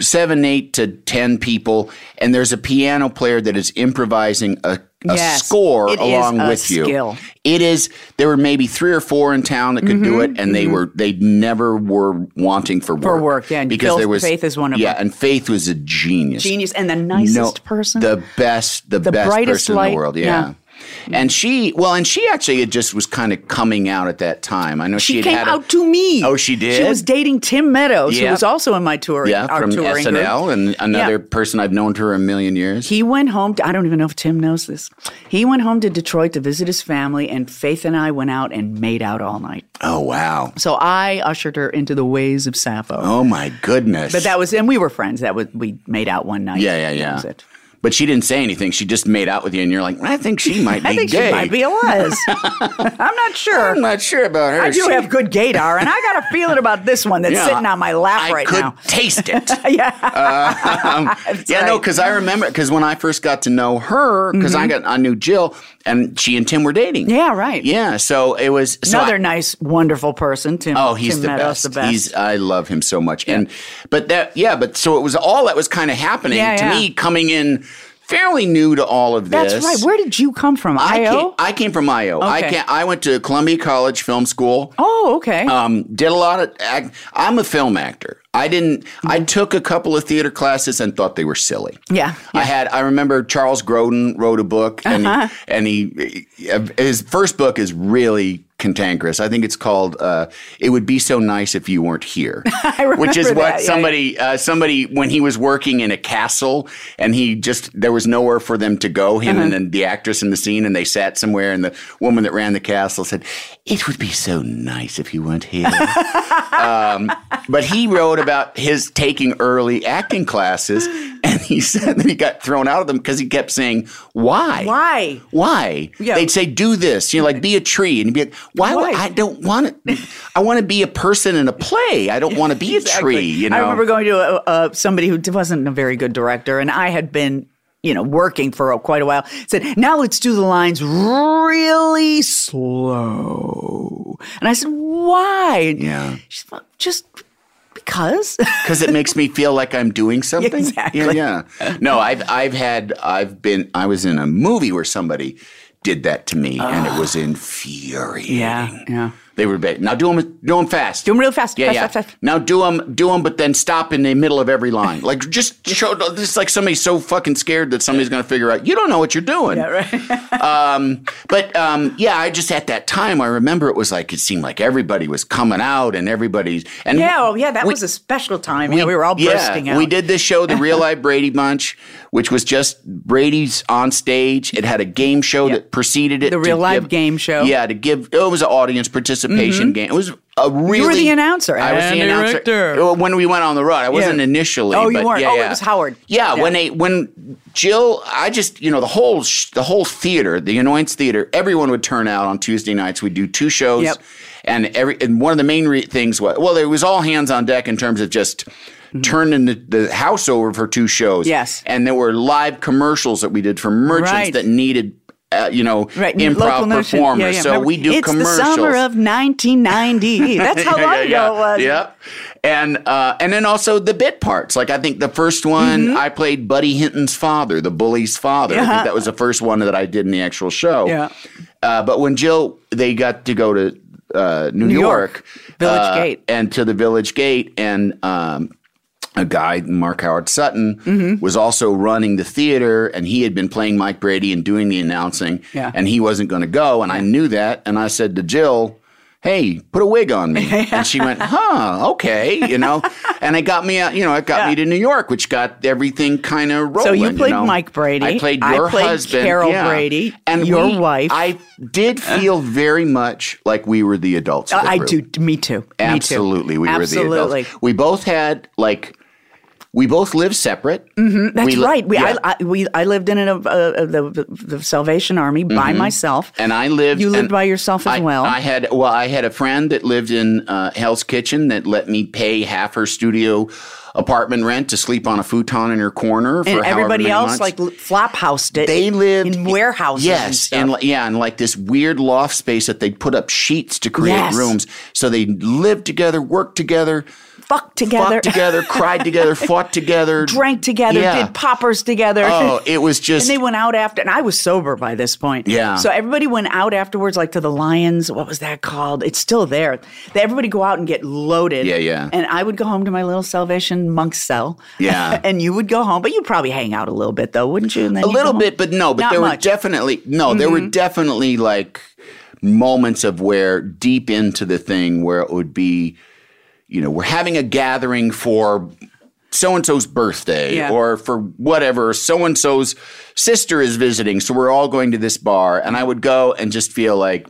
Speaker 2: seven, eight to ten people, and there's a piano player that is improvising a, a
Speaker 3: Yes,
Speaker 2: score
Speaker 3: it is
Speaker 2: along
Speaker 3: a
Speaker 2: with
Speaker 3: skill.
Speaker 2: you. It is there were maybe three or four in town that could do it, and they were they never were wanting for work
Speaker 3: Mm-hmm. For work, yeah, and
Speaker 2: because
Speaker 3: Phil-
Speaker 2: there was
Speaker 3: Faith is one of
Speaker 2: yeah,
Speaker 3: them.
Speaker 2: and Faith was a genius,
Speaker 3: genius and the nicest
Speaker 2: no,
Speaker 3: person.
Speaker 2: the best, the,
Speaker 3: The
Speaker 2: best
Speaker 3: brightest
Speaker 2: person in
Speaker 3: light,
Speaker 2: the world.
Speaker 3: yeah.
Speaker 2: Yeah. And she, well, and she actually had just was kind of coming out at that time. I know she,
Speaker 3: she
Speaker 2: had
Speaker 3: came
Speaker 2: had a-
Speaker 3: out to me.
Speaker 2: Oh, she did.
Speaker 3: She was dating Tim Meadows,
Speaker 2: Yeah.
Speaker 3: who was also in my touring.
Speaker 2: yeah,
Speaker 3: our
Speaker 2: from
Speaker 3: touring group.
Speaker 2: SNL, and another
Speaker 3: Yeah.
Speaker 2: person I've known her a million years.
Speaker 3: He went home. To, I don't even know if Tim knows this. He went home to Detroit to visit his family, and Faith and I went out and made out all night.
Speaker 2: oh wow!
Speaker 3: So I ushered her into the ways of Sappho.
Speaker 2: Oh my goodness!
Speaker 3: But that was, and we were friends. That was, we made out one night.
Speaker 2: yeah, yeah,
Speaker 3: That
Speaker 2: yeah.
Speaker 3: was it.
Speaker 2: But she didn't say anything. She just made out with you, and you're like, I think she might be
Speaker 3: I think
Speaker 2: gay.
Speaker 3: she might be a les. I'm not sure.
Speaker 2: I'm not sure about her.
Speaker 3: I do
Speaker 2: She-
Speaker 3: have good gaydar, and I got a feeling about this one that's
Speaker 2: Yeah,
Speaker 3: sitting on my lap
Speaker 2: I
Speaker 3: right
Speaker 2: could Uh,
Speaker 3: now.
Speaker 2: Taste it.
Speaker 3: Yeah,
Speaker 2: Um, yeah, no,
Speaker 3: right.
Speaker 2: because I remember because when I first got to know her, because I got I knew Jill, and she and Tim were dating.
Speaker 3: Mm-hmm. yeah, right.
Speaker 2: yeah. So it was so
Speaker 3: Another
Speaker 2: I-
Speaker 3: nice, wonderful person, Tim.
Speaker 2: Oh, he's
Speaker 3: Tim
Speaker 2: the,
Speaker 3: Meadows,
Speaker 2: best.
Speaker 3: the best.
Speaker 2: He's I love him so much. And but that yeah, but so it was all that was kind of happening
Speaker 3: Yeah,
Speaker 2: to
Speaker 3: yeah.
Speaker 2: me coming in fairly new to all of this.
Speaker 3: that's right. Where did you come from?
Speaker 2: I came,
Speaker 3: IO.
Speaker 2: I came from IO. I
Speaker 3: Okay.
Speaker 2: can I went to Columbia College Film School.
Speaker 3: Oh, okay.
Speaker 2: Um, did a lot of. Act, I'm a film actor. I didn't. I took a couple of theater classes and thought they were silly.
Speaker 3: Mm-hmm. Yeah, Uh-huh.
Speaker 2: I had. I remember Charles Grodin wrote a book, and he, and he his first book is really cantankerous. I think it's called uh, "It Would Be So Nice If You Weren't Here," which is what
Speaker 3: remember that, yeah,
Speaker 2: somebody uh, somebody when he was working in a castle and he just there was nowhere for them to go him
Speaker 3: Uh-huh.
Speaker 2: and then the actress in the scene and they sat somewhere and the woman that ran the castle said it would be so nice if you weren't here um, but he wrote about his taking early acting classes and he said that he got thrown out of them because he kept saying why
Speaker 3: Why?
Speaker 2: why
Speaker 3: Yeah.
Speaker 2: they'd say do this you know like be a tree and he'd be like why, would-
Speaker 3: Why?
Speaker 2: i don't want it i want to be a person in a play i don't want to be a tree you know
Speaker 3: I remember going to a, a, somebody who wasn't a very good director, and I had been, you know, working for a, quite a while. Said, "Now let's do the lines really slow," and I said, "Why?"
Speaker 2: Yeah.
Speaker 3: she said, well, "Just because."
Speaker 2: because it makes me feel like I'm doing something.
Speaker 3: Exactly.
Speaker 2: Yeah, yeah. No, I've I've had I've been I was in a movie where somebody did that to me, and
Speaker 3: Ah.
Speaker 2: it was infuriating.
Speaker 3: yeah, yeah.
Speaker 2: They were bad. Now do them, do them fast.
Speaker 3: Do 'em real fast,
Speaker 2: Yeah,
Speaker 3: fast,
Speaker 2: yeah.
Speaker 3: fast, fast.
Speaker 2: Now do them, do them, but then stop in the middle of every line. Like just show. This is like somebody's so fucking scared that somebody's going to figure out you don't know what you're doing. Yeah, right. um, but um, yeah, I just at that time I remember it was like it seemed like everybody was coming out and everybody's and
Speaker 3: Yeah, oh, yeah, that
Speaker 2: we-
Speaker 3: was a special time. We, we were all bursting out.
Speaker 2: we did this show, The Real Life Brady Bunch, which was just Brady's on stage. It had a game show that preceded it.
Speaker 3: The
Speaker 2: to
Speaker 3: Real Life
Speaker 2: give-
Speaker 3: game show. Mm-hmm.
Speaker 2: Yeah, to give it was an audience participation game. It was a really
Speaker 3: were the announcer.
Speaker 2: I was
Speaker 3: Andy
Speaker 2: the announcer
Speaker 3: Richter.
Speaker 2: Well, when we went on the road. I wasn't
Speaker 3: Yeah.
Speaker 2: initially.
Speaker 3: Oh, you
Speaker 2: but
Speaker 3: weren't.
Speaker 2: Yeah,
Speaker 3: Oh, it
Speaker 2: yeah.
Speaker 3: was Howard.
Speaker 2: Yeah, when
Speaker 3: Yeah.
Speaker 2: they when Jill, I just you know the whole sh- the whole theater, the Annoyance Theater, everyone would turn out on Tuesday nights. We'd do two shows,
Speaker 3: Yep.
Speaker 2: and every and one of the main re- things was well, it was all hands on deck in terms of just turning the, the house over for two shows.
Speaker 3: Mm-hmm. Yes.
Speaker 2: And there were live commercials that we did for merchants
Speaker 3: Right.
Speaker 2: that needed, uh, you know,
Speaker 3: Right, local
Speaker 2: improv
Speaker 3: notion.
Speaker 2: performers.
Speaker 3: Yeah, yeah,
Speaker 2: So
Speaker 3: remember.
Speaker 2: we do
Speaker 3: it's
Speaker 2: commercials.
Speaker 3: the summer of 1990. That's how long ago it was.
Speaker 2: Yep. And uh, and then also the bit parts. Like I think the first one
Speaker 3: Mm-hmm.
Speaker 2: I played Buddy Hinton's father, the bully's father. I think that was the first one that I did in the actual show.
Speaker 3: Yeah.
Speaker 2: Uh, but when Jill they got to go to uh, New,
Speaker 3: New
Speaker 2: York,
Speaker 3: York, Village
Speaker 2: uh,
Speaker 3: Gate.
Speaker 2: and to the Village Gate, and um, a guy, Mark Howard Sutton,
Speaker 3: Mm-hmm.
Speaker 2: was also running the theater, and he had been playing Mike Brady and doing the announcing,
Speaker 3: Yeah.
Speaker 2: and he wasn't going to go, and I knew that, and I said to Jill. Hey, put a wig on me. And she went, huh, okay, you know? And it got me out, you know, it got me to New York, which got everything kind of rolling.
Speaker 3: So you played
Speaker 2: know?
Speaker 3: Mike Brady.
Speaker 2: I played
Speaker 3: I
Speaker 2: your
Speaker 3: played
Speaker 2: husband.
Speaker 3: Carol
Speaker 2: yeah.
Speaker 3: Brady, your
Speaker 2: we-
Speaker 3: wife. Uh.
Speaker 2: I did feel very much like we were the adults. Of the
Speaker 3: I
Speaker 2: group.
Speaker 3: do. Me too.
Speaker 2: Absolutely,
Speaker 3: Me
Speaker 2: we
Speaker 3: too. Absolutely.
Speaker 2: were the adults. We both had like, we both lived separate. Mm-hmm,
Speaker 3: That's right. We, I, I, we, I lived in an, uh, uh, the, the Salvation Army by myself.
Speaker 2: Mm-hmm. and I lived.
Speaker 3: You lived
Speaker 2: and
Speaker 3: by yourself as
Speaker 2: I-
Speaker 3: well.
Speaker 2: I had well, I had a friend that lived in uh, Hell's Kitchen that let me pay half her studio apartment rent to sleep on a futon in her corner. For
Speaker 3: and
Speaker 2: however
Speaker 3: everybody
Speaker 2: many
Speaker 3: else
Speaker 2: months.
Speaker 3: like like flop housed it.
Speaker 2: They lived
Speaker 3: in warehouses.
Speaker 2: Yes,
Speaker 3: and, stuff.
Speaker 2: like- yeah, and like this weird loft space that they put up sheets to create
Speaker 3: Yes.
Speaker 2: rooms. So they lived together, worked together,
Speaker 3: fuck together,
Speaker 2: fought together, cried together, fought together,
Speaker 3: drank together,
Speaker 2: Yeah.
Speaker 3: did poppers together.
Speaker 2: Oh, it was just
Speaker 3: And they went out after, and I was sober by this point.
Speaker 2: Yeah.
Speaker 3: So everybody went out afterwards, like to the Lions. What was that called? It's still there. They, everybody go out and get loaded.
Speaker 2: Yeah, yeah.
Speaker 3: And I would go home to my little Salvation monk cell.
Speaker 2: Yeah.
Speaker 3: and you would go home, but you'd probably hang out a little bit though, wouldn't you? And then
Speaker 2: a
Speaker 3: you'd go
Speaker 2: little
Speaker 3: home.
Speaker 2: bit, but no, but
Speaker 3: Not
Speaker 2: there were
Speaker 3: much. Mm-hmm.
Speaker 2: definitely no, there were definitely like moments of where deep into the thing where it would be, you know, we're having a gathering for so and so's birthday
Speaker 3: Yeah.
Speaker 2: or for whatever, so and so's sister is visiting, so we're all going to this bar, and I would go and just feel like,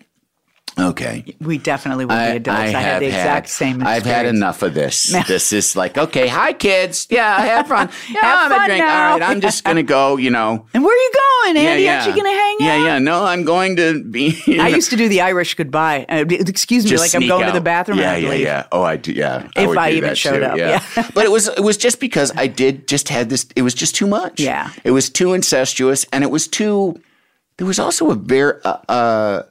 Speaker 2: okay,
Speaker 3: We definitely would be adults. I, had the exact same.
Speaker 2: I've had
Speaker 3: experience.
Speaker 2: enough of this. this is like, okay, hi kids. Yeah, have fun. Yeah,
Speaker 3: Have
Speaker 2: I'm a
Speaker 3: fun
Speaker 2: drink.
Speaker 3: now.
Speaker 2: All right, I'm just gonna go. You know.
Speaker 3: And where are you going,
Speaker 2: Yeah,
Speaker 3: Andy?
Speaker 2: yeah.
Speaker 3: Aren't you going to hang out?
Speaker 2: Yeah, yeah. No, I'm going to be. you
Speaker 3: I
Speaker 2: know,
Speaker 3: used to do the Irish goodbye. Uh, d- excuse me,
Speaker 2: just
Speaker 3: like I'm
Speaker 2: sneak
Speaker 3: going to
Speaker 2: out.
Speaker 3: the bathroom.
Speaker 2: Yeah,
Speaker 3: and
Speaker 2: yeah,
Speaker 3: I leave.
Speaker 2: yeah. Oh, I do. Yeah,
Speaker 3: If
Speaker 2: would
Speaker 3: I
Speaker 2: do
Speaker 3: even
Speaker 2: that
Speaker 3: showed
Speaker 2: too,
Speaker 3: up, yeah.
Speaker 2: but it was it was just because I did just had this. It was just too much.
Speaker 3: Yeah.
Speaker 2: it was too incestuous, and it was too. There was also a very uh, uh,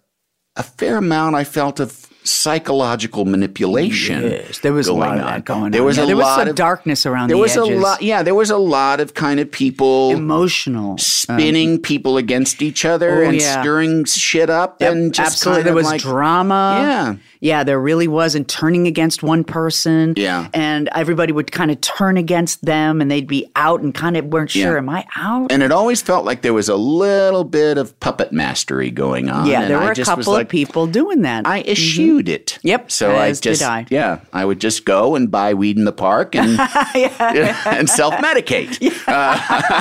Speaker 2: a fair amount I felt of psychological manipulation.
Speaker 3: Yes, there was a lot of that going on.
Speaker 2: There was
Speaker 3: Yeah,
Speaker 2: a
Speaker 3: there was
Speaker 2: lot
Speaker 3: some
Speaker 2: of
Speaker 3: darkness around
Speaker 2: There
Speaker 3: the
Speaker 2: was a
Speaker 3: edges.
Speaker 2: lot. Yeah, there was a lot of kind of people
Speaker 3: Emotional.
Speaker 2: spinning people against each other
Speaker 3: Um, oh,
Speaker 2: and
Speaker 3: yeah.
Speaker 2: stirring shit up and just
Speaker 3: absolutely
Speaker 2: kind
Speaker 3: there
Speaker 2: of
Speaker 3: was
Speaker 2: like,
Speaker 3: drama
Speaker 2: Yeah.
Speaker 3: yeah there really was and turning against one person
Speaker 2: Yeah.
Speaker 3: and everybody would kind of turn against them and they'd be out and kind of weren't sure
Speaker 2: Yeah.
Speaker 3: am i out
Speaker 2: And it always felt like there was a little bit of puppet mastery going on.
Speaker 3: yeah
Speaker 2: and
Speaker 3: there
Speaker 2: I
Speaker 3: were a
Speaker 2: just was
Speaker 3: couple
Speaker 2: like,
Speaker 3: of people doing that
Speaker 2: I eschewed it.
Speaker 3: Yep,
Speaker 2: So I
Speaker 3: as
Speaker 2: just
Speaker 3: did I.
Speaker 2: yeah, I would just go and buy weed in the park and and self medicate.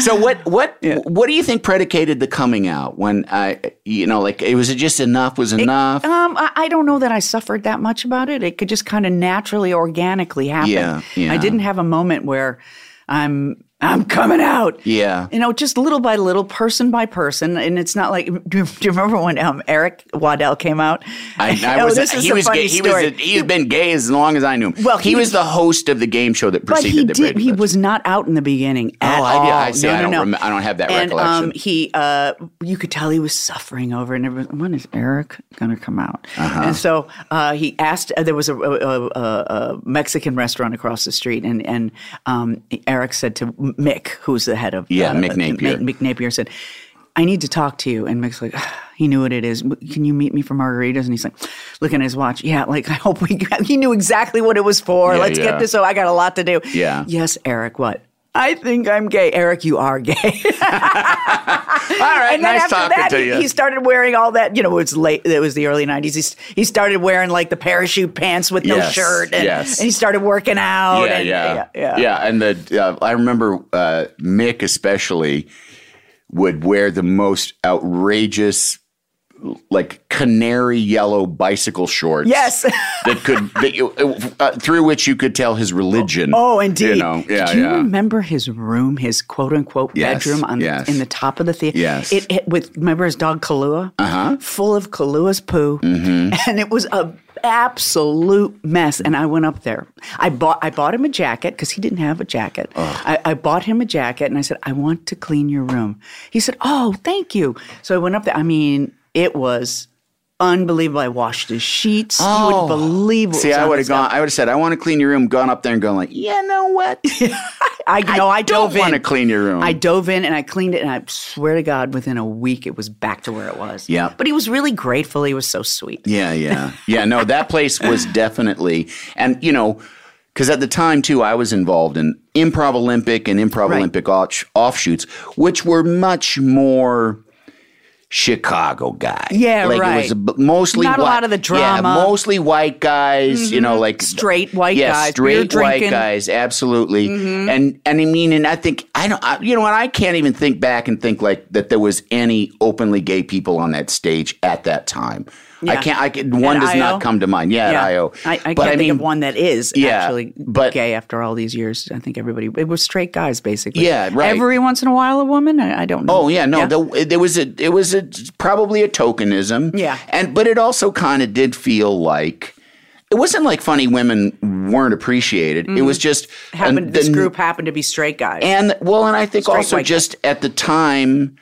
Speaker 2: so what what what do you think predicated the coming out when I you know like it was it just enough was enough
Speaker 3: um, I, I don't know that I suffered that much about it. It could just kind of naturally, organically happen.
Speaker 2: Yeah, yeah.
Speaker 3: I didn't have a moment where I'm I'm coming out.
Speaker 2: yeah
Speaker 3: You know, just little by little, person by person, and it's not like. Do you, do you remember when um, Eric Waddell came out?
Speaker 2: I, I
Speaker 3: oh,
Speaker 2: was,
Speaker 3: this is
Speaker 2: he
Speaker 3: a
Speaker 2: was
Speaker 3: funny
Speaker 2: gay, he was
Speaker 3: story.
Speaker 2: a, he had been gay as long as I knew him.
Speaker 3: Well,
Speaker 2: he,
Speaker 3: he-
Speaker 2: was the host of the game show that
Speaker 3: but
Speaker 2: preceded
Speaker 3: he
Speaker 2: the
Speaker 3: did.
Speaker 2: Brady
Speaker 3: He
Speaker 2: Bunch.
Speaker 3: was not out in the beginning at
Speaker 2: Oh, I
Speaker 3: all.
Speaker 2: did- I see.
Speaker 3: No,
Speaker 2: I
Speaker 3: no,
Speaker 2: don't
Speaker 3: no.
Speaker 2: rem- I don't have that
Speaker 3: and, Um,
Speaker 2: recollection.
Speaker 3: he, uh, you could tell he was suffering over, it and everyone, when is Eric going to come out?
Speaker 2: Uh-huh.
Speaker 3: And so uh, he asked. Uh, there was a, a, a, a Mexican restaurant across the street, and and um, Eric said to Mick, who's the head of
Speaker 2: Yeah,
Speaker 3: uh,
Speaker 2: Mick Napier.
Speaker 3: Mick, Mick Napier said. I need to talk to you. And Mick's like, he knew what it is. Can you meet me for margaritas? And he's like, looking at his watch. Yeah, like I hope we. He knew exactly what it was for.
Speaker 2: Yeah,
Speaker 3: Let's
Speaker 2: yeah.
Speaker 3: get this. So I got a lot to do.
Speaker 2: Yeah.
Speaker 3: Yes, Eric. What? I think I'm gay. Eric, you are gay.
Speaker 2: all right,
Speaker 3: and then
Speaker 2: nice
Speaker 3: after
Speaker 2: talking
Speaker 3: that,
Speaker 2: to
Speaker 3: he,
Speaker 2: you.
Speaker 3: he started wearing all that. You know, it was late. It was the early '90s. He, s- he started wearing like the parachute pants with no
Speaker 2: Yes,
Speaker 3: shirt, and,
Speaker 2: yes.
Speaker 3: and he started working out. and,
Speaker 2: yeah, And the uh, I remember uh, Mick especially would wear the most outrageous like canary yellow bicycle shorts.
Speaker 3: Yes.
Speaker 2: that could that you, uh, through which you could tell his religion.
Speaker 3: Oh,
Speaker 2: You
Speaker 3: indeed.
Speaker 2: know, yeah,
Speaker 3: Do you
Speaker 2: yeah.
Speaker 3: remember his room, his quote unquote
Speaker 2: Yes,
Speaker 3: bedroom on
Speaker 2: yes.
Speaker 3: the, in the top of the theater?
Speaker 2: Yes.
Speaker 3: It, it with remember his dog Kalua? Uh-huh. Full of Kalua's poo.
Speaker 2: Mm-hmm.
Speaker 3: And it was a absolute mess. And I went up there. I bought I bought him a jacket because he didn't have a jacket. I, I bought him a jacket and I said, I want to clean your room. He said, Oh, thank you. So I went up there. I mean, it was unbelievable. I washed his sheets. You
Speaker 2: Oh.
Speaker 3: wouldn't believe what
Speaker 2: See,
Speaker 3: was
Speaker 2: I
Speaker 3: on
Speaker 2: would have
Speaker 3: his
Speaker 2: gone. I would have said, "I want to clean your room." Gone up there and gone like, "You know what?
Speaker 3: I no, I,
Speaker 2: don't
Speaker 3: dove in.
Speaker 2: want to clean your room."
Speaker 3: I dove in and I cleaned it, and I swear to God, within a week it was back to where it was.
Speaker 2: Yeah.
Speaker 3: but he was really grateful. He was so sweet.
Speaker 2: Yeah, yeah. Yeah, no, that place was definitely, and you know, because at the time too, I was involved in Improv Olympic and Improv
Speaker 3: Right.
Speaker 2: Olympic off- offshoots, which were much more Chicago guy.
Speaker 3: Yeah,
Speaker 2: like It
Speaker 3: right.
Speaker 2: was a b- mostly
Speaker 3: Not a
Speaker 2: white-
Speaker 3: lot of the
Speaker 2: Yeah,
Speaker 3: drama. Mm-hmm.
Speaker 2: mostly white guys. You know, like
Speaker 3: Straight white
Speaker 2: yeah,
Speaker 3: guys, beer
Speaker 2: straight white
Speaker 3: drinking.
Speaker 2: guys. Absolutely.
Speaker 3: Mm-hmm.
Speaker 2: And and I mean, and I think I don't. I, you know, and I can't even think back and think like that there was any openly gay people on that stage at that time. I
Speaker 3: Yeah.
Speaker 2: can't. I can, one
Speaker 3: At
Speaker 2: does
Speaker 3: IO?
Speaker 2: not come to mind. Yeah, at IO.
Speaker 3: I, I can't think of one that is
Speaker 2: yeah,
Speaker 3: actually
Speaker 2: but-
Speaker 3: gay after all these years. I think everybody it was straight guys basically.
Speaker 2: Yeah, right.
Speaker 3: Every once in a while, a woman. I, I don't know.
Speaker 2: Oh yeah, no, the- there was a it was a probably a tokenism.
Speaker 3: Yeah.
Speaker 2: and but it also kind of did feel like. It wasn't like funny women weren't appreciated. It was just
Speaker 3: Mm-hmm. happened.
Speaker 2: and
Speaker 3: this
Speaker 2: the-
Speaker 3: group happened to be straight guys.
Speaker 2: And well, and I think
Speaker 3: Straight
Speaker 2: also
Speaker 3: white guy.
Speaker 2: just at the time,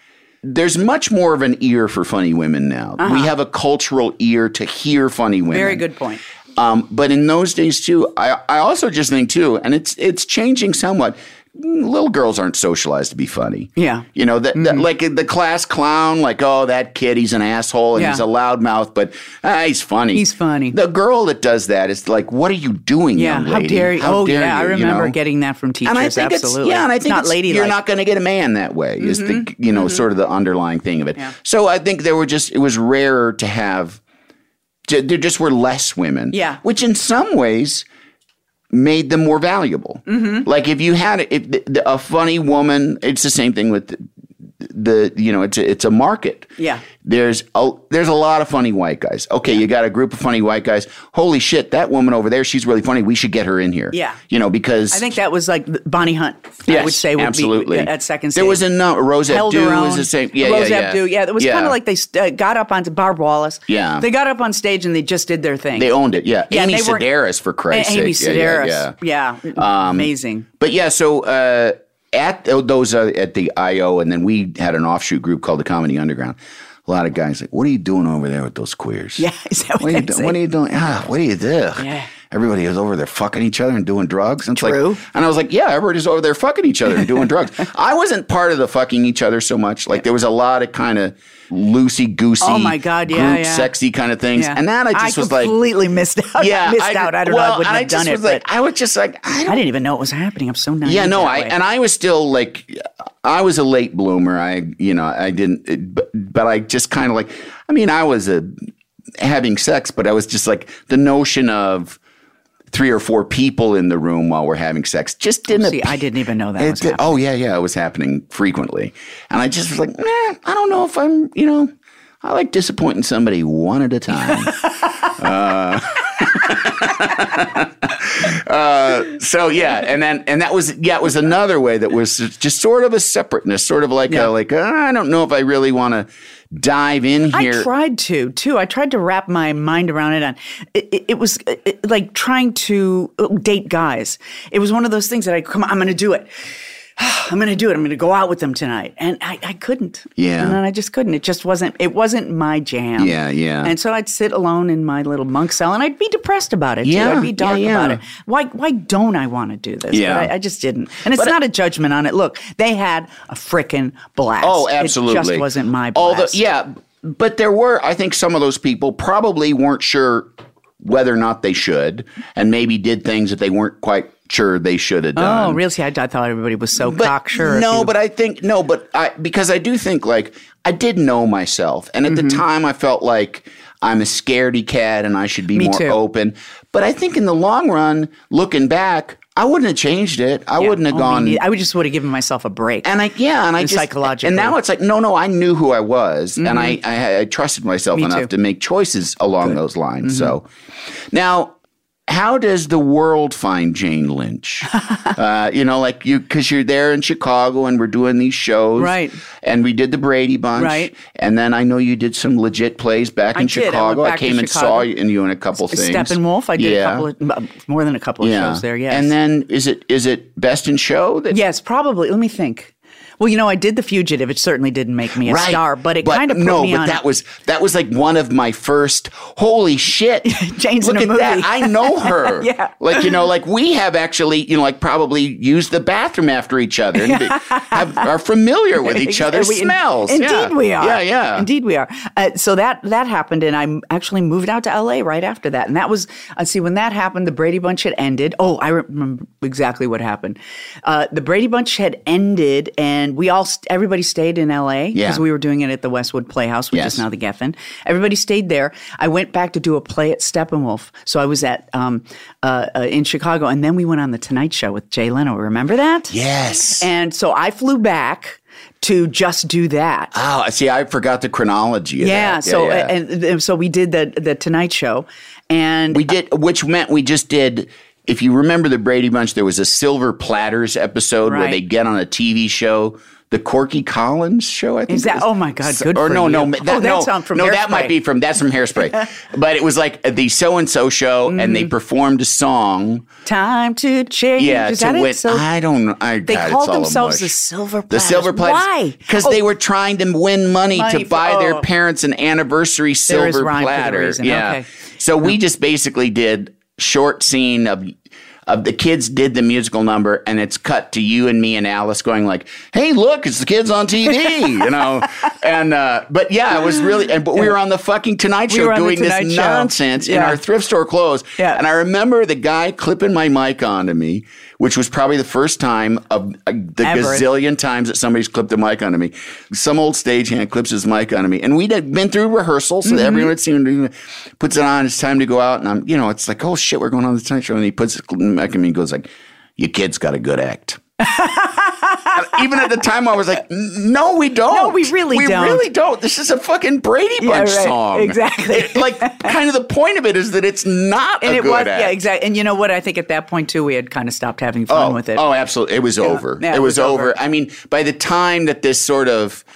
Speaker 2: there's much more of an ear for funny women now. We have a cultural ear to hear funny women.
Speaker 3: Uh-huh. Very good point.
Speaker 2: Um, but in those days too, I, I also just think too, and it's it's changing somewhat. mm, Little girls aren't socialized to be funny.
Speaker 3: Yeah.
Speaker 2: you know that, that- like the class clown, like oh that kid, he's an asshole and
Speaker 3: Yeah.
Speaker 2: he's a loudmouth, but ah, he's funny.
Speaker 3: He's funny.
Speaker 2: The girl that does that is like, what are you doing?
Speaker 3: Yeah,
Speaker 2: young
Speaker 3: how
Speaker 2: lady?
Speaker 3: dare you?
Speaker 2: How
Speaker 3: oh
Speaker 2: dare
Speaker 3: yeah, I
Speaker 2: you," you
Speaker 3: remember
Speaker 2: know?
Speaker 3: getting that from teachers.
Speaker 2: and I think it's
Speaker 3: absolutely.
Speaker 2: yeah, and I
Speaker 3: It's
Speaker 2: think
Speaker 3: not
Speaker 2: it's-
Speaker 3: ladylike. Mm-hmm.
Speaker 2: you're not going to get a man that way. Is the you know sort of the underlying thing of it. So I think there were just it was rarer to have j- there just were less women.
Speaker 3: Yeah.
Speaker 2: which in some ways made them more valuable.
Speaker 3: Mm-hmm.
Speaker 2: Like if you had if the, the, a funny woman, it's the same thing with. The, the you know it's a, it's a market
Speaker 3: Yeah.
Speaker 2: there's a there's a lot of funny white guys okay you got a group of funny white guys holy shit that woman over there she's really funny we should get her in here
Speaker 3: Yeah.
Speaker 2: you know because
Speaker 3: I think that was like Bonnie Hunt. I would say would
Speaker 2: absolutely
Speaker 3: be at second stage.
Speaker 2: There was a no, Rose
Speaker 3: held
Speaker 2: Abdu
Speaker 3: her own.
Speaker 2: was the same. Yeah,
Speaker 3: Rose
Speaker 2: yeah, yeah.
Speaker 3: Abdu, yeah. It was kind of like they st- uh, got up on Barb Wallace.
Speaker 2: Yeah.
Speaker 3: they got up on stage and they just did their thing.
Speaker 2: they owned it. Yeah,
Speaker 3: Yeah,
Speaker 2: Amy
Speaker 3: they weren't-
Speaker 2: Sedaris for Christ's
Speaker 3: Amy
Speaker 2: sake.
Speaker 3: Sedaris,
Speaker 2: Yeah, yeah, yeah. Um,
Speaker 3: amazing.
Speaker 2: But yeah, so uh, at th- those uh, at the IO, and then we had an offshoot group called the Comedy Underground. A lot of guys like, what are you doing over there with those queers?
Speaker 3: Yeah, is that what,
Speaker 2: What are you,
Speaker 3: they
Speaker 2: do-
Speaker 3: say?
Speaker 2: what are you doing? Ah, what are you doing?
Speaker 3: Yeah.
Speaker 2: Everybody is over there fucking each other and doing drugs. And it's
Speaker 3: True.
Speaker 2: like, and I was like, yeah, everybody's over there fucking each other and doing drugs. I wasn't part of the fucking each other so much. Like there was a lot of kind of loosey goosey,
Speaker 3: Oh my God, yeah,
Speaker 2: group
Speaker 3: yeah.
Speaker 2: sexy kind of things.
Speaker 3: Yeah.
Speaker 2: And that I just was like,
Speaker 3: completely missed out.
Speaker 2: yeah,
Speaker 3: missed out. I don't
Speaker 2: well,
Speaker 3: know. I
Speaker 2: and
Speaker 3: wouldn't
Speaker 2: I
Speaker 3: have done
Speaker 2: just
Speaker 3: it.
Speaker 2: was like,
Speaker 3: but
Speaker 2: I was just like, I
Speaker 3: I
Speaker 2: don't.
Speaker 3: didn't even know it was happening. I'm so naive.
Speaker 2: Yeah, no,
Speaker 3: that
Speaker 2: I
Speaker 3: way.
Speaker 2: and I was still like, I was a late bloomer. I, you know, I didn't, it- but, but I just kind of like, I mean, I was a having sex, but I was just like the notion of three or four people in the room while we're having sex just didn't.
Speaker 3: Oh, see.
Speaker 2: appeal-
Speaker 3: I didn't even know that
Speaker 2: it
Speaker 3: was
Speaker 2: did-
Speaker 3: happening.
Speaker 2: oh yeah, yeah, it was happening frequently, and I just was like, nah, I don't know if I'm, you know, I like disappointing somebody one at a time. Uh, uh, so yeah, and then and that was yeah, it was another way that was just sort of a separateness, sort of like a,
Speaker 3: Yeah.
Speaker 2: like "Ah, I don't know if I really want to dive in
Speaker 3: I
Speaker 2: here.
Speaker 3: tried to too. I tried to wrap my mind around it. And it, it, it was uh, it- like trying to uh, date guys. It was one of those things that I come. on, I'm going to do it. I'm going to do it. I'm going to go out with them tonight, and I, I couldn't.
Speaker 2: Yeah.
Speaker 3: and then I just couldn't. It just wasn't. It wasn't my jam.
Speaker 2: Yeah, yeah.
Speaker 3: And so I'd sit alone in my little monk cell, and I'd be depressed about it. too.
Speaker 2: Yeah,
Speaker 3: I'd be dark
Speaker 2: yeah, yeah.
Speaker 3: about it. Why? Why don't I want to do this?
Speaker 2: Yeah.
Speaker 3: but I, I just didn't. And it's not a judgment on it. Look, they had a freaking blast.
Speaker 2: oh,
Speaker 3: It
Speaker 2: absolutely,
Speaker 3: just wasn't my. Blast.
Speaker 2: Although yeah, but there were I think some of those people probably weren't sure whether or not they should, and maybe did things that they weren't quite sure they should have done.
Speaker 3: Oh, really? See, I, I thought everybody was so cocksure.
Speaker 2: No, but I think no, but I because I do think like I did know myself, and at the
Speaker 3: Mm-hmm.
Speaker 2: time I felt like I'm a scaredy cat and I should be
Speaker 3: Me
Speaker 2: more
Speaker 3: too.
Speaker 2: open. But I think in the long run, looking back, I wouldn't have changed it. I
Speaker 3: Yeah.
Speaker 2: wouldn't have
Speaker 3: Oh, me
Speaker 2: gone.
Speaker 3: neither. I would just would have given myself a break.
Speaker 2: and I yeah, and I
Speaker 3: And
Speaker 2: just
Speaker 3: psychologically. Mm-hmm.
Speaker 2: And now it's like, no, no, I knew who I was, and I, I I trusted myself
Speaker 3: Me
Speaker 2: enough
Speaker 3: too. Mm-hmm.
Speaker 2: to make choices along those lines. So now. How does the world find Jane Lynch? uh, you know, like you, because you're there in Chicago and we're doing these shows.
Speaker 3: Right.
Speaker 2: And we did the Brady Bunch.
Speaker 3: Right.
Speaker 2: And then I know you did some legit plays back
Speaker 3: I
Speaker 2: in
Speaker 3: did. I went
Speaker 2: Chicago. I,
Speaker 3: back to
Speaker 2: came and
Speaker 3: Chicago.
Speaker 2: saw you, and you in a couple things.
Speaker 3: Steppenwolf. I did
Speaker 2: Yeah.
Speaker 3: a couple of more than a couple of shows there. Yes.
Speaker 2: And then is it is it Best in Show? That,
Speaker 3: yes, probably. Let me think. Well, you know, I did The Fugitive. It certainly didn't make me a
Speaker 2: Right.
Speaker 3: star, but it kind of put
Speaker 2: no,
Speaker 3: me
Speaker 2: but
Speaker 3: on.
Speaker 2: that was that was like one of my first. Holy shit!
Speaker 3: Jane's
Speaker 2: Look
Speaker 3: in a
Speaker 2: at that.
Speaker 3: movie.
Speaker 2: I know her.
Speaker 3: Yeah.
Speaker 2: Like you know, like we have actually, you know, like probably used the bathroom after each other and be- have, are familiar with each other's
Speaker 3: We- in-
Speaker 2: smells.
Speaker 3: Indeed,
Speaker 2: Yeah.
Speaker 3: we are.
Speaker 2: Yeah, yeah.
Speaker 3: Indeed, we are. Uh, so that that happened, and I m- actually moved out to LA right after that. And that was, uh, see, when that happened, the Brady Bunch had ended. Oh, I remember exactly what happened. Uh, the Brady Bunch had ended, and we all, st- everybody stayed in LA
Speaker 2: Yeah.
Speaker 3: because we were doing it at the Westwood Playhouse, which
Speaker 2: Yes.
Speaker 3: is now the Geffen. Everybody stayed there. I went back to do a play at Steppenwolf. So I was at um, uh, uh, in Chicago, and then we went on the Tonight Show with Jay Leno. Remember that?
Speaker 2: Yes.
Speaker 3: And so I flew back to just do that.
Speaker 2: oh, see, I forgot the chronology. Of
Speaker 3: yeah,
Speaker 2: that.
Speaker 3: So
Speaker 2: yeah.
Speaker 3: And, and so we did the the Tonight Show, and
Speaker 2: We did, which meant we just did. If you remember the Brady Bunch, there was a Silver Platters episode where
Speaker 3: Right.
Speaker 2: they get on a TV show, the Corky Collins show. I think
Speaker 3: Is that-
Speaker 2: it was.
Speaker 3: oh my God, good
Speaker 2: or
Speaker 3: for
Speaker 2: no,
Speaker 3: you.
Speaker 2: no,
Speaker 3: Oh,
Speaker 2: that,
Speaker 3: that's
Speaker 2: no,
Speaker 3: on- from
Speaker 2: no, that might
Speaker 3: Hairspray.
Speaker 2: be from that's from Hairspray, but it was like the so and so show, and
Speaker 3: Mm.
Speaker 2: they performed a song.
Speaker 3: time to change.
Speaker 2: Yeah,
Speaker 3: is
Speaker 2: to
Speaker 3: that it?
Speaker 2: win.
Speaker 3: So
Speaker 2: I don't know. I,
Speaker 3: they
Speaker 2: God,
Speaker 3: called
Speaker 2: it's all a
Speaker 3: themselves the
Speaker 2: mush.
Speaker 3: Silver
Speaker 2: The
Speaker 3: Platters.
Speaker 2: Silver Platters.
Speaker 3: Why?
Speaker 2: Because
Speaker 3: Oh,
Speaker 2: they were trying to win money,
Speaker 3: Money
Speaker 2: to
Speaker 3: for-
Speaker 2: buy their
Speaker 3: oh.
Speaker 2: parents an anniversary
Speaker 3: There is
Speaker 2: silver
Speaker 3: rhyme for the
Speaker 2: platter.
Speaker 3: reason.
Speaker 2: Yeah.
Speaker 3: Okay.
Speaker 2: So we just basically did short scene of of the kids did the musical number and it's cut to you and me and Alice going like, "Hey, look, it's the kids on TV," you know. And uh but yeah, it was really and but we were on the fucking Tonight
Speaker 3: We
Speaker 2: Show
Speaker 3: were on the
Speaker 2: doing
Speaker 3: Tonight
Speaker 2: this
Speaker 3: Show.
Speaker 2: nonsense in
Speaker 3: Yeah.
Speaker 2: our thrift store clothes.
Speaker 3: Yeah.
Speaker 2: And I remember the guy clipping my mic onto me, which was probably the first time of uh, the
Speaker 3: Ever.
Speaker 2: gazillion times that somebody's clipped a mic onto me. Some old stagehand clips his mic onto me, and we'd had been through rehearsal, so
Speaker 3: Mm-hmm.
Speaker 2: everyone had seen him. Puts it on. It's time to go out, and I'm, you know, it's like, oh shit, we're going on the Tonight Show, and he puts his cl- mic on me and goes like, "Your kid's got a good act." And Even at the time, I was like, "N- "No, we don't.
Speaker 3: No, we really
Speaker 2: We
Speaker 3: don't."
Speaker 2: really don't. This is a fucking Brady
Speaker 3: Yeah,
Speaker 2: Bunch
Speaker 3: right.
Speaker 2: song.
Speaker 3: Exactly.
Speaker 2: It- like, kind of the point of it is that it's not
Speaker 3: and
Speaker 2: a
Speaker 3: it
Speaker 2: good
Speaker 3: was
Speaker 2: act.
Speaker 3: yeah exactly. And you know what? I think at that point too, we had kind of stopped having fun
Speaker 2: oh,
Speaker 3: with it.
Speaker 2: Oh, absolutely. It was over.
Speaker 3: Yeah,
Speaker 2: it, was, over. I mean, by the time that this sort of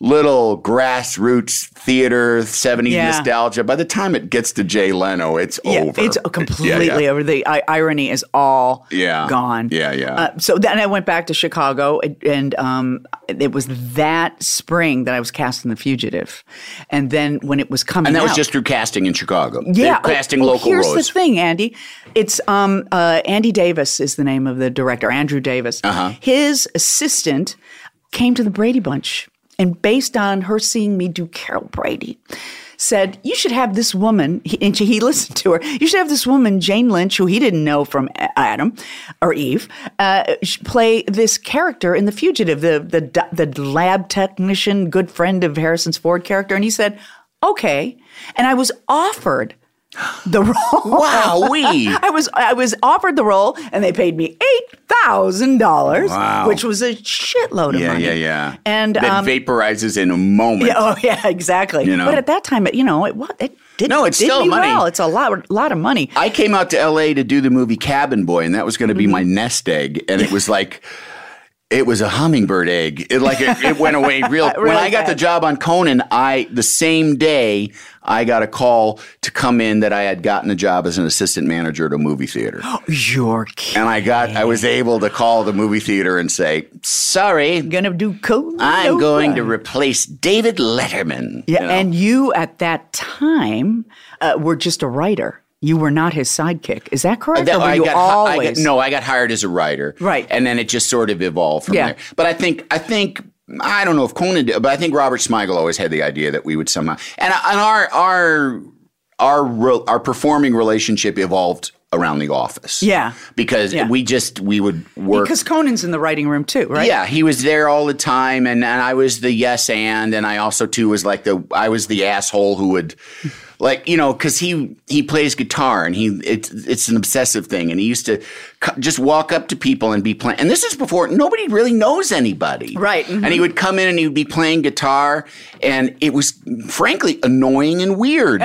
Speaker 2: little grassroots theater 70s
Speaker 3: Yeah.
Speaker 2: nostalgia, by the time it gets to Jay Leno, it's
Speaker 3: Yeah,
Speaker 2: over.
Speaker 3: It's completely
Speaker 2: Yeah, yeah.
Speaker 3: over. The I- irony is all
Speaker 2: Yeah.
Speaker 3: gone.
Speaker 2: Yeah, yeah.
Speaker 3: Uh, so then I went back to Chicago, and, and um, it was that spring that I was cast in The Fugitive, and then when it was coming,
Speaker 2: And that was
Speaker 3: out-
Speaker 2: just through casting in Chicago.
Speaker 3: yeah
Speaker 2: They're casting
Speaker 3: oh, oh,
Speaker 2: local
Speaker 3: here's
Speaker 2: roles.
Speaker 3: the thing, Andy. It's um uh, Andy Davis is the name of the director, Andrew Davis.
Speaker 2: Uh-huh.
Speaker 3: His assistant came to the Brady Bunch, and based on her seeing me do Carol Brady. Said you should have this woman, he, and she, he listened to her. You should have this woman, Jane Lynch, who he didn't know from A- Adam or Eve, uh, sh- play this character in The Fugitive, the the do- the lab technician, good friend of Harrison's Ford character. And he said, "Okay," and I was offered the role.
Speaker 2: Wow, we.
Speaker 3: I was I was offered the role and they paid me eight thousand dollars,
Speaker 2: Wow.
Speaker 3: which was a shitload of
Speaker 2: Yeah,
Speaker 3: money.
Speaker 2: yeah, yeah.
Speaker 3: And
Speaker 2: that
Speaker 3: um,
Speaker 2: vaporizes in a moment.
Speaker 3: yeah, oh yeah, exactly.
Speaker 2: You know?
Speaker 3: But at that time, it, you know, it what it did
Speaker 2: No, it's
Speaker 3: did
Speaker 2: still
Speaker 3: me
Speaker 2: money.
Speaker 3: well. It's a lot lot of money.
Speaker 2: I came out to LA to do the movie Cabin Boy, and that was going to be
Speaker 3: Mm-hmm.
Speaker 2: my nest egg. And it was like, it was a hummingbird egg. It like it, it went away real. when
Speaker 3: Really
Speaker 2: I got the
Speaker 3: bad.
Speaker 2: job on Conan, I the same day I got a call to come in that I had gotten a job as an assistant manager at a movie theater.
Speaker 3: You're kidding.
Speaker 2: And I got I was able to call the movie theater and say, "Sorry,
Speaker 3: gonna do code.
Speaker 2: I'm going to
Speaker 3: Over.
Speaker 2: replace David Letterman."
Speaker 3: Yeah,
Speaker 2: you know?
Speaker 3: and you at that time uh, were just a writer. You were not his sidekick. Is that correct?
Speaker 2: That-
Speaker 3: or were
Speaker 2: I
Speaker 3: you
Speaker 2: got, hi- I
Speaker 3: always
Speaker 2: got- no, I got hired as a writer,
Speaker 3: Right.
Speaker 2: And then it just sort of evolved from
Speaker 3: Yeah.
Speaker 2: there. But I think, I think, I don't know if Conan did, but I think Robert Smigel always had the idea that we would somehow, and, and our our our re- our performing relationship evolved around the office,
Speaker 3: Yeah.
Speaker 2: because
Speaker 3: Yeah.
Speaker 2: we just we would work
Speaker 3: because Conan's in the writing room too, right?
Speaker 2: yeah, he was there all the time, and, and I was the yes and, and I also too was like the I was the asshole who would like you know because he he plays guitar and he it's it's an obsessive thing and he used to co- just walk up to people and be playing and this is before nobody really knows anybody
Speaker 3: Right, mhm.
Speaker 2: and he would come in and he would be playing guitar and it was frankly annoying and weird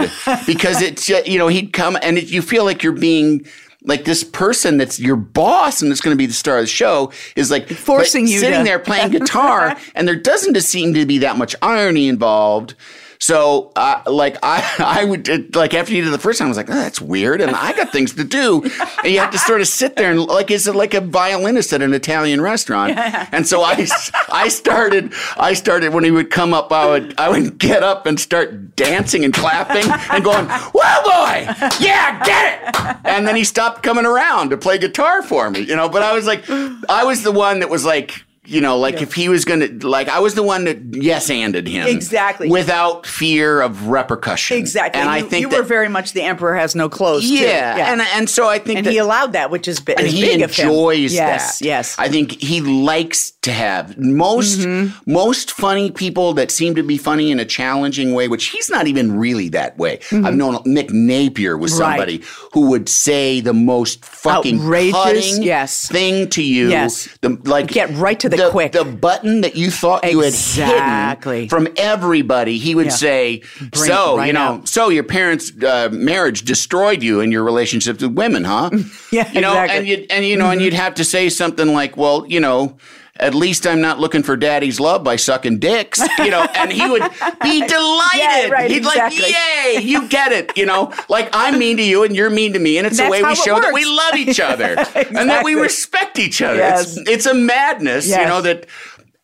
Speaker 2: because it's ju- you know he'd come and it, you feel like you're being like this person that's your boss and that's going to be the star of the show is like
Speaker 3: Forcing
Speaker 2: but
Speaker 3: you
Speaker 2: sitting
Speaker 3: to-
Speaker 2: there playing guitar, and there doesn't seem to be that much irony involved. So, uh, like I, I would it- like after you did the first time, I was like, oh, "That's weird," and I got things to do, and you have to sort of sit there and like it's like a violinist at an Italian restaurant. And so I, s- I started, I started when he would come up, I would, I would get up and start dancing and clapping and going, "Whoa, boy, yeah, get it!" And then he stopped coming around to play guitar for me, you know. But I was like, I was the one that was like, you know, like if he was gonna, like I was the one that yes anded him
Speaker 3: Exactly.
Speaker 2: without fear of repercussion.
Speaker 3: Exactly.
Speaker 2: and
Speaker 3: you,
Speaker 2: I think
Speaker 3: you
Speaker 2: that,
Speaker 3: were very much the emperor has no clothes. too.
Speaker 2: yeah, and and so I think
Speaker 3: and
Speaker 2: that,
Speaker 3: he allowed that, which is, bi-
Speaker 2: and
Speaker 3: is
Speaker 2: he
Speaker 3: big
Speaker 2: enjoys
Speaker 3: of him. Yes,
Speaker 2: that.
Speaker 3: yes.
Speaker 2: I think he likes to have most
Speaker 3: Mm-hmm.
Speaker 2: most funny people that seem to be funny in a challenging way, which he's not even really that way. I've known Nick Napier was
Speaker 3: Mm-hmm. Right.
Speaker 2: somebody who would say the most fucking
Speaker 3: Outrageous,
Speaker 2: cutting
Speaker 3: yes.
Speaker 2: thing to you.
Speaker 3: Yes.
Speaker 2: the, like
Speaker 3: Get right to the quick.
Speaker 2: The button that you thought you had
Speaker 3: Exactly.
Speaker 2: hidden from everybody, he would
Speaker 3: Yeah.
Speaker 2: say,
Speaker 3: Bring
Speaker 2: "So
Speaker 3: it right
Speaker 2: you know,
Speaker 3: out.
Speaker 2: so your parents' uh, marriage destroyed you and your relationships with women, huh?"
Speaker 3: Yeah,
Speaker 2: you know,
Speaker 3: exactly. Mm-hmm.
Speaker 2: and you'd, and you know, and you'd have to say something like, "Well, you know." At least I'm not looking for daddy's love by sucking dicks, you know. And he would be delighted.
Speaker 3: right,
Speaker 2: He'd
Speaker 3: exactly.
Speaker 2: like, "Yay, you get it," you know. Like I'm mean to you, and you're mean to me, and it's a
Speaker 3: That's
Speaker 2: way we
Speaker 3: how it
Speaker 2: show that we
Speaker 3: works.
Speaker 2: love each other and that we
Speaker 3: Exactly.
Speaker 2: respect each other.
Speaker 3: Yes.
Speaker 2: It's, it's a madness, you
Speaker 3: Yes.
Speaker 2: know. That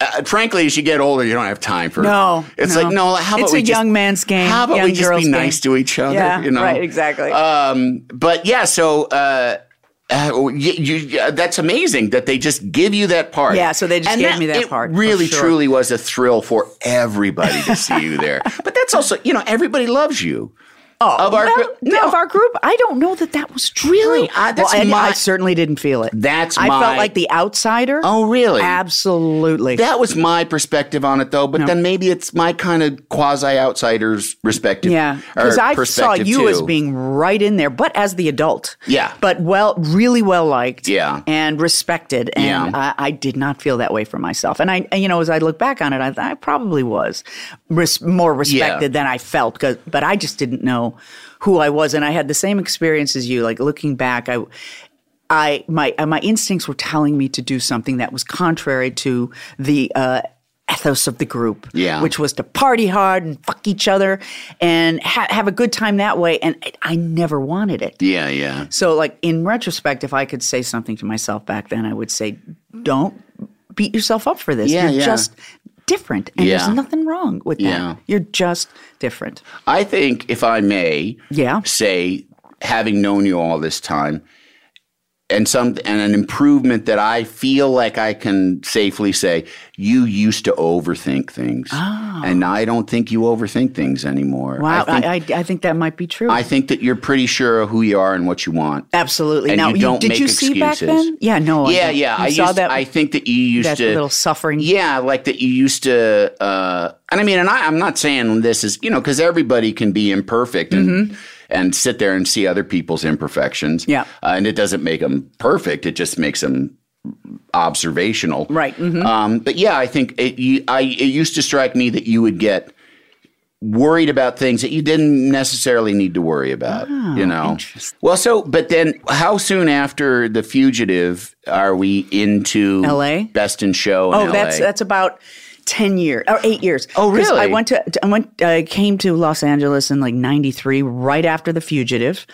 Speaker 2: uh, frankly, as you get older, you don't have time for.
Speaker 3: No,
Speaker 2: it's
Speaker 3: no.
Speaker 2: like no. How about
Speaker 3: It's
Speaker 2: we
Speaker 3: a
Speaker 2: just-
Speaker 3: young man's game,
Speaker 2: How about we
Speaker 3: young
Speaker 2: just
Speaker 3: girl's
Speaker 2: be
Speaker 3: game.
Speaker 2: nice to each other?
Speaker 3: Yeah,
Speaker 2: you know,
Speaker 3: right, exactly.
Speaker 2: Um, but yeah, so. Uh, uh, you, you, uh, that's amazing that they just give you that part.
Speaker 3: Yeah, so they just
Speaker 2: And
Speaker 3: gave me that
Speaker 2: it
Speaker 3: part, for
Speaker 2: Really,
Speaker 3: sure.
Speaker 2: truly was a thrill for everybody to see you there. But that's also, you know, everybody loves you. Oh, of our,
Speaker 3: Well,
Speaker 2: no,
Speaker 3: of our group, I don't know that that was true.
Speaker 2: Really? I- that's
Speaker 3: well, I-
Speaker 2: my-
Speaker 3: I certainly didn't feel it.
Speaker 2: That's
Speaker 3: I
Speaker 2: my-
Speaker 3: felt like the outsider.
Speaker 2: Oh, really?
Speaker 3: Absolutely.
Speaker 2: That was my perspective on it, though. But then maybe it's my kind of quasi outsiders perspective.
Speaker 3: Yeah,
Speaker 2: because
Speaker 3: because I saw you as being right in there, but as the adult.
Speaker 2: Yeah.
Speaker 3: but well, really well liked.
Speaker 2: Yeah.
Speaker 3: and respected. And
Speaker 2: Yeah.
Speaker 3: I, I did not feel that way for myself. And I, and, you know, as I look back on it, I, I probably was res- more respected than I felt. 'cause- but I just didn't know who I was, and I had the same experience as you. Like looking back, I. I my uh, my instincts were telling me to do something that was contrary to the uh, ethos of the group,
Speaker 2: Yeah.
Speaker 3: which was to party hard and fuck each other and ha- have a good time that way. And I, I never wanted it.
Speaker 2: Yeah, yeah.
Speaker 3: So, like in retrospect, if I could say something to myself back then, I would say, "Don't beat yourself up for this.
Speaker 2: Yeah,
Speaker 3: You're
Speaker 2: yeah.
Speaker 3: just different, and
Speaker 2: Yeah.
Speaker 3: there's nothing wrong with
Speaker 2: Yeah.
Speaker 3: that. You're just different."
Speaker 2: I think, if I may,
Speaker 3: Yeah.
Speaker 2: say, having known you all this time, and some and an improvement that I feel like I can safely say, you used to overthink things, and I don't think you overthink things anymore.
Speaker 3: Oh. Wow,
Speaker 2: I think,
Speaker 3: I, I, I think that might be true.
Speaker 2: I think that you're pretty sure of who you are and what you want.
Speaker 3: Absolutely.
Speaker 2: And
Speaker 3: now,
Speaker 2: you don't
Speaker 3: did
Speaker 2: make
Speaker 3: you see back
Speaker 2: excuses.
Speaker 3: then? Yeah, no. I
Speaker 2: yeah,
Speaker 3: don't.
Speaker 2: yeah.
Speaker 3: You
Speaker 2: I
Speaker 3: saw
Speaker 2: used,
Speaker 3: that.
Speaker 2: I think that you used
Speaker 3: that
Speaker 2: to
Speaker 3: little suffering.
Speaker 2: Yeah, like that you used to. Uh, and I mean, and I, I'm not saying this is you know because everybody can be imperfect and and sit there and see other people's imperfections.
Speaker 3: Mm-hmm. Yeah.
Speaker 2: uh, and it doesn't make them perfect. It just makes them observational.
Speaker 3: Right, mhm.
Speaker 2: Um, but yeah, I think it. You, I it used to strike me that you would get. Worried about things that you didn't necessarily need to worry about,
Speaker 3: Oh,
Speaker 2: you know. Well, so but then, how soon after the fugitive are we into
Speaker 3: LA?
Speaker 2: Best in Show? in
Speaker 3: Oh,
Speaker 2: LA?
Speaker 3: that's that's about ten years or eight years.
Speaker 2: Oh,
Speaker 3: 'Cause
Speaker 2: really?
Speaker 3: I went to I went I came to Los Angeles in like '93, right after The Fugitive,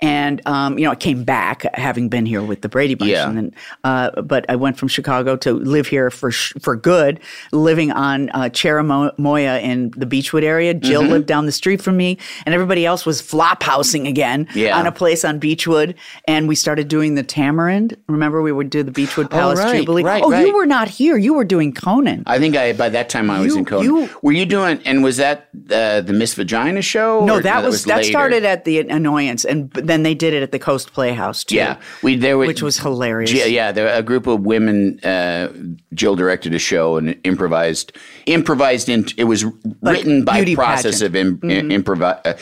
Speaker 3: and um, you know I came back having been here with the Brady Bunch,
Speaker 2: Yeah.
Speaker 3: and then uh, but I went from Chicago to live here for sh- for good, living on uh, Cherimoya in the Beechwood area. Jill
Speaker 2: Mm-hmm.
Speaker 3: lived down the street from me, and everybody else was flop housing again
Speaker 2: Yeah.
Speaker 3: on a place on Beechwood, and we started doing the Tamarind. Remember, we would do the Beechwood Palace
Speaker 2: right,
Speaker 3: Jubilee.
Speaker 2: right,
Speaker 3: oh,
Speaker 2: right.
Speaker 3: you were not here. You were doing Conan.
Speaker 2: I think I by that time I was
Speaker 3: You-
Speaker 2: in Conan.
Speaker 3: you-
Speaker 2: Were you doing? And was that uh, the Miss Vagina show?
Speaker 3: no,
Speaker 2: or-
Speaker 3: that was, that
Speaker 2: later?
Speaker 3: started at the annoyance, and b- then they did it at the Coast Playhouse too.
Speaker 2: yeah. We there were,
Speaker 3: which was hilarious.
Speaker 2: Yeah, yeah. There, a group of women. Uh, Jill directed a show and improvised. Improvised in. It was written by
Speaker 3: beauty Mm-hmm.
Speaker 2: process of im, improvi- uh,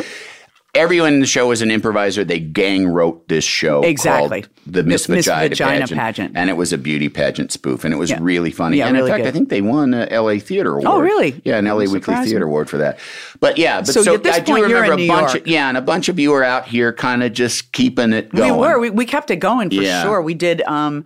Speaker 2: everyone in the show was an improviser. They gang wrote this show. called
Speaker 3: Exactly.
Speaker 2: The Miss,
Speaker 3: Miss
Speaker 2: Vagina,
Speaker 3: Vagina
Speaker 2: pageant,
Speaker 3: pageant.
Speaker 2: And it was a beauty pageant spoof. And it was
Speaker 3: Yeah.
Speaker 2: really funny.
Speaker 3: Yeah,
Speaker 2: and
Speaker 3: really
Speaker 2: in fact,
Speaker 3: good. Oh,
Speaker 2: I think they won a LA Theater Award.
Speaker 3: really?
Speaker 2: Yeah, an LA Weekly
Speaker 3: surprised me.
Speaker 2: Theater Award for that. But yeah, but
Speaker 3: So
Speaker 2: so,
Speaker 3: at this
Speaker 2: I do
Speaker 3: point, you're
Speaker 2: remember
Speaker 3: in
Speaker 2: a
Speaker 3: New
Speaker 2: bunch
Speaker 3: York.
Speaker 2: of yeah, and a bunch of you were out here kind of just keeping it going.
Speaker 3: We were. We, we kept it going for
Speaker 2: Yeah.
Speaker 3: sure. We did um,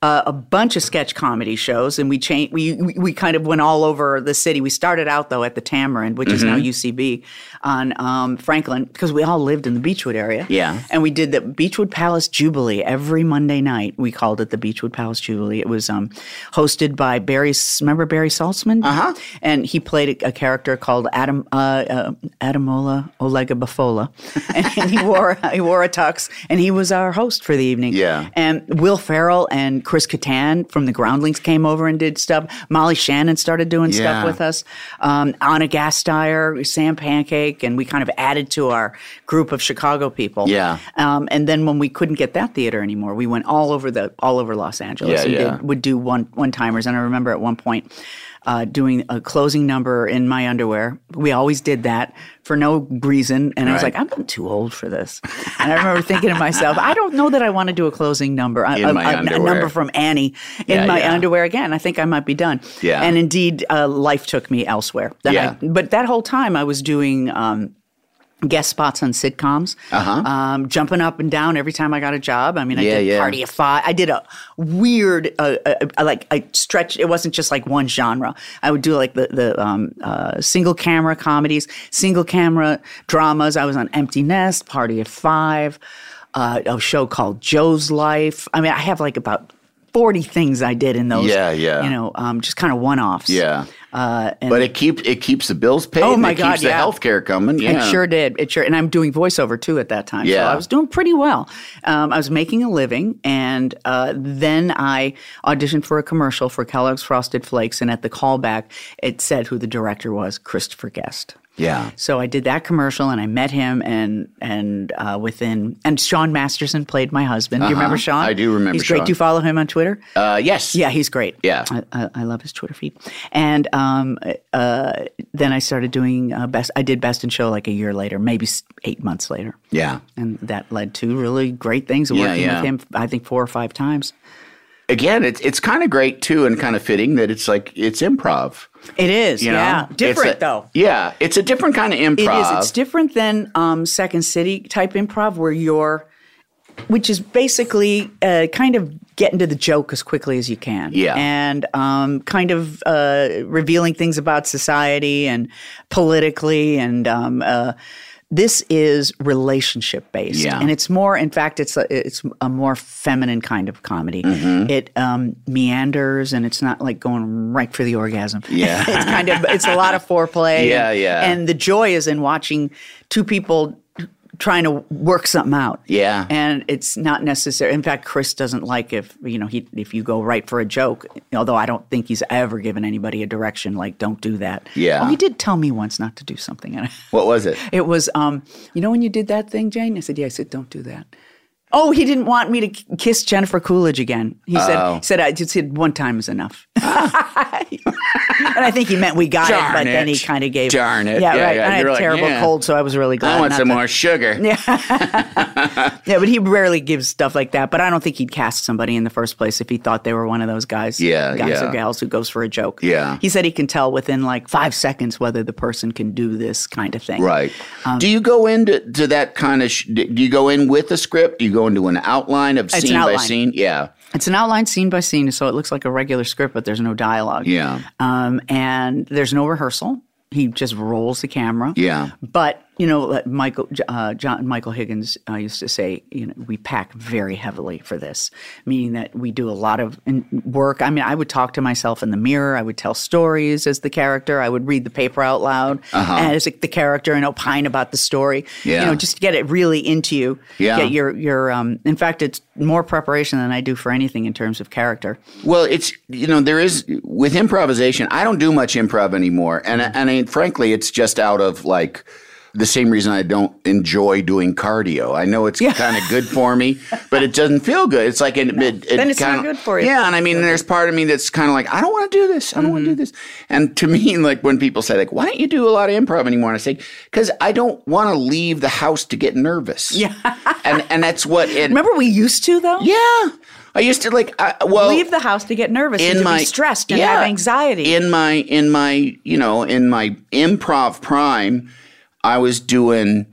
Speaker 3: uh, a bunch of sketch comedy shows, and we changed. We, we we kind of went all over the city. We started out though at the Tamarind, which is now UCB, on um, Franklin, because we all lived in the Beechwood area.
Speaker 2: Yeah.
Speaker 3: and we did the Beechwood Palace Jubilee every Monday night. We called it the Beechwood Palace Jubilee. It was um, hosted by Barry. S- Remember Barry Saltzman? Uh huh. And he played a, a character called Adam uh, uh, Adamola Olegabafola, and he wore he wore a tux, and he was our host for the evening.
Speaker 2: Yeah.
Speaker 3: And Will Farrell and Chris Kattan from the Groundlings came over and did stuff. Molly Shannon started doing
Speaker 2: Yeah.
Speaker 3: stuff with us. Um, Anna Gasteyer, Sam Pancake, and we kind of added to our group of Chicago people.
Speaker 2: Yeah.
Speaker 3: Um, and then when we couldn't get that theater anymore, we went all over the all over Los Angeles.
Speaker 2: Yeah,
Speaker 3: and
Speaker 2: yeah.
Speaker 3: Did, would do one one timers, and I remember at one point. Uh, doing a closing number in my underwear. We always did that for no reason. And I was
Speaker 2: Right.
Speaker 3: like, I'm too old for this. And I remember thinking to myself, I don't know that I want to do a closing number, a,
Speaker 2: In
Speaker 3: a-
Speaker 2: my
Speaker 3: a- a
Speaker 2: underwear.
Speaker 3: number from Annie in
Speaker 2: Yeah,
Speaker 3: my
Speaker 2: yeah.
Speaker 3: underwear again. I think I might be done.
Speaker 2: Yeah.
Speaker 3: And indeed, uh, life took me elsewhere. Then I-
Speaker 2: Yeah.
Speaker 3: but that whole time I was doing um, guest spots on sitcoms, uh-huh. um, jumping up and down every time I got a job. I mean, I
Speaker 2: Yeah,
Speaker 3: did
Speaker 2: yeah.
Speaker 3: Party of Five. I did a weird, uh, uh, uh, like I stretched. It wasn't just like one genre. I would do like the the um, uh, single camera comedies, single camera dramas. I was on Empty Nest, Party of Five, uh, a show called Joe's Life. I mean, I have like about. 40 things I did in those,
Speaker 2: Yeah, yeah.
Speaker 3: you know, um, just kind of one-offs.
Speaker 2: Yeah.
Speaker 3: Uh, and
Speaker 2: But it keeps it keeps the bills paid.
Speaker 3: Oh,
Speaker 2: and
Speaker 3: my
Speaker 2: it
Speaker 3: God,
Speaker 2: Keeps the
Speaker 3: yeah.
Speaker 2: health care coming. Yeah,
Speaker 3: It sure did. It sure, and I'm doing voiceover too at that time.
Speaker 2: Yeah.
Speaker 3: so I was doing pretty well. Um, I was making a living, and uh, then I auditioned for a commercial for Kellogg's Frosted Flakes, and at the callback, it said who the director was, Christopher Guest.
Speaker 2: Yeah.
Speaker 3: So I did that commercial, and I met him, and and uh, within and Sean Masterson played my husband. Do you remember Sean?
Speaker 2: Uh-huh. I do remember
Speaker 3: He's great.
Speaker 2: Sean.
Speaker 3: Do you follow him on Twitter?
Speaker 2: Uh, yes.
Speaker 3: Yeah, he's great.
Speaker 2: Yeah.
Speaker 3: I, I, I love his Twitter feed. And um, uh, then I started doing uh, best. I did Best in Show like a year later, maybe s- eight months later,
Speaker 2: Yeah.
Speaker 3: and that led to really great things.
Speaker 2: Yeah,
Speaker 3: Working
Speaker 2: yeah.
Speaker 3: with him, I think four or five times.
Speaker 2: Again, it's it's kind of great too, and kind of fitting that it's like it's improv.
Speaker 3: It is,
Speaker 2: You know?
Speaker 3: yeah,
Speaker 2: It's
Speaker 3: different
Speaker 2: a-
Speaker 3: though.
Speaker 2: Yeah, it's a different kind of
Speaker 3: It
Speaker 2: improv.
Speaker 3: is. It's different than um, Second City type improv, where you're, which is basically uh, kind of getting to the joke as quickly as you can.
Speaker 2: Yeah.
Speaker 3: And um, kind of uh, revealing things about society and politically. And um, uh, this is relationship based.
Speaker 2: Yeah.
Speaker 3: And it's more, in fact, it's a, it's a more feminine kind of comedy.
Speaker 2: Mm-hmm.
Speaker 3: It um, meanders and it's not like going right for the orgasm.
Speaker 2: Yeah.
Speaker 3: it's kind of, it's a lot of foreplay.
Speaker 2: Yeah,
Speaker 3: and-
Speaker 2: yeah.
Speaker 3: And the joy is in watching two people trying to work something out.
Speaker 2: Yeah.
Speaker 3: And it's not necessary. In fact, Chris doesn't like if, you know, he if you go right for a joke, although I don't think he's ever given anybody a direction like don't do that.
Speaker 2: Yeah.
Speaker 3: Oh, he did tell me once not to do something and I-
Speaker 2: What was it?
Speaker 3: it was um, you know when you did that thing, Jane? I said, "Yeah." I said, "Don't do that." Oh, he didn't want me to k- kiss Jennifer Coolidge again. He
Speaker 2: Oh.
Speaker 3: said, he "said I just said one time is enough." and I think he meant we got
Speaker 2: Darn
Speaker 3: it, but then
Speaker 2: it.
Speaker 3: he kind of gave
Speaker 2: Darn it.
Speaker 3: Yeah,
Speaker 2: Yeah,
Speaker 3: right.
Speaker 2: yeah.
Speaker 3: And
Speaker 2: You
Speaker 3: I had
Speaker 2: were
Speaker 3: a
Speaker 2: like,
Speaker 3: terrible
Speaker 2: "Yeah.
Speaker 3: cold, so I was really glad.
Speaker 2: I want
Speaker 3: not
Speaker 2: some
Speaker 3: to-
Speaker 2: more sugar.
Speaker 3: Yeah, but he rarely gives stuff like that. But I don't think he'd cast somebody in the first place if he thought they were one of those guys,
Speaker 2: Yeah,
Speaker 3: guys
Speaker 2: yeah.
Speaker 3: or gals who goes for a joke.
Speaker 2: Yeah.
Speaker 3: he said he can tell within like five seconds whether the person can do this kind of thing.
Speaker 2: Right.
Speaker 3: Um,
Speaker 2: do you go into to that kind of? Sh- do you go in with a script? Do you go into an outline of
Speaker 3: an
Speaker 2: scene by
Speaker 3: outline.
Speaker 2: scene? Yeah.
Speaker 3: It's an outline scene by scene, so it looks like a regular script, but there's no dialogue.
Speaker 2: Yeah.
Speaker 3: Um, and there's no rehearsal. He just rolls the camera.
Speaker 2: Yeah.
Speaker 3: But you know, like Michael uh, John Michael Higgins uh, used to say, you know, we pack very heavily for this, meaning that we do a lot of in- work. I mean, I would talk to myself in the mirror. I would tell stories as the character. I would read the paper out loud as the character and opine about the story.
Speaker 2: Uh-huh. Yeah.
Speaker 3: You know, just to get it really into you.
Speaker 2: Yeah.
Speaker 3: Get your your. Um, in fact, it's more preparation than I do for anything in terms of character.
Speaker 2: Well, it's you know there is with improvisation. I don't do much improv anymore, and I- and I, frankly, it's just out of like the same reason I don't enjoy doing cardio. I know it's kind of good for me, but it doesn't feel good. It's like it, it, it
Speaker 3: Then it's not
Speaker 2: kinda-
Speaker 3: good for you.
Speaker 2: Yeah, and I mean, there's part of me that's kind of like, I don't want to do this. I don't
Speaker 3: Mm-hmm.
Speaker 2: want to do this. And to me, like when people say, like, why don't you do a lot of improv anymore? And I say, because I don't want to leave the house to get nervous. Yeah, and and that's what. It,
Speaker 3: Remember we used to though?
Speaker 2: Yeah, I used to like. I, well,
Speaker 3: Leave the house to get nervous and to be stressed and have anxiety.
Speaker 2: in my in my you know in my improv prime i was doing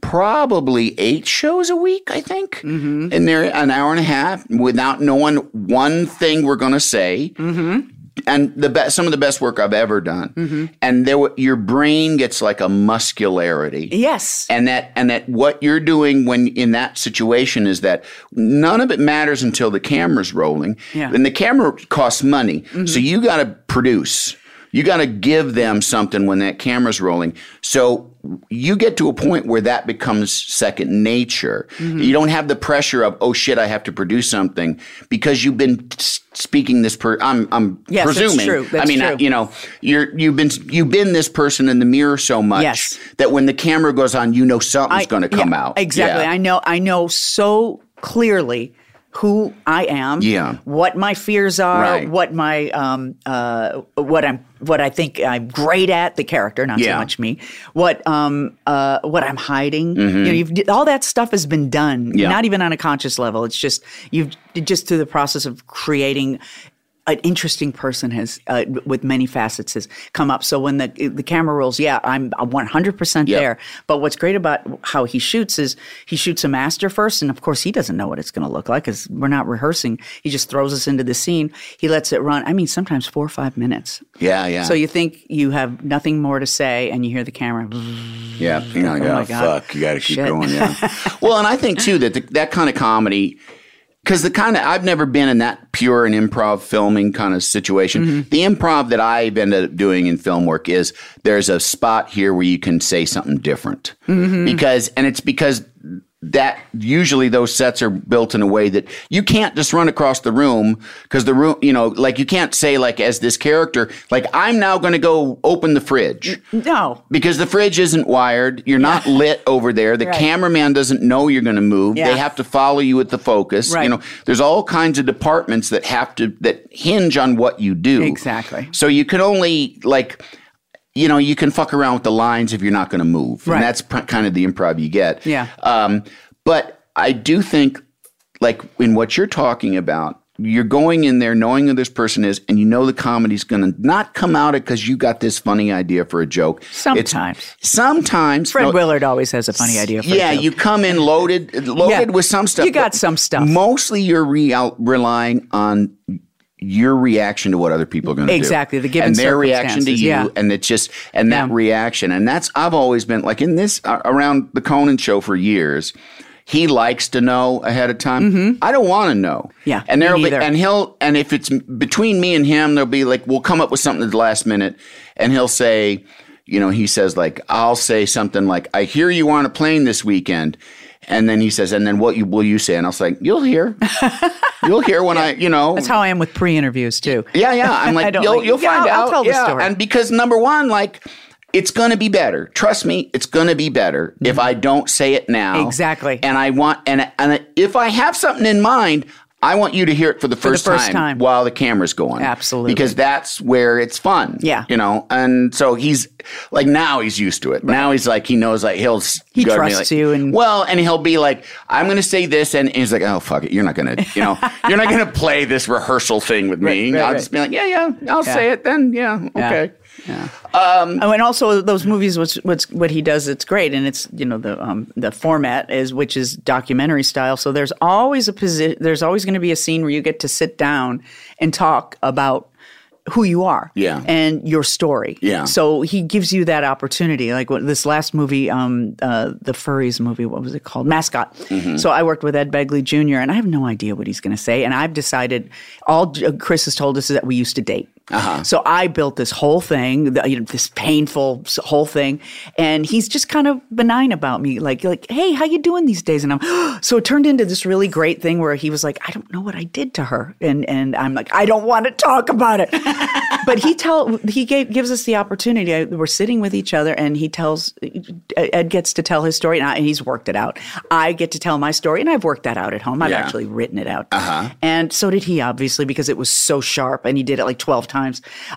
Speaker 2: probably eight shows a week i think mm-hmm. and they're an hour and a half without knowing one thing we're going to say mm-hmm. and the best some of the best work i've ever done
Speaker 3: Mm-hmm.
Speaker 2: and there were, your brain gets like a muscularity
Speaker 3: yes.
Speaker 2: and that and that what you're doing when in that situation is that none of it matters until the camera's rolling
Speaker 3: Yeah. Mm-hmm.
Speaker 2: and the camera costs money so you got to produce you got to give them something when that camera's rolling so you get to a point where that becomes second nature
Speaker 3: Mm-hmm.
Speaker 2: you don't have the pressure of oh shit i have to produce something because you've been s- speaking this per i'm i'm
Speaker 3: Yes, that's
Speaker 2: presuming
Speaker 3: true.
Speaker 2: i
Speaker 3: That's
Speaker 2: mean I,
Speaker 3: true.
Speaker 2: you know you're you've been you've been this person in the mirror so much
Speaker 3: Yes.
Speaker 2: that when the camera goes on, you know something's going to
Speaker 3: yeah,
Speaker 2: come out.
Speaker 3: Exactly.
Speaker 2: Yeah.
Speaker 3: I know I know so clearly who I am,
Speaker 2: Yeah.
Speaker 3: what my fears are,
Speaker 2: Right.
Speaker 3: what my um uh what I'm what I think I'm great at, the character, not
Speaker 2: Yeah.
Speaker 3: so much me, what um uh what I'm hiding. You know, you've, all that stuff has been done.
Speaker 2: Mm-hmm. Yeah.
Speaker 3: Not even on a conscious level. It's just you've just through the process of creating an interesting person has uh, with many facets has come up. So when the the camera rolls, yeah, I'm 100 percent
Speaker 2: Yeah.
Speaker 3: there. But what's great about how he shoots is he shoots a master first, and of course he doesn't know what it's going to look like because we're not rehearsing. He just throws us into the scene. He lets it run. I mean, sometimes four or five minutes.
Speaker 2: yeah, yeah.
Speaker 3: So you think you have nothing more to say, and you hear the camera.
Speaker 2: yeah, you know,
Speaker 3: Oh my
Speaker 2: yeah,
Speaker 3: God.
Speaker 2: fuck, you got to keep
Speaker 3: Shit.
Speaker 2: going. Yeah. well, and I think too that the, that kind of comedy, because the kind of I've never been in that pure and improv filming kind of situation.
Speaker 3: Mm-hmm.
Speaker 2: The improv that I've ended up doing in film work is there's a spot here where you can say something different
Speaker 3: Mm-hmm.
Speaker 2: because, and it's because that usually those sets are built in a way that you can't just run across the room because the room, you know, like you can't say like as this character, like I'm now going to go open the fridge
Speaker 3: No,
Speaker 2: because the fridge isn't wired. You're not lit over there. The
Speaker 3: Right.
Speaker 2: cameraman doesn't know you're going to move.
Speaker 3: Yeah.
Speaker 2: They have to follow you with the focus.
Speaker 3: Right.
Speaker 2: You know, there's all kinds of departments that have to that hinge on what you do.
Speaker 3: Exactly.
Speaker 2: So you can only like. You know, you can fuck around with the lines if you're not going to move.
Speaker 3: Right.
Speaker 2: And that's pr- kind of the improv you get.
Speaker 3: Yeah.
Speaker 2: Um, but I do think, like in what you're talking about, you're going in there knowing who this person is, and you know the comedy's going to not come out because you got this funny idea for a joke. It's-
Speaker 3: Sometimes.
Speaker 2: sometimes.
Speaker 3: Fred
Speaker 2: no,
Speaker 3: Willard always has a funny idea. For a
Speaker 2: yeah,
Speaker 3: joke.
Speaker 2: you come in loaded, loaded
Speaker 3: Yeah.
Speaker 2: with some stuff.
Speaker 3: You got
Speaker 2: but
Speaker 3: some stuff.
Speaker 2: Mostly, you're re- relying on your reaction to what other people are going to
Speaker 3: Exactly,
Speaker 2: do.
Speaker 3: the given
Speaker 2: and their reaction to
Speaker 3: circumstances,
Speaker 2: you,
Speaker 3: yeah.
Speaker 2: and it's just and that
Speaker 3: Yeah.
Speaker 2: reaction, and that's I've always been like in this uh, around the Conan show for years. He likes to know ahead of time. I don't want to know.
Speaker 3: Mm-hmm. Yeah,
Speaker 2: and
Speaker 3: me
Speaker 2: there'll be
Speaker 3: neither.
Speaker 2: and he'll and if it's m- between me and him, there'll be like we'll come up with something at the last minute, and he'll say, you know, he says like I'll say something like I hear you on a plane this weekend, and then he says, and then what you will you say? And I'll say you'll hear, you'll hear when I you know
Speaker 3: that's how I am with pre-interviews too.
Speaker 2: yeah, yeah. I'm
Speaker 3: I
Speaker 2: like,
Speaker 3: don't
Speaker 2: you'll,
Speaker 3: like-
Speaker 2: you'll
Speaker 3: Yeah,
Speaker 2: find
Speaker 3: I'll
Speaker 2: out.
Speaker 3: tell the
Speaker 2: yeah.
Speaker 3: story.
Speaker 2: And because number one, like, it's going to be better. Trust me, it's going to be better if I don't say it now.
Speaker 3: Mm-hmm. Exactly.
Speaker 2: And I want, and, and if I have something in mind, I want you to hear it for the first,
Speaker 3: first time.
Speaker 2: while the camera's going.
Speaker 3: Absolutely.
Speaker 2: Because that's where it's fun.
Speaker 3: Yeah.
Speaker 2: You know, and so he's like, now he's used to it. Now he's like, he knows, like, he'll.
Speaker 3: He
Speaker 2: go to me
Speaker 3: trusts
Speaker 2: like,
Speaker 3: you and-
Speaker 2: well, and he'll be like, I'm going to say this. And, and he's like, oh, fuck it. You're not going to, you know, you're not going to play this rehearsal thing with me.
Speaker 3: right,
Speaker 2: I'll
Speaker 3: right.
Speaker 2: just be like, yeah, yeah, I'll
Speaker 3: Yeah.
Speaker 2: say it then. Yeah, okay.
Speaker 3: Oh, and also those movies, what's, what's what he does, it's great, and it's you know the um, the format is which is documentary style. So there's always a position, there's always going to be a scene where you get to sit down and talk about who you are,
Speaker 2: Yeah.
Speaker 3: and your story,
Speaker 2: Yeah.
Speaker 3: So he gives you that opportunity, like what, this last movie, um, uh, the furries movie, what was it called, Mascot. So I worked with Ed Begley uh, Jr. and I have no idea what he's going to say, and I've decided all J- Chris has told us is that we used to date. So I built this whole thing, the, you know, this painful s- whole thing, and he's just kind of benign about me, like like, hey, how you doing these days? And I'm so it turned into this really great thing where he was like, I don't know what I did to her, and and I'm like, I don't want to talk about it. but he tell he gave, gives us the opportunity. I- We're sitting with each other, and he tells Ed gets to tell his story, and, I, and he's worked it out. I get to tell my story, and I've worked that out at home. I've
Speaker 2: Yeah.
Speaker 3: actually written it out.
Speaker 2: Uh-huh.
Speaker 3: And so did he, obviously, because it was so sharp and he did it like 12 times.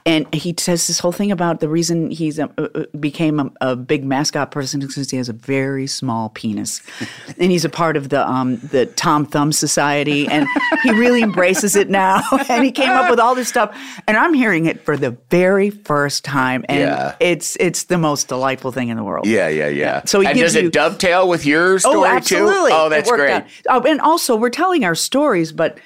Speaker 3: And he says this whole thing about the reason he's um, uh, uh, became a, a big mascot person is because he has a very small penis. and he's a part of the, um, the Tom Thumb Society and he really embraces it now. and he came up with all this stuff. And I'm hearing it for the very first time. And
Speaker 2: Yeah.
Speaker 3: it's, it's the most delightful thing in the world.
Speaker 2: Yeah, yeah, yeah.
Speaker 3: So he
Speaker 2: and
Speaker 3: gives
Speaker 2: does it
Speaker 3: you-
Speaker 2: dovetail with your story
Speaker 3: oh, absolutely.
Speaker 2: too? Oh,
Speaker 3: It
Speaker 2: that's
Speaker 3: worked
Speaker 2: great.
Speaker 3: out. Oh, and also, we're telling our stories, but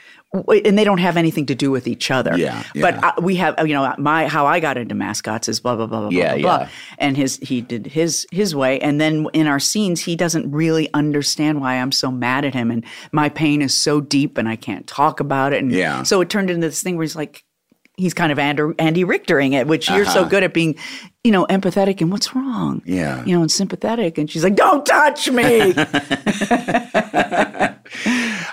Speaker 3: and they don't have anything to do with each other.
Speaker 2: Yeah,
Speaker 3: But
Speaker 2: yeah.
Speaker 3: uh, we have, you know, my how I got into mascots is blah blah blah blah
Speaker 2: Yeah,
Speaker 3: blah blah.
Speaker 2: yeah.
Speaker 3: blah. And his he did his his way, and then in our scenes, he doesn't really understand why I'm so mad at him, and my pain is so deep, and I can't talk about it. And
Speaker 2: Yeah.
Speaker 3: so it turned into this thing where he's like. He's kind of Andrew, Andy Richtering it, which you're so good at being, you know, empathetic and what's wrong,
Speaker 2: Uh-huh. Yeah.
Speaker 3: you know, and sympathetic. And she's like, "Don't touch me."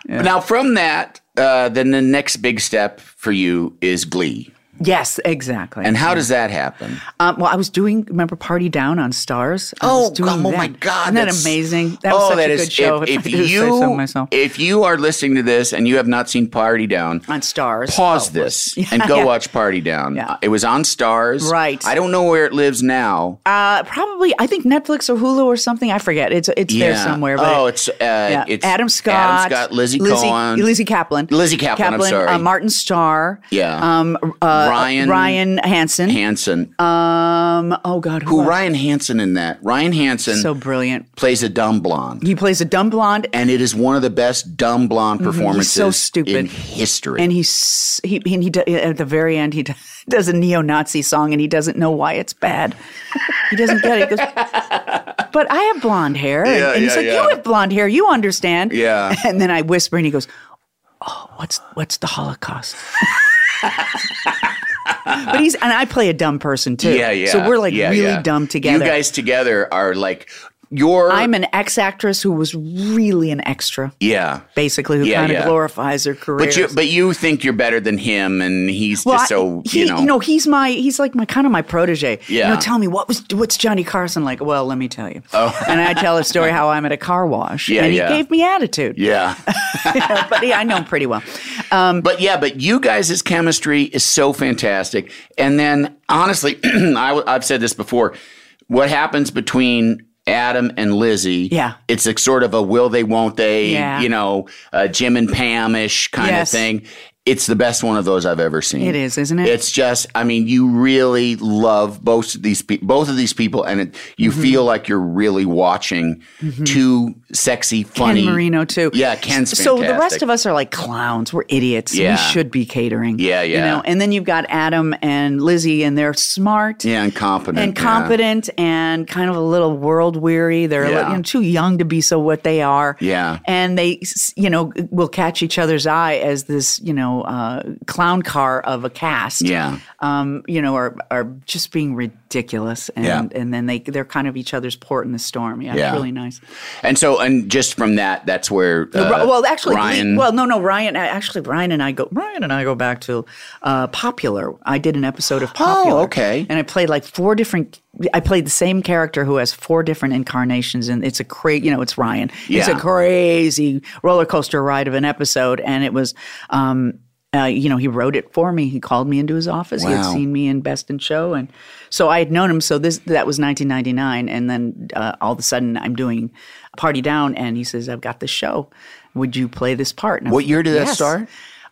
Speaker 2: Now, from that, uh, then the next big step for you is Glee.
Speaker 3: Yes, exactly.
Speaker 2: And how does that happen?
Speaker 3: um, well, I was doing remember Party Down on Stars. I was doing
Speaker 2: oh
Speaker 3: that.
Speaker 2: my God!
Speaker 3: Isn't that
Speaker 2: that's-
Speaker 3: amazing? That was
Speaker 2: oh,
Speaker 3: such
Speaker 2: that
Speaker 3: a
Speaker 2: is-
Speaker 3: good show.
Speaker 2: If,
Speaker 3: I
Speaker 2: if
Speaker 3: could just say so
Speaker 2: you
Speaker 3: myself.
Speaker 2: if you are listening to this and you have not seen Party Down,
Speaker 3: on Stars,
Speaker 2: pause
Speaker 3: Oh,
Speaker 2: this and go
Speaker 3: yeah.
Speaker 2: watch Party Down.
Speaker 3: Yeah.
Speaker 2: It was on Stars.
Speaker 3: Right.
Speaker 2: I don't know where it lives now.
Speaker 3: Uh, probably, I think Netflix or Hulu or something. I forget. It's it's there somewhere. But
Speaker 2: oh,
Speaker 3: it-
Speaker 2: it's uh,
Speaker 3: yeah.
Speaker 2: it's
Speaker 3: Adam Scott,
Speaker 2: Adam Scott, Lizzie, Cohen,
Speaker 3: Lizzie Kaplan,
Speaker 2: Lizzie Kaplan, I'm sorry.
Speaker 3: uh, Martin Starr,
Speaker 2: Yeah.
Speaker 3: um, uh,
Speaker 2: Ryan-
Speaker 3: Ryan Hansen,
Speaker 2: Hansen.
Speaker 3: um, oh God, who,
Speaker 2: Who
Speaker 3: else?
Speaker 2: Ryan Hansen in that? Ryan Hansen
Speaker 3: So brilliant.
Speaker 2: plays a dumb blonde.
Speaker 3: He plays a dumb blonde,
Speaker 2: And it is one of the best dumb blonde performances
Speaker 3: Mm-hmm. so stupid.
Speaker 2: in history.
Speaker 3: and he's he and he do- at the very end he do- does a neo-Nazi song and he doesn't know why it's bad. He doesn't get it. He goes, but I have blonde hair, and,
Speaker 2: Yeah,
Speaker 3: and he's
Speaker 2: yeah,
Speaker 3: like,
Speaker 2: yeah.
Speaker 3: "You have blonde hair. You understand?"
Speaker 2: Yeah.
Speaker 3: And then I whisper, and he goes, "Oh, what's what's the Holocaust?" but he's and I play a dumb person too.
Speaker 2: yeah, yeah.
Speaker 3: So we're like
Speaker 2: yeah,
Speaker 3: really
Speaker 2: yeah.
Speaker 3: dumb together.
Speaker 2: You guys together are like your
Speaker 3: I'm an ex actress who was really an extra,
Speaker 2: yeah.
Speaker 3: basically, who
Speaker 2: Yeah,
Speaker 3: kind
Speaker 2: yeah.
Speaker 3: of glorifies her career.
Speaker 2: But you but you think you're better than him and he's just
Speaker 3: I-
Speaker 2: so
Speaker 3: he,
Speaker 2: you know.
Speaker 3: he's my he's like my kind of my protege.
Speaker 2: Yeah.
Speaker 3: You know, tell me what was what's Johnny Carson like? Well, let me tell you. Oh. and I tell a story how I'm at a car wash.
Speaker 2: Yeah,
Speaker 3: and he
Speaker 2: yeah.
Speaker 3: gave me attitude.
Speaker 2: yeah.
Speaker 3: but yeah, I know him pretty well.
Speaker 2: But yeah, but you guys' chemistry is so fantastic. And then honestly, I, w- I've said this before. What happens between Adam and Lizzie?
Speaker 3: Yeah.
Speaker 2: it's a sort of a will they, won't they?
Speaker 3: Yeah.
Speaker 2: You know, uh, Jim and Pam ish kind
Speaker 3: Yes.
Speaker 2: of thing. It's the best one of those I've ever seen.
Speaker 3: It is, isn't it?
Speaker 2: It's just, I mean, you really love both of these pe- both of these people, and it, you
Speaker 3: Mm-hmm.
Speaker 2: feel like you're really watching two sexy, funny
Speaker 3: Ken Marino too.
Speaker 2: Yeah, Ken's
Speaker 3: So the rest
Speaker 2: fantastic.
Speaker 3: of us are like clowns. We're idiots.
Speaker 2: Yeah.
Speaker 3: We should be catering.
Speaker 2: Yeah,
Speaker 3: You
Speaker 2: yeah.
Speaker 3: know, and then you've got Adam and Lizzie, and they're smart.
Speaker 2: Yeah, and competent.
Speaker 3: and
Speaker 2: yeah.
Speaker 3: competent and kind of a little world weary. They're
Speaker 2: Yeah.
Speaker 3: you know, too young to be so what they are.
Speaker 2: Yeah.
Speaker 3: and they s- you know will catch each other's eye as this you know uh, clown car of a cast.
Speaker 2: Yeah.
Speaker 3: um, you know are are just being ridiculous and
Speaker 2: Yeah.
Speaker 3: and then they they're kind of each other's port in the storm. Yeah,
Speaker 2: Yeah.
Speaker 3: it's really nice.
Speaker 2: And so, and just from that, that's where
Speaker 3: The Ri-
Speaker 2: uh,
Speaker 3: well, actually,
Speaker 2: Ryan.
Speaker 3: well, no, no, Ryan. Actually, Ryan and I go. Ryan and I go back to uh, Popular. I did an episode of Popular.
Speaker 2: Oh, okay.
Speaker 3: And I played like four different. I played the same character who has four different incarnations, and it's a crazy. You know, it's Ryan. It's
Speaker 2: Yeah.
Speaker 3: a crazy roller coaster ride of an episode, and it was. Um, uh, you know, he wrote it for me. He called me into his office. He had
Speaker 2: Wow.
Speaker 3: seen me in Best in Show, and so I had known him. So this that was 1999, and then uh, all of a sudden I'm doing Party Down, and he says, "I've got this show. Would you play this part?" And I'm
Speaker 2: what
Speaker 3: like,
Speaker 2: year did that
Speaker 3: "Yes."
Speaker 2: start?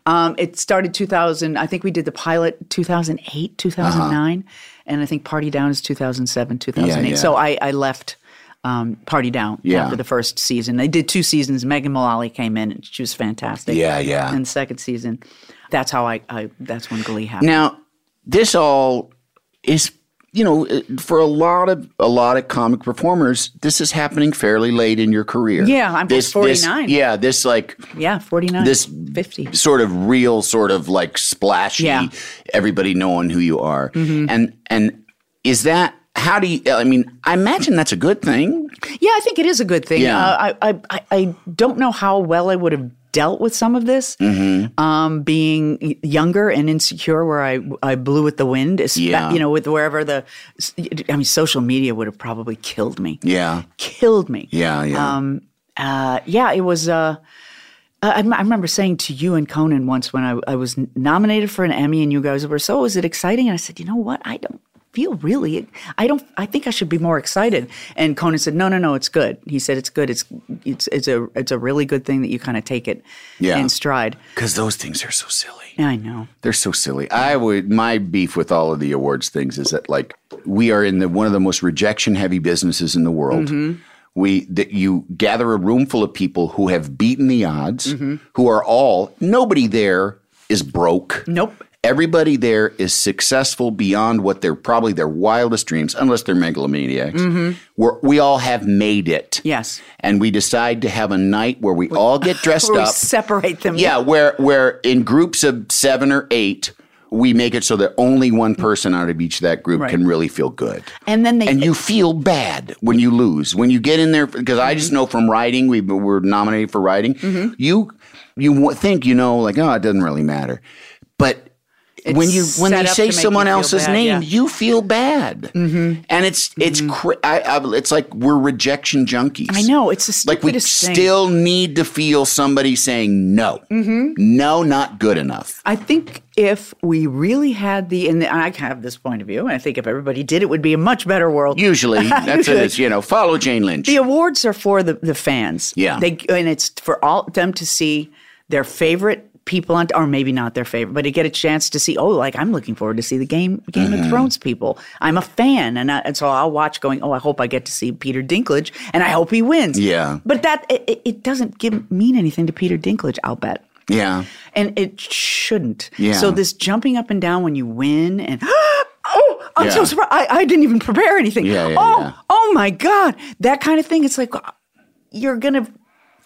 Speaker 3: Um, it started 2000. I think we did the pilot 2008, 2009, and I think Party Down is 2007, 2008.
Speaker 2: Uh-huh. yeah.
Speaker 3: So I, I left um, Party Down
Speaker 2: Yeah.
Speaker 3: after the first season. They did two seasons. Megan Mullally came in, and she was fantastic.
Speaker 2: Yeah, yeah.
Speaker 3: And the second season, that's how I. I that's when Glee happened.
Speaker 2: Now, this all is you know, it- for a lot of a lot of comic performers, this is happening fairly late in your career.
Speaker 3: Yeah, I'm
Speaker 2: this, this-
Speaker 3: 49.
Speaker 2: yeah, this like
Speaker 3: Yeah, 49.
Speaker 2: This-
Speaker 3: 50.
Speaker 2: sort of real, sort of like splashy,
Speaker 3: Yeah. Mm-hmm.
Speaker 2: everybody knowing who you are. And and is that how do you? I mean, I imagine that's a good thing.
Speaker 3: Yeah, I think it is a good thing.
Speaker 2: Yeah.
Speaker 3: Uh, I, I I I don't know how well I would have dealt with some of this,
Speaker 2: Mm-hmm.
Speaker 3: um, being y- younger and insecure, where I I blew with the wind. espe-
Speaker 2: Yeah.
Speaker 3: you know, with wherever the, I mean, social media would have probably killed me.
Speaker 2: Yeah,
Speaker 3: Killed me.
Speaker 2: yeah, yeah.
Speaker 3: Um, uh, yeah, it was. Uh, I, I remember saying to you and Conan once when I, I was nominated for an Emmy, and you guys were so, "Is it exciting?" And I said, "You know what? I don't feel really. I don't. I think I should be more excited." And Conan said, "No, no, no. It's good." He said, "It's good. It's it's it's a it's a really good thing that you kind of take it
Speaker 2: Yeah.
Speaker 3: in stride."
Speaker 2: Because those things are so silly.
Speaker 3: Yeah, I know.
Speaker 2: They're so silly. I would my beef with all of the awards things is that like we are in the one of the most rejection heavy businesses in the world.
Speaker 3: Mm-hmm.
Speaker 2: We that you gather a room full of people who have beaten the odds,
Speaker 3: Mm-hmm.
Speaker 2: who are all nobody there is broke.
Speaker 3: Nope.
Speaker 2: Everybody there is successful beyond what they're probably their wildest dreams, unless they're megalomaniacs. We're, we all have made it.
Speaker 3: Mm-hmm. Yes.
Speaker 2: And we decide to have a night where we all get dressed
Speaker 3: Or we
Speaker 2: up.
Speaker 3: separate them.
Speaker 2: Yeah, where where in groups of seven or eight, we make it so that only one person out of each of that group
Speaker 3: Right.
Speaker 2: can really feel good.
Speaker 3: And then they
Speaker 2: And you feel bad when you lose. When you get in there, because I
Speaker 3: Mm-hmm.
Speaker 2: just know from writing, we were nominated for writing. You you wa- think you know, like oh, it doesn't really matter, but
Speaker 3: It's
Speaker 2: when you when
Speaker 3: set
Speaker 2: they
Speaker 3: up to
Speaker 2: say
Speaker 3: make you
Speaker 2: someone
Speaker 3: feel
Speaker 2: else's
Speaker 3: bad,
Speaker 2: name,
Speaker 3: yeah.
Speaker 2: you feel bad, mm-hmm. and it's it's cra- I, I, it's like we're rejection junkies.
Speaker 3: I know it's the
Speaker 2: Like we
Speaker 3: stupidest thing.
Speaker 2: still need to feel somebody saying no, mm-hmm. no, not good enough.
Speaker 3: I think if we really had the, and I have this point of view, and I think if everybody did, it would be a much better world.
Speaker 2: Usually, that's it. It's, you know, follow Jane Lynch.
Speaker 3: the awards are for the, the fans.
Speaker 2: Yeah.
Speaker 3: They, and it's for all them to see their favorite people on, or maybe not their favorite, but to get a chance to see, oh, like I'm looking forward to see the Game, Game
Speaker 2: Mm-hmm.
Speaker 3: of Thrones people. I'm a fan. And, I, and so I'll watch going, oh, I hope I get to see Peter Dinklage and I hope he wins.
Speaker 2: Yeah.
Speaker 3: But that, it, it- it doesn't give, mean anything to Peter Dinklage, I'll bet
Speaker 2: yeah,
Speaker 3: and it shouldn't.
Speaker 2: Yeah.
Speaker 3: So this jumping up and down when you win and oh, I'm
Speaker 2: Yeah.
Speaker 3: so surprised. I, I didn't even prepare anything.
Speaker 2: Yeah, yeah,
Speaker 3: oh,
Speaker 2: yeah.
Speaker 3: oh my god, that kind of thing. It's like you're gonna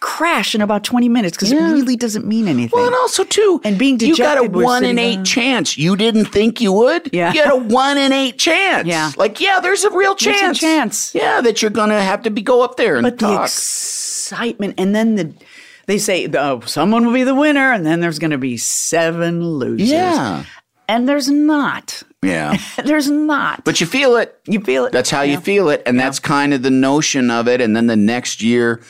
Speaker 3: crash in about 20 minutes because it really doesn't mean anything.
Speaker 2: Well, and also too,
Speaker 3: And being
Speaker 2: you got a
Speaker 3: dejected, we're
Speaker 2: one in
Speaker 3: sitting
Speaker 2: eight
Speaker 3: there.
Speaker 2: chance. You didn't think you would.
Speaker 3: Yeah.
Speaker 2: you had a one in eight chance.
Speaker 3: Yeah.
Speaker 2: like yeah, there's a real
Speaker 3: There's a
Speaker 2: chance.
Speaker 3: chance.
Speaker 2: Yeah, that you're gonna have to be go up there and
Speaker 3: but the
Speaker 2: talk.
Speaker 3: excitement, and then the. They say oh, someone will be the winner, and then there's going to be seven losers.
Speaker 2: yeah,
Speaker 3: and there's not.
Speaker 2: yeah.
Speaker 3: There's not.
Speaker 2: But you feel it.
Speaker 3: you feel it.
Speaker 2: That's how you feel it, and that's kind of the notion of it. And then the next year,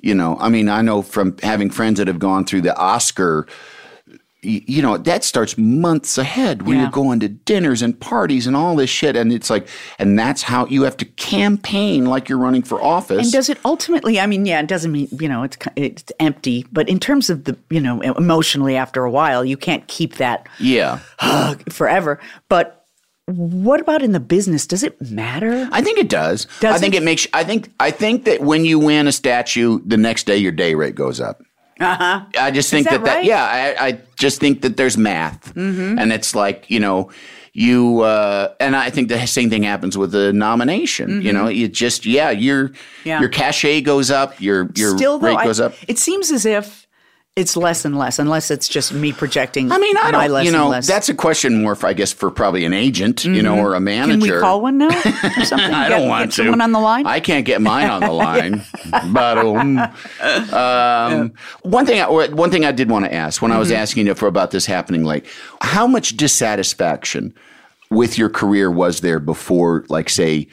Speaker 2: you know, I mean, I know from having friends that have gone through the Oscar, y- you know, that starts months ahead when
Speaker 3: Yeah.
Speaker 2: you're going to dinners and parties and all this shit, and it's like, and that's how you have to campaign like you're running for office.
Speaker 3: And does it ultimately? I mean, yeah, it doesn't mean you know it's ki- it's empty, but in terms of the you know emotionally, after a while, you can't keep that
Speaker 2: yeah,
Speaker 3: forever. But what about in the business? Does it matter?
Speaker 2: I think it does.
Speaker 3: Does
Speaker 2: I think
Speaker 3: it?
Speaker 2: it makes. I think. I think that when you win a statue, the next day your day rate goes up. Uh huh. I just think
Speaker 3: Uh-huh.
Speaker 2: that,
Speaker 3: that
Speaker 2: that
Speaker 3: right? Mm-hmm.
Speaker 2: yeah. I, I just think that there's math, and it's like you know, you uh, and I think the same thing happens with the nomination. You know, you just yeah, your
Speaker 3: Mm-hmm. Yeah.
Speaker 2: your cachet goes up, your your
Speaker 3: Still, though,
Speaker 2: rate
Speaker 3: I-
Speaker 2: goes up.
Speaker 3: it seems as if it's less and less, unless it's just me projecting.
Speaker 2: I mean, I
Speaker 3: my
Speaker 2: don't.
Speaker 3: less
Speaker 2: You
Speaker 3: and
Speaker 2: know,
Speaker 3: less. Mm-hmm.
Speaker 2: that's a question more, for, I guess, for probably an agent, you know, or a
Speaker 3: Can
Speaker 2: manager.
Speaker 3: we call one now? Or something?
Speaker 2: I
Speaker 3: Get-
Speaker 2: don't
Speaker 3: get
Speaker 2: want to.
Speaker 3: Someone on the line.
Speaker 2: I can't get mine on the line. but um, um, one thing, I, one thing I did want to ask when I
Speaker 3: Mm-hmm.
Speaker 2: was asking you for about this happening late, how much dissatisfaction with your career was there before, like, say,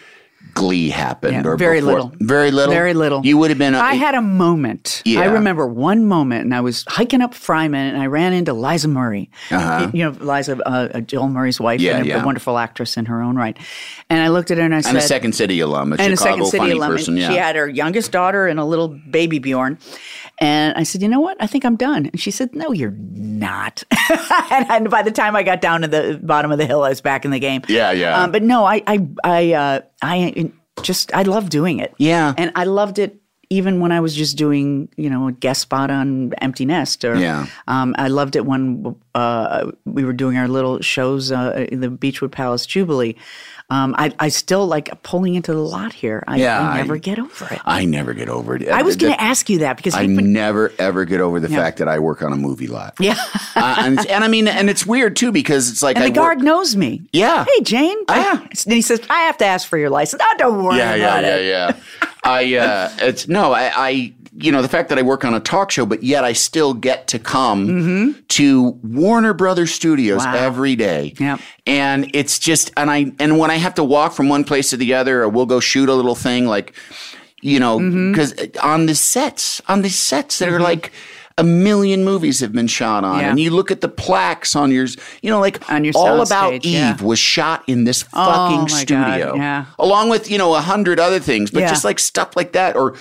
Speaker 2: Glee happened,
Speaker 3: Yeah,
Speaker 2: or
Speaker 3: very
Speaker 2: before-
Speaker 3: little.
Speaker 2: very little,
Speaker 3: Very little.
Speaker 2: You would have been. a-
Speaker 3: I had a moment. I
Speaker 2: Yeah.
Speaker 3: remember one moment, and I was hiking up Fryman, and I ran into Liza Murray. You know, Liza, uh, uh, Joel Murray's wife,
Speaker 2: Uh-huh. Yeah,
Speaker 3: and a
Speaker 2: yeah.
Speaker 3: wonderful actress in her own right. And I looked at her and I
Speaker 2: and
Speaker 3: said,
Speaker 2: a second city alum, a
Speaker 3: and
Speaker 2: Chicago
Speaker 3: a second city
Speaker 2: funny
Speaker 3: alum. and
Speaker 2: person. Yeah,
Speaker 3: She had her youngest daughter and a little baby Bjorn. And I said, you know what? I think I'm done. And she said, no, you're not. and, and by the time I got down to the bottom of the hill, I was back in the game.
Speaker 2: Yeah, yeah.
Speaker 3: Um, but no, I, I, I, uh, I just, I love doing it.
Speaker 2: Yeah.
Speaker 3: And I loved it even when I was just doing, you know, a guest spot on Empty Nest, or
Speaker 2: Yeah.
Speaker 3: um, I loved it when uh, we were doing our little shows uh, in the Beechwood Palace Jubilee. Um, I, I still like pulling into the lot here. I,
Speaker 2: Yeah,
Speaker 3: I
Speaker 2: I-
Speaker 3: never get over it.
Speaker 2: I never get over it.
Speaker 3: I was going
Speaker 2: to
Speaker 3: to ask you that because
Speaker 2: I
Speaker 3: you've been-
Speaker 2: never ever get over the fact that I work on a movie lot.
Speaker 3: yeah,
Speaker 2: I- Uh, and, it's- and I mean, and it's weird too because it's like
Speaker 3: and
Speaker 2: I
Speaker 3: the guard
Speaker 2: work-
Speaker 3: knows me.
Speaker 2: Yeah.
Speaker 3: Hey, Jane.
Speaker 2: Yeah.
Speaker 3: And he says, I have to ask for your license. Oh, don't worry
Speaker 2: yeah, yeah,
Speaker 3: about
Speaker 2: yeah,
Speaker 3: it.
Speaker 2: yeah. I uh, it's no, I, I you know the fact that I work on a talk show, but yet I still get to come
Speaker 3: Mm-hmm.
Speaker 2: to Warner Brothers Studios every day.
Speaker 3: Yep.
Speaker 2: and it's just and I and when I have to walk from one place to the other, or we'll go shoot a little thing like you know
Speaker 3: Mm-hmm.
Speaker 2: because on the sets on the sets that are like. A million movies have been shot on,
Speaker 3: Yeah.
Speaker 2: and you look at the plaques on yours. You know, like
Speaker 3: On your
Speaker 2: all about
Speaker 3: soundstage,
Speaker 2: Eve
Speaker 3: yeah.
Speaker 2: was shot in this
Speaker 3: Oh,
Speaker 2: fucking
Speaker 3: my God,
Speaker 2: studio
Speaker 3: yeah.
Speaker 2: along with you know a hundred other things, but
Speaker 3: Yeah.
Speaker 2: just like stuff like that, or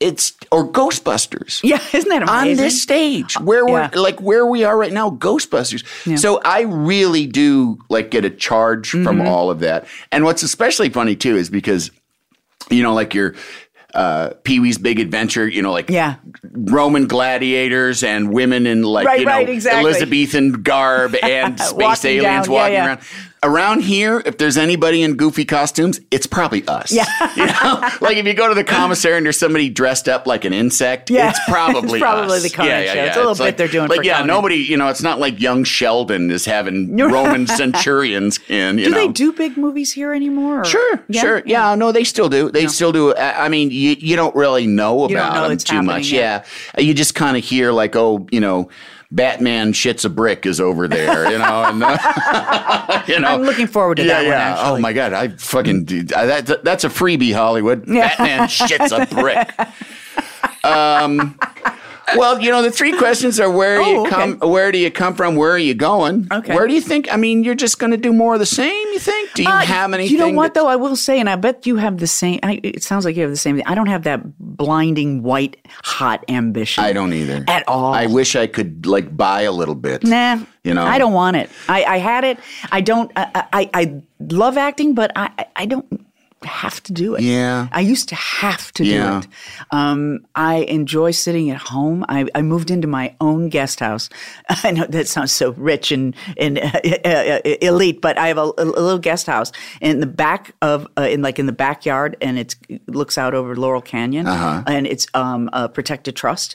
Speaker 2: it's or Ghostbusters.
Speaker 3: Yeah, isn't that
Speaker 2: On
Speaker 3: amazing?
Speaker 2: this stage, where we're
Speaker 3: yeah.
Speaker 2: like where we are right now, Ghostbusters. So I really do like get a charge from
Speaker 3: Mm-hmm.
Speaker 2: all of that. And what's especially funny too is because, you know, like your uh, Pee Wee's Big Adventure, you know, like
Speaker 3: Yeah.
Speaker 2: Roman gladiators and women in like
Speaker 3: Right,
Speaker 2: you know
Speaker 3: right, exactly.
Speaker 2: Elizabethan garb and space
Speaker 3: Walking
Speaker 2: aliens
Speaker 3: down, yeah,
Speaker 2: walking
Speaker 3: yeah.
Speaker 2: around. Around here, if there's anybody in goofy costumes, it's probably us. Yeah. You know? like if you go to the commissary and there's somebody dressed up like an insect,
Speaker 3: Yeah.
Speaker 2: it's probably
Speaker 3: It's probably
Speaker 2: us.
Speaker 3: the Conan
Speaker 2: yeah, yeah,
Speaker 3: show.
Speaker 2: yeah.
Speaker 3: It's a little bit
Speaker 2: like,
Speaker 3: they're doing
Speaker 2: Like
Speaker 3: for
Speaker 2: yeah,
Speaker 3: Conan.
Speaker 2: nobody. You know, it's not like young Sheldon is having Roman centurions in. You
Speaker 3: Do
Speaker 2: know,
Speaker 3: they do big movies here anymore? or-
Speaker 2: Sure, sure. Yeah, no, they still do. They still do. I I mean, you, you don't really know about
Speaker 3: You don't know
Speaker 2: them
Speaker 3: it's
Speaker 2: too much.
Speaker 3: happening, yeah.
Speaker 2: Yeah. You just kind of hear, like, oh, you know, Batman shits a brick is over there, you know? And, uh, you know
Speaker 3: I'm looking forward to
Speaker 2: yeah,
Speaker 3: that one,
Speaker 2: yeah.
Speaker 3: actually.
Speaker 2: Oh, my God. I fucking, did- I- that, that's a freebie, Hollywood. Batman shits a brick. Um, Well, you know, the three questions are where
Speaker 3: Oh,
Speaker 2: you
Speaker 3: okay.
Speaker 2: come, where do you come from, where are you going?
Speaker 3: Okay.
Speaker 2: Where do you think? I mean, you're just going to do more of the same. You think? Do you
Speaker 3: Uh,
Speaker 2: have anything?
Speaker 3: You know what,
Speaker 2: that-
Speaker 3: though? I will say, and I bet you have the same. I, it sounds like you have the same thing. I don't have that blinding, white, hot ambition.
Speaker 2: I don't either.
Speaker 3: At all.
Speaker 2: I wish I could like buy a little bit.
Speaker 3: Nah,
Speaker 2: You know.
Speaker 3: I don't want it. I, I had it. I don't. I, I, I love acting, but I, I- I don't have to do it.
Speaker 2: Yeah.
Speaker 3: I used to have to
Speaker 2: Yeah.
Speaker 3: do it. Um, I enjoy sitting at home. I, I moved into my own guest house. I know that sounds so rich and and uh, uh, uh, elite, but I have a, a little guest house in the back of uh, in like in the backyard, and it's, it looks out over Laurel Canyon,
Speaker 2: Uh-huh.
Speaker 3: and it's um, a protected trust,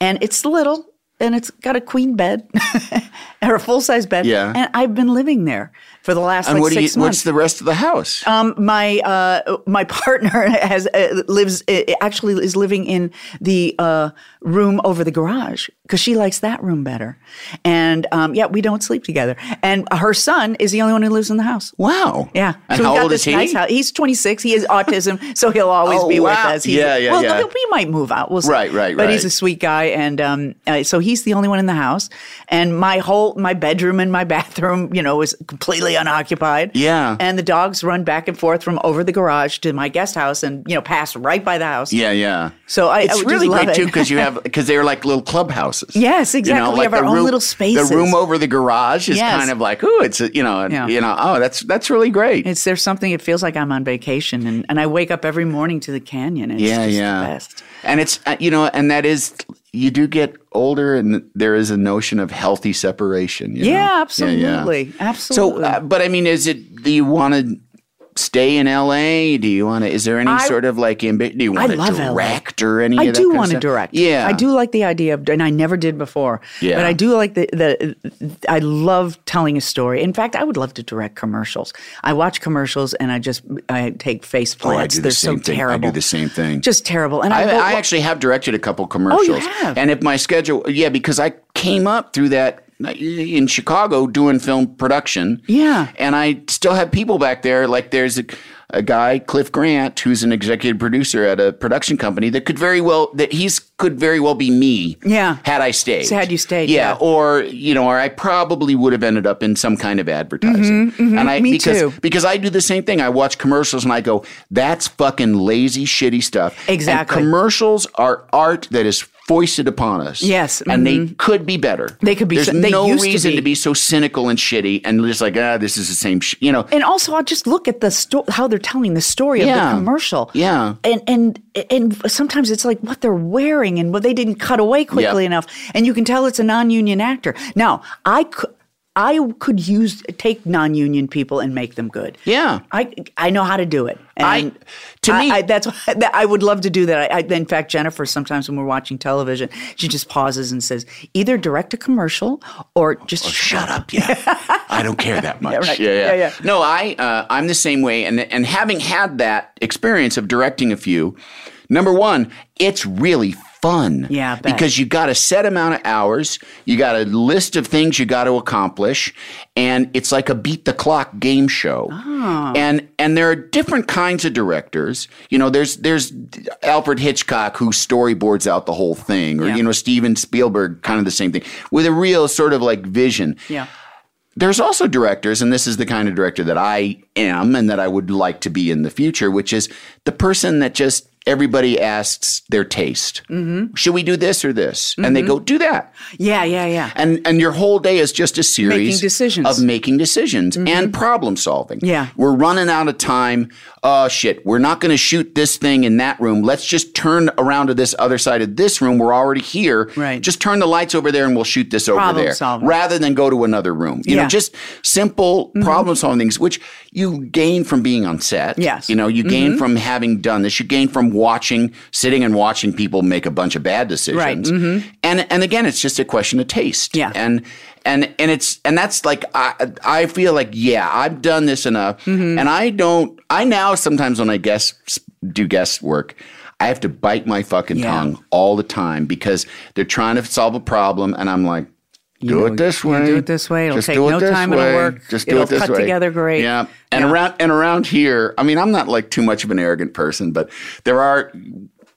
Speaker 3: and it's little. And it's got a queen bed or a full size bed.
Speaker 2: Yeah.
Speaker 3: And I've been living there for the last
Speaker 2: And
Speaker 3: like
Speaker 2: what do you?
Speaker 3: six months Um,
Speaker 2: What's the rest of the house?
Speaker 3: my uh, my partner has uh, lives uh, actually is living in the uh, room over the garage because she likes that room better, and um, yeah, we don't sleep together. And her son is the only one who lives in the house.
Speaker 2: wow.
Speaker 3: Yeah,
Speaker 2: And
Speaker 3: so we
Speaker 2: how
Speaker 3: got
Speaker 2: old
Speaker 3: this
Speaker 2: is he?
Speaker 3: Nice house. He's 26. He has autism, so he'll always
Speaker 2: Oh,
Speaker 3: be with
Speaker 2: wow.
Speaker 3: us. He's-
Speaker 2: Yeah, yeah,
Speaker 3: Well,
Speaker 2: yeah.
Speaker 3: we might move out. We'll see.
Speaker 2: Right, right,
Speaker 3: But
Speaker 2: right.
Speaker 3: he's a sweet guy, and um, uh, so he's the only one in the house. And my whole my bedroom and my bathroom, you know, is completely unoccupied.
Speaker 2: Yeah.
Speaker 3: And the dogs run back and forth from over the garage to my guest house, and you know, pass right by the house.
Speaker 2: Yeah, yeah.
Speaker 3: So I- I
Speaker 2: it's
Speaker 3: would just
Speaker 2: really
Speaker 3: love
Speaker 2: great too
Speaker 3: it.
Speaker 2: because you have because they're like little clubhouses.
Speaker 3: Yes, exactly. We have our
Speaker 2: the
Speaker 3: own little spaces.
Speaker 2: The room over the garage is
Speaker 3: Yes.
Speaker 2: kind of like, ooh, it's a, you know,
Speaker 3: Yeah.
Speaker 2: you know, oh, that's that's really great.
Speaker 3: It's there's something. It feels like I'm on vacation, and, and I wake up every morning to the canyon. It's
Speaker 2: yeah,
Speaker 3: just
Speaker 2: yeah.
Speaker 3: the best.
Speaker 2: And it's uh, you know, and that is you do get older, and there is a notion of healthy separation. you know?
Speaker 3: Yeah, absolutely,
Speaker 2: So,
Speaker 3: absolutely.
Speaker 2: uh, but I mean, is it? Do you want to stay in L.A.? Do you want to? Is there any
Speaker 3: I-
Speaker 2: sort of like ambi- Do you want to
Speaker 3: love LA.
Speaker 2: direct or any?
Speaker 3: I
Speaker 2: of that
Speaker 3: do
Speaker 2: kind of
Speaker 3: want to
Speaker 2: stuff?
Speaker 3: direct.
Speaker 2: Yeah,
Speaker 3: I do like the idea of, and I never did before.
Speaker 2: Yeah.
Speaker 3: but I do like the the. I love telling a story. In fact, I would love to direct commercials. I watch commercials and I just I take face
Speaker 2: Oh, I
Speaker 3: plants.
Speaker 2: do the
Speaker 3: They're
Speaker 2: same
Speaker 3: so
Speaker 2: thing.
Speaker 3: terrible.
Speaker 2: I do the same thing.
Speaker 3: Just terrible. And I,
Speaker 2: I,
Speaker 3: go-
Speaker 2: I actually have directed a couple commercials.
Speaker 3: have?
Speaker 2: And if my schedule, yeah, because I came up through that uh, in Chicago doing film production.
Speaker 3: Yeah.
Speaker 2: And I still have people back there. Like there's a, a guy, Cliff Grant, who's an executive producer at a production company that could very well, that he's could very well be me.
Speaker 3: Yeah.
Speaker 2: Had I stayed.
Speaker 3: So had you stayed, yeah.
Speaker 2: Or, you know, or I probably would have ended up in some kind of advertising. And I,
Speaker 3: Mm-hmm, Me
Speaker 2: because,
Speaker 3: too.
Speaker 2: because I do the same thing. I watch commercials and I go, that's fucking lazy, shitty stuff. And
Speaker 3: Exactly.
Speaker 2: commercials are art that is foisted upon us.
Speaker 3: Yes, mm-hmm.
Speaker 2: and they could be better.
Speaker 3: They could be
Speaker 2: There's
Speaker 3: so- they
Speaker 2: no
Speaker 3: used to
Speaker 2: reason
Speaker 3: be.
Speaker 2: to be so cynical and shitty and just like ah, this is the same. Sh-, you know,
Speaker 3: And also, I'll just look at the sto- how they're telling the story
Speaker 2: Yeah.
Speaker 3: of the commercial.
Speaker 2: Yeah.
Speaker 3: and and and sometimes it's like what they're wearing and what they didn't cut away quickly
Speaker 2: Yeah.
Speaker 3: enough, and you can tell it's a non-union actor. Now, I could I could use take non-union people and make them good.
Speaker 2: Yeah.
Speaker 3: I I know how to do it. And
Speaker 2: I- to
Speaker 3: I-
Speaker 2: me-
Speaker 3: I, that's why- that I would love to do that. I, I, in fact, Jennifer sometimes when we're watching television, she just pauses and says, either direct a commercial or just shut up.
Speaker 2: I don't care that much.
Speaker 3: right.
Speaker 2: yeah, yeah.
Speaker 3: Yeah, yeah.
Speaker 2: No, I uh, I'm the same way, and and having had that experience of directing a few, number one, it's really fun.
Speaker 3: Yeah, I bet.
Speaker 2: because you got a set amount of hours, you got a list of things you got to accomplish, and it's like a beat the clock game show. And and there are different kinds of directors. You know, there's there's Alfred Hitchcock who storyboards out the whole thing, or you know Steven Spielberg, kind of the same thing with a real sort of like vision
Speaker 3: Yeah.
Speaker 2: there's also directors, and this is the kind of director that I am and that I would like to be in the future, which is the person that just everybody asks their taste. Mm-hmm. Should we do this or this? And they go, do that.
Speaker 3: Yeah, yeah, yeah.
Speaker 2: And and your whole day is just a series
Speaker 3: Making decisions. Mm-hmm.
Speaker 2: of making decisions and problem solving.
Speaker 3: Yeah.
Speaker 2: We're running out of time. Oh shit, we're not going to shoot this thing in that room. Let's just turn around to this other side of this room. We're already here.
Speaker 3: Right.
Speaker 2: Just turn the lights over there and we'll shoot this over
Speaker 3: Problem
Speaker 2: there
Speaker 3: solving.
Speaker 2: rather than go to another room. You know,
Speaker 3: Yeah. Mm-hmm.
Speaker 2: just simple problem solving things which you gain from being on set.
Speaker 3: Yes. Mm-hmm.
Speaker 2: You know, you gain from having done this. You gain from watching, sitting and watching people make a bunch of bad decisions.
Speaker 3: Right.
Speaker 2: And and again, it's just a question of taste.
Speaker 3: Mm-hmm. Yeah.
Speaker 2: And and and it's and that's like I I feel like yeah I've done this enough,
Speaker 3: Mm-hmm.
Speaker 2: and I don't I now sometimes when I guess do guest work. I have to bite my fucking
Speaker 3: Yeah.
Speaker 2: tongue all the time because they're trying to solve a problem, and I'm like, do it this way.
Speaker 3: do it this way. It'll
Speaker 2: Just
Speaker 3: take
Speaker 2: do it
Speaker 3: no
Speaker 2: this
Speaker 3: time. It'll
Speaker 2: way.
Speaker 3: work.
Speaker 2: Just do
Speaker 3: It'll
Speaker 2: it this
Speaker 3: cut
Speaker 2: way.
Speaker 3: together great.
Speaker 2: Yeah. And around and around here, I mean, I'm not like too much of an arrogant person, but there are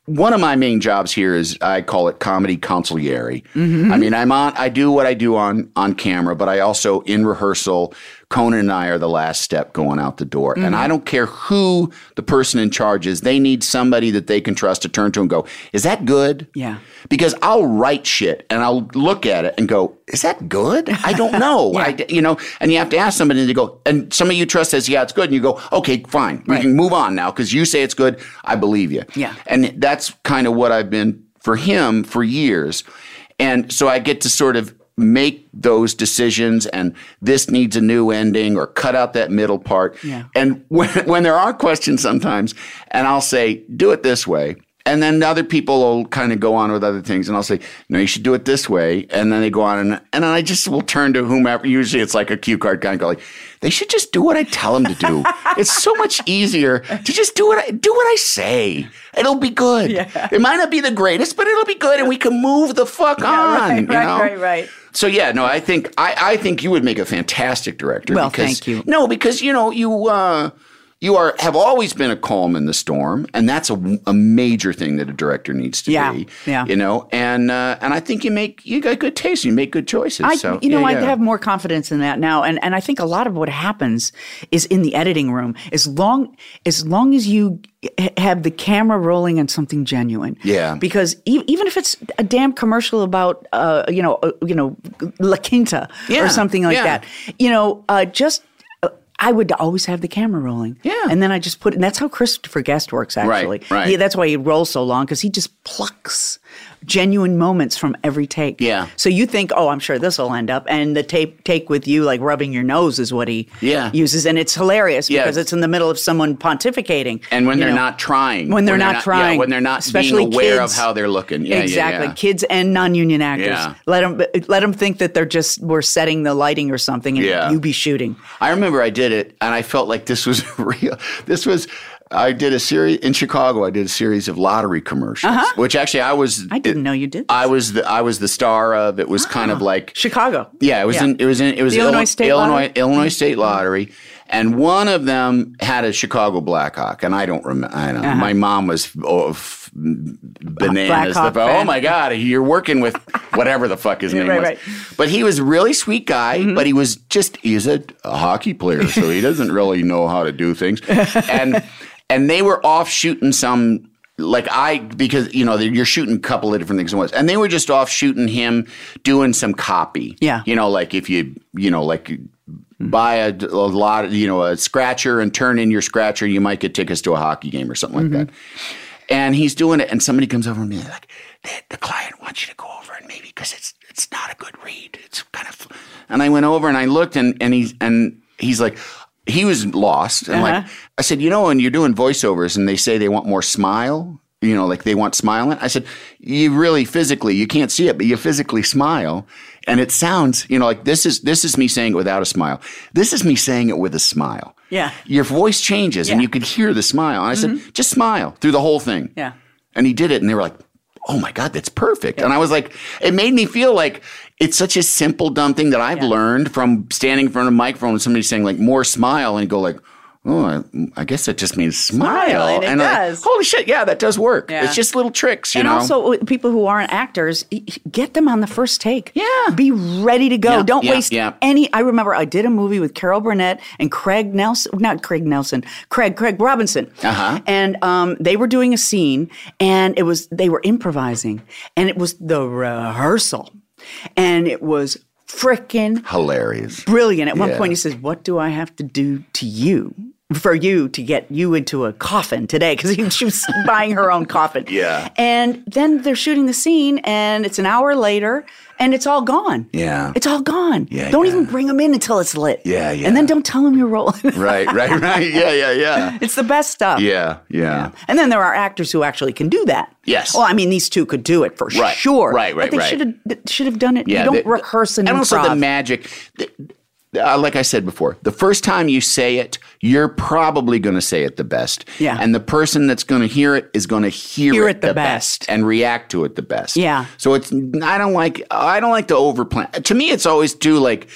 Speaker 2: one of my main jobs here is I call it comedy consigliere. I mean, I'm on. I do what I do on on camera, but I also in rehearsal. Conan and I are the last step going out the door, and I don't care who the person in charge is. They need somebody that they can trust to turn to and go, "Is that good?"
Speaker 3: Yeah.
Speaker 2: because I'll write shit and I'll look at it and go, "Is that good? I don't know." I d you know, and you have to ask somebody to go. And some of you trust says, "Yeah, it's good," and you go, "Okay, fine, we
Speaker 3: Right.
Speaker 2: can move on now because you say it's good. I believe you."
Speaker 3: Yeah.
Speaker 2: and that's kind of what I've been for him for years, and so I get to sort of make those decisions and this needs a new ending or cut out that middle part.
Speaker 3: Yeah.
Speaker 2: And when, when there are questions sometimes, and I'll say, do it this way. And then other people will kind of go on with other things, and I'll say, "No, you should do it this way." And then they go on, and and then I just will turn to whomever. Usually, it's like a cue card guy, and go like, "They should just do what I tell them to do. it's so much easier to just do what I do what I say. It'll be good. It might not be the greatest, but it'll be good, and we can move the fuck on.
Speaker 3: right,
Speaker 2: you
Speaker 3: right,
Speaker 2: know?
Speaker 3: right, right.
Speaker 2: So yeah, no, I think I, I think you would make a fantastic director.
Speaker 3: Well,
Speaker 2: because,
Speaker 3: thank you.
Speaker 2: No, because you know you uh, you are have always been a calm in the storm, and that's a, a major thing that a director needs to
Speaker 3: Yeah,
Speaker 2: be.
Speaker 3: yeah.
Speaker 2: you know, and uh, and I think you make you got good taste, and you make good choices.
Speaker 3: I,
Speaker 2: so
Speaker 3: you know,
Speaker 2: yeah,
Speaker 3: I
Speaker 2: yeah.
Speaker 3: have more confidence in that now, and and I think a lot of what happens is in the editing room. As long as long as you h- have the camera rolling on something genuine,
Speaker 2: Yeah.
Speaker 3: Because e- even if it's a damn commercial about, uh, you know, uh, you know, La Quinta
Speaker 2: Yeah,
Speaker 3: or something like
Speaker 2: yeah.
Speaker 3: that, you know, uh, just. uh, I would always have the camera rolling.
Speaker 2: Yeah.
Speaker 3: And then I just put, and that's how Christopher Guest works, actually.
Speaker 2: right.
Speaker 3: Yeah, that's why he rolls so long, because he just plucks genuine moments from every take.
Speaker 2: Yeah.
Speaker 3: So you think, oh, I'm sure this will end up, and the tape take with you like rubbing your nose is what he
Speaker 2: Yeah.
Speaker 3: uses, and it's hilarious
Speaker 2: Yeah.
Speaker 3: because it's in the middle of someone pontificating.
Speaker 2: And when
Speaker 3: you
Speaker 2: they're
Speaker 3: know.
Speaker 2: not trying,
Speaker 3: when they're not
Speaker 2: yeah,
Speaker 3: trying,
Speaker 2: when they're not
Speaker 3: especially
Speaker 2: being aware
Speaker 3: kids.
Speaker 2: of how they're looking, yeah, yeah,
Speaker 3: exactly,
Speaker 2: yeah.
Speaker 3: kids and non-union actors.
Speaker 2: Yeah.
Speaker 3: Let them let them think that they're just we're setting the lighting or something, and
Speaker 2: Yeah.
Speaker 3: you be shooting.
Speaker 2: I remember I did it, and I felt like this was real. This was. I did a series in Chicago. I did a series of lottery commercials, which actually I was.
Speaker 3: Uh-huh. I didn't know you did Ah.
Speaker 2: I was the I was the star of. It was kind of like
Speaker 3: Chicago.
Speaker 2: yeah, it was in it was in it was
Speaker 3: The Illinois State
Speaker 2: Illinois
Speaker 3: Lottery?
Speaker 2: Illinois State Lottery, and one of them had a Chicago Blackhawk, and I don't remember. I
Speaker 3: Uh-huh.
Speaker 2: don't, My mom was oh, f- bananas.
Speaker 3: Blackhawk
Speaker 2: The- oh
Speaker 3: fan.
Speaker 2: my god, you're working with whatever the fuck his name
Speaker 3: right,
Speaker 2: was.
Speaker 3: right.
Speaker 2: But he was a really sweet guy, but he was just he's a, a hockey player, so he doesn't really know how to do things, and and they were off shooting some like I because you know you're shooting a couple of different things at once, and they were just off shooting him doing some copy.
Speaker 3: Yeah.
Speaker 2: you know, like if you you know like you buy a, a lot of, you know a scratcher and turn in your scratcher, you might get tickets to a hockey game or something like that. And he's doing it, and somebody comes over and they're like, the, the client wants you to go over and maybe because it's it's not a good read. It's kind of. And I went over and I looked, and and he's and he's like. He was lost, and like I said, you know, when you're doing voiceovers, and they say they want more smile, you know, like they want smiling. I said, you really physically, you can't see it, but you physically smile. And it sounds, you know, like this is, this is me saying it without a smile. This is me saying it with a smile.
Speaker 3: Yeah.
Speaker 2: Your voice changes and
Speaker 3: Yeah. Mm-hmm.
Speaker 2: you could hear the smile. And I said, just smile through the whole thing.
Speaker 3: Yeah.
Speaker 2: And he did it. And they were like, oh my God, that's perfect. And I was like, it made me feel like it's such a simple, dumb thing that I've learned from standing in front of a microphone and somebody saying like more smile and go like, Oh, I, I guess that just means smile.
Speaker 3: Smile, and it
Speaker 2: I'm like,
Speaker 3: does.
Speaker 2: holy shit, yeah, that does work.
Speaker 3: Yeah.
Speaker 2: It's just little tricks, you
Speaker 3: and
Speaker 2: know.
Speaker 3: also with people who aren't actors, y- y- get them on the first take.
Speaker 2: Yeah.
Speaker 3: be ready to go.
Speaker 2: Yeah,
Speaker 3: Don't
Speaker 2: yeah,
Speaker 3: waste
Speaker 2: yeah.
Speaker 3: any. I remember I did a movie with Carol Burnett and Craig Nelson, not Craig Nelson, Craig Craig Robinson,
Speaker 2: Uh-huh.
Speaker 3: and um, they were doing a scene, and it was they were improvising, and it was the rehearsal, and it was frickin'
Speaker 2: hilarious.
Speaker 3: brilliant. At one
Speaker 2: Yeah.
Speaker 3: point, he says, "What do I have to do to you?" For you to get you into a coffin today, because she was buying her own coffin.
Speaker 2: Yeah.
Speaker 3: And then they're shooting the scene, and it's an hour later, and it's all gone.
Speaker 2: Yeah.
Speaker 3: It's all gone.
Speaker 2: Yeah,
Speaker 3: Don't
Speaker 2: yeah.
Speaker 3: even bring them in until it's lit.
Speaker 2: Yeah, yeah.
Speaker 3: And then don't tell them you're rolling.
Speaker 2: Right, right, right. Yeah, yeah, yeah.
Speaker 3: it's the best stuff.
Speaker 2: Yeah, yeah.
Speaker 3: And then there are actors who actually can do that.
Speaker 2: Yes.
Speaker 3: Well, I mean, these two could do it for
Speaker 2: Right,
Speaker 3: sure.
Speaker 2: right, right,
Speaker 3: But they
Speaker 2: right.
Speaker 3: should have should have done it.
Speaker 2: Yeah.
Speaker 3: you don't
Speaker 2: the- the-
Speaker 3: rehearse and
Speaker 2: And also the
Speaker 3: improv.
Speaker 2: magic. the- uh, like I said before, the first time you say it, you're probably going to say it the best.
Speaker 3: Yeah.
Speaker 2: And the person that's going to hear it is going to hear,
Speaker 3: Hear it the best.
Speaker 2: and react to it the best.
Speaker 3: Yeah.
Speaker 2: So it's I don't like I don't like to overplan. To me, it's always too like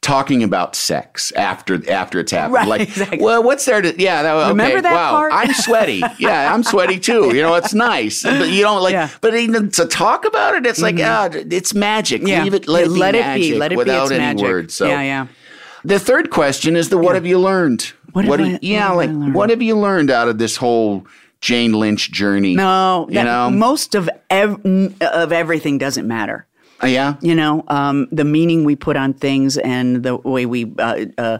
Speaker 2: talking about sex after after it's happened.
Speaker 3: Right,
Speaker 2: like,
Speaker 3: exactly.
Speaker 2: well, what's there to? Yeah. That, okay,
Speaker 3: Remember that
Speaker 2: wow,
Speaker 3: part?
Speaker 2: I'm sweaty. yeah, I'm sweaty too. You know, it's nice, but you don't like.
Speaker 3: Yeah. Mm-hmm.
Speaker 2: But even to talk about it, it's like ah, it's magic.
Speaker 3: Yeah.
Speaker 2: Leave it. Let,
Speaker 3: Yeah,
Speaker 2: it, be
Speaker 3: let it be.
Speaker 2: magic
Speaker 3: Let it be.
Speaker 2: without
Speaker 3: It's
Speaker 2: any
Speaker 3: magic.
Speaker 2: words. So
Speaker 3: Yeah, yeah.
Speaker 2: The third question is the what have you learned?
Speaker 3: What have
Speaker 2: do you,
Speaker 3: I-
Speaker 2: yeah,
Speaker 3: what
Speaker 2: like
Speaker 3: have I learned?
Speaker 2: what have you learned out of this whole Jane Lynch journey?
Speaker 3: No,
Speaker 2: you
Speaker 3: Oh, that-
Speaker 2: know,
Speaker 3: most of ev- n- of everything doesn't matter.
Speaker 2: Uh, yeah,
Speaker 3: You know, um, the meaning we put on things and the way we uh, uh,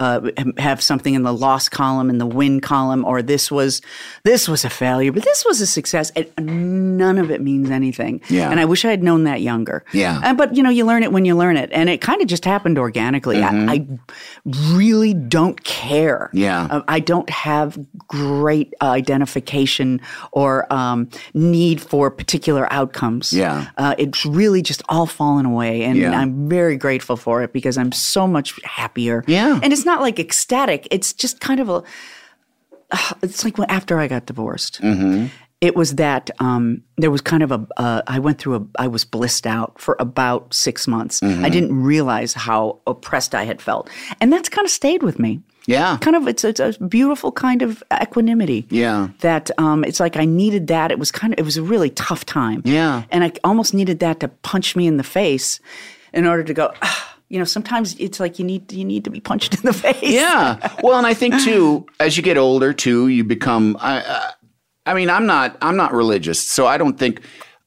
Speaker 3: uh, have something in the loss column and the win column, or this was this was a failure, but this was a success. And none of it means anything.
Speaker 2: Yeah.
Speaker 3: And I wish I had known that younger.
Speaker 2: Yeah.
Speaker 3: And, but you know, you learn it when you learn it, and it kind of just happened organically. I, I really don't care.
Speaker 2: Mm-hmm. Yeah.
Speaker 3: Uh, I don't have great uh, identification or um, need for particular outcomes.
Speaker 2: Yeah.
Speaker 3: Uh, it's really just all fallen away. And
Speaker 2: Yeah.
Speaker 3: I'm very grateful for it because I'm so much happier.
Speaker 2: Yeah.
Speaker 3: And it's not like ecstatic, it's just kind of a, uh, it's like when, after I got divorced.
Speaker 2: Mm-hmm.
Speaker 3: It was that um, there was kind of a. Uh, I went through a. I was blissed out for about six months.
Speaker 2: Mm-hmm.
Speaker 3: I didn't realize how oppressed I had felt, and that's kind of stayed with me
Speaker 2: yeah,
Speaker 3: kind of it's, it's a beautiful kind of equanimity
Speaker 2: Yeah.
Speaker 3: that um it's like i needed that it was kind of it was a really tough time
Speaker 2: Yeah.
Speaker 3: and i almost needed that to punch me in the face in order to go "Ah." you know sometimes it's like you need you need to be punched in the face
Speaker 2: yeah. Well, and I think too, as you get older, too, you become. I, I, I mean, I'm not. I'm not religious, so I don't think.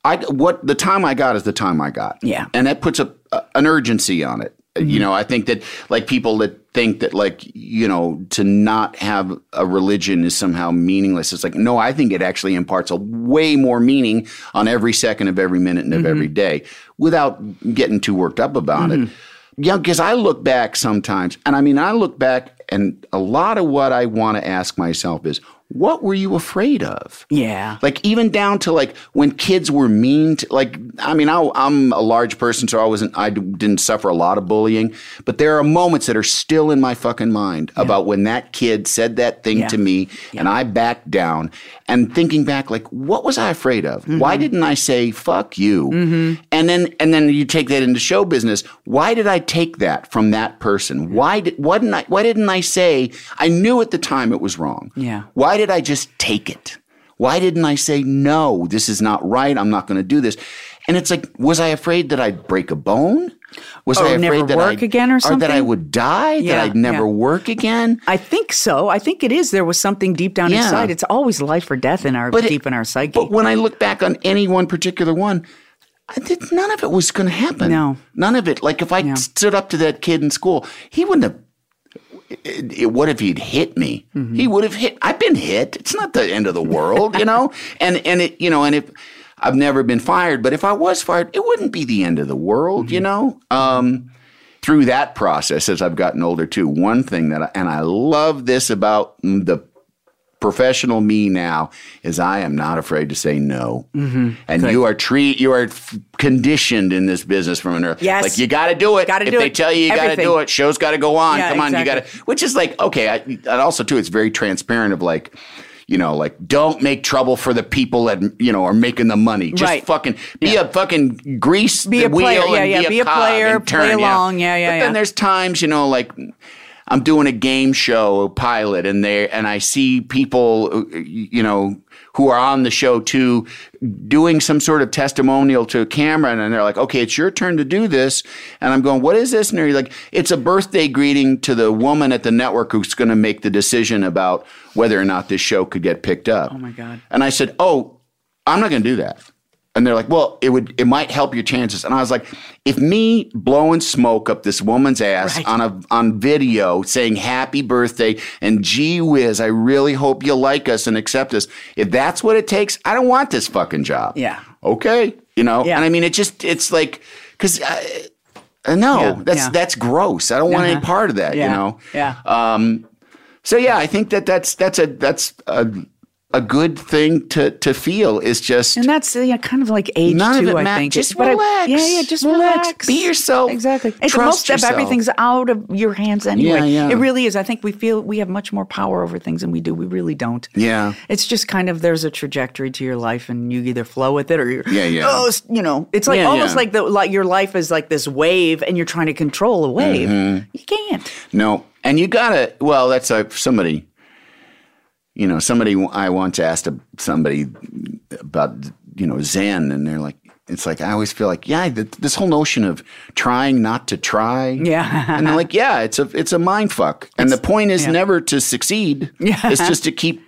Speaker 2: I what the time I got is the time I got.
Speaker 3: Yeah.
Speaker 2: and that puts a, a- an urgency on it. You know, I think that like people that think that like you know to not have a religion is somehow meaningless. It's like no, I think it actually imparts a way more meaning on every second of every minute and of every day without getting too worked up about it. Yeah, because I look back sometimes, and I mean, I look back, and a lot of what I want to ask myself is, what were you afraid of?
Speaker 3: yeah
Speaker 2: Like even down to like when kids were mean. To, like I mean, I, I'm a large person, so I wasn't. I didn't suffer a lot of bullying, but there are moments that are still in my fucking mind about when that kid said that thing
Speaker 3: Yeah.
Speaker 2: to me, and I backed down. And thinking back, like what was I afraid of?
Speaker 3: Mm-hmm.
Speaker 2: Why didn't I say fuck you? And then and then you take that into show business. Why did I take that from that person? Why did why didn't I why didn't I say I knew at the time it was wrong?
Speaker 3: Yeah.
Speaker 2: Why did I just take it? Why didn't I say, no, this is not right? I'm not going to do this. And it's like, was I afraid that I'd break a bone? Was
Speaker 3: Or
Speaker 2: I afraid
Speaker 3: Oh, never
Speaker 2: that
Speaker 3: work
Speaker 2: I'd-
Speaker 3: again or
Speaker 2: that I
Speaker 3: something?
Speaker 2: would die?
Speaker 3: Yeah,
Speaker 2: that I'd never
Speaker 3: yeah.
Speaker 2: work again?
Speaker 3: I think so. I think it is. There was something deep down
Speaker 2: Yeah.
Speaker 3: inside. It's always life or death in our
Speaker 2: But it-
Speaker 3: deep in our psyche.
Speaker 2: But when I look back on any one particular one, I did, none of it was going to happen.
Speaker 3: No.
Speaker 2: none of it. Like if I stood up to that kid in school, he wouldn't have. It, it- what if he'd hit me? He would have hit. I've been hit. It's not the end of the world, you know. And and it, you know, and if I've never been fired, but if I was fired, it wouldn't be the end of the world, you know. Um, through that process, as I've gotten older too, one thing that I, and I love this about the professional me now is I am not afraid to say no.
Speaker 3: Mm-hmm.
Speaker 2: And you are treat you are f- conditioned in this business from an early
Speaker 3: Yes.
Speaker 2: like you got to do it.
Speaker 3: Gotta
Speaker 2: if
Speaker 3: do
Speaker 2: they
Speaker 3: it.
Speaker 2: tell you you got to
Speaker 3: Everything.
Speaker 2: do it, show's got to go on.
Speaker 3: Yeah,
Speaker 2: Come on, you
Speaker 3: exactly.
Speaker 2: got to. Which is like okay, I, and also too, it's very transparent of like. You know, like don't make trouble for the people that you know are making the money. Just
Speaker 3: Right.
Speaker 2: fucking be a fucking grease
Speaker 3: Be
Speaker 2: the
Speaker 3: a player.
Speaker 2: wheel
Speaker 3: Yeah,
Speaker 2: and
Speaker 3: yeah.
Speaker 2: be a,
Speaker 3: Be a
Speaker 2: cog
Speaker 3: player,
Speaker 2: and
Speaker 3: play
Speaker 2: turn,
Speaker 3: along. Yeah, yeah,
Speaker 2: But
Speaker 3: yeah.
Speaker 2: then there's times you know like I'm doing a game show pilot and there and I see people uh, you know who are on the show too doing some sort of testimonial to a camera and they're like okay it's your turn to do this and I'm going what is this and they're like it's a birthday greeting to the woman at the network who's going to make the decision about whether or not this show could get picked up oh my god and I said oh I'm not going to do that. And they're like, well, it would, it might help your chances. And I was like, if me blowing smoke up this woman's ass on a on video saying happy birthday and gee whiz, I really hope you like us and accept us. If that's what it takes, I don't want this fucking job.
Speaker 3: Yeah.
Speaker 2: Okay. You know.
Speaker 3: Yeah.
Speaker 2: And I mean, it just it's like because I, I know
Speaker 3: Yeah,
Speaker 2: that's
Speaker 3: yeah.
Speaker 2: that's gross. I don't want any
Speaker 3: Uh-huh.
Speaker 2: part of that.
Speaker 3: yeah.
Speaker 2: You know.
Speaker 3: Yeah.
Speaker 2: So yeah, I think that that's that's a that's a a good thing to to feel is just
Speaker 3: and that's yeah, kind of like age
Speaker 2: None of
Speaker 3: too.
Speaker 2: it
Speaker 3: I
Speaker 2: ma-
Speaker 3: think.
Speaker 2: just
Speaker 3: It- but I-
Speaker 2: relax.
Speaker 3: yeah, yeah. Just
Speaker 2: Relax.
Speaker 3: relax.
Speaker 2: Be yourself.
Speaker 3: Exactly. It's
Speaker 2: Trust
Speaker 3: most of
Speaker 2: yourself.
Speaker 3: everything's out of your hands anyway.
Speaker 2: Yeah, yeah.
Speaker 3: It really is. I think we feel we have much more power over things than we do. We really don't.
Speaker 2: Yeah.
Speaker 3: It's just kind of there's a trajectory to your life, and you either flow with it or you're
Speaker 2: Yeah, yeah.
Speaker 3: Oh, it's- you know, it's like
Speaker 2: Yeah,
Speaker 3: almost
Speaker 2: yeah.
Speaker 3: like the like your life is like this wave, and you're trying to control a wave.
Speaker 2: Mm-hmm.
Speaker 3: You can't.
Speaker 2: No, and you gotta. Well, that's a somebody. You know, somebody I once asked a, somebody about you know Zen, and they're like, it's like I always feel like yeah, th- this whole notion of trying not to try.
Speaker 3: Yeah.
Speaker 2: and they're like, yeah, it's a it's a mind fuck, and the point is never to succeed. Yeah, Mm-hmm. it's just to keep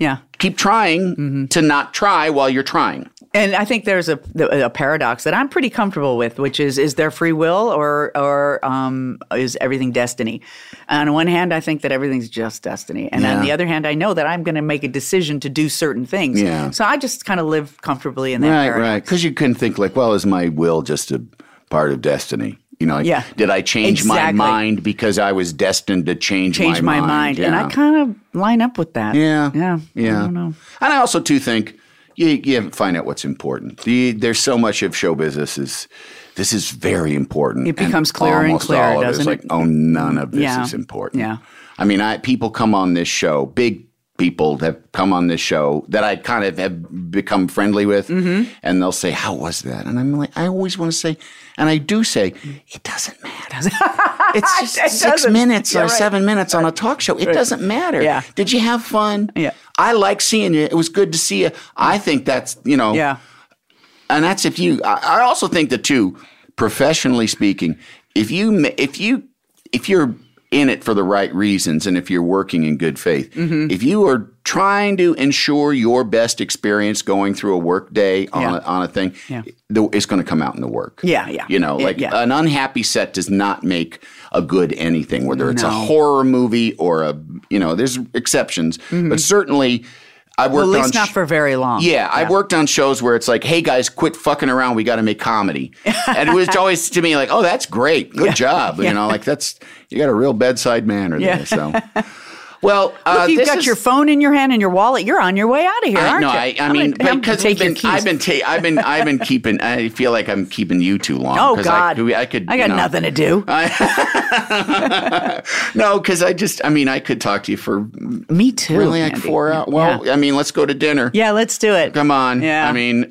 Speaker 3: Yeah.
Speaker 2: keep trying to not try while you're trying.
Speaker 3: And I think there's a a paradox that I'm pretty comfortable with, which is is there free will or or um, is everything destiny? On one hand, I think that everything's just destiny, and
Speaker 2: Yeah.
Speaker 3: on the other hand, I know that I'm going to make a decision to do certain things.
Speaker 2: Yeah.
Speaker 3: So I just kind of live comfortably in that.
Speaker 2: right,
Speaker 3: paradox.
Speaker 2: right. Because you can think like, well, is my will just a part of destiny? You know, like,
Speaker 3: Yeah.
Speaker 2: did I change my
Speaker 3: Exactly.
Speaker 2: mind because I was destined to change,
Speaker 3: Change my, mind, and I
Speaker 2: Yeah.
Speaker 3: kind of line up with that.
Speaker 2: Yeah.
Speaker 3: yeah,
Speaker 2: Yeah.
Speaker 3: I don't know.
Speaker 2: And I also too think you you have to find out what's important. The, there's so much of show business is this is very important.
Speaker 3: It becomes clearer and
Speaker 2: almost
Speaker 3: clearer,
Speaker 2: all of
Speaker 3: doesn't
Speaker 2: it's
Speaker 3: it?
Speaker 2: Like, oh, none of this
Speaker 3: Yeah.
Speaker 2: is important.
Speaker 3: Yeah.
Speaker 2: I mean, I people come on this show, big people have come on this show that I kind of have become friendly with,
Speaker 3: Mm-hmm.
Speaker 2: and they'll say, "How was that?" And I'm like, I always want to say, and I do say, it doesn't matter. it's just
Speaker 3: It
Speaker 2: 6
Speaker 3: doesn't.
Speaker 2: minutes
Speaker 3: Yeah,
Speaker 2: or
Speaker 3: right.
Speaker 2: seven minutes on a talk show. It doesn't matter.
Speaker 3: Yeah.
Speaker 2: Did you have fun?
Speaker 3: Yeah.
Speaker 2: I like seeing you. It was good to see you. I think that's, you know,
Speaker 3: Yeah,
Speaker 2: and that's if you, I, I also think that too, professionally speaking, if you, ma- if you, if you're in it for the right reasons and if you're working in good faith,
Speaker 3: Mm-hmm.
Speaker 2: if you are trying to ensure your best experience going through a work day on,
Speaker 3: Yeah.
Speaker 2: a, on a thing,
Speaker 3: Yeah.
Speaker 2: the, it's going to come out in the work.
Speaker 3: Yeah, yeah.
Speaker 2: You know,
Speaker 3: Yeah,
Speaker 2: like
Speaker 3: yeah.
Speaker 2: an unhappy set does not make a good anything, whether it's a horror movie or a, you know, there's exceptions, but certainly I've
Speaker 3: Mm-hmm. well,
Speaker 2: worked
Speaker 3: at
Speaker 2: on
Speaker 3: least not
Speaker 2: sh-
Speaker 3: for very long.
Speaker 2: yeah, I've worked on shows where it's like, hey guys, quit fucking around. We got to make comedy. and it was always to me like, oh, that's great. Good job. You know, like that's, you got a real bedside manner there. So, well, uh,
Speaker 3: Look, you've
Speaker 2: this
Speaker 3: got
Speaker 2: is-
Speaker 3: your phone in your hand and your wallet. You're on your way out of here,
Speaker 2: I,
Speaker 3: aren't
Speaker 2: no,
Speaker 3: you?
Speaker 2: I, I
Speaker 3: I'm
Speaker 2: mean,
Speaker 3: gonna- I'm gonna
Speaker 2: because
Speaker 3: take
Speaker 2: we've
Speaker 3: your
Speaker 2: been,
Speaker 3: keys.
Speaker 2: I've been, ta- I've been, I've been keeping. I feel like I'm keeping you too long.
Speaker 3: Oh
Speaker 2: 'cause I,
Speaker 3: God,
Speaker 2: could- I could. you
Speaker 3: got
Speaker 2: know.
Speaker 3: nothing to do.
Speaker 2: I- no, because I just, I mean, I could talk to you for
Speaker 3: Me too.
Speaker 2: really like
Speaker 3: Andy.
Speaker 2: four hours. Well,
Speaker 3: yeah.
Speaker 2: I mean, let's go to dinner.
Speaker 3: Yeah, let's do it.
Speaker 2: Come on.
Speaker 3: Yeah.
Speaker 2: I mean,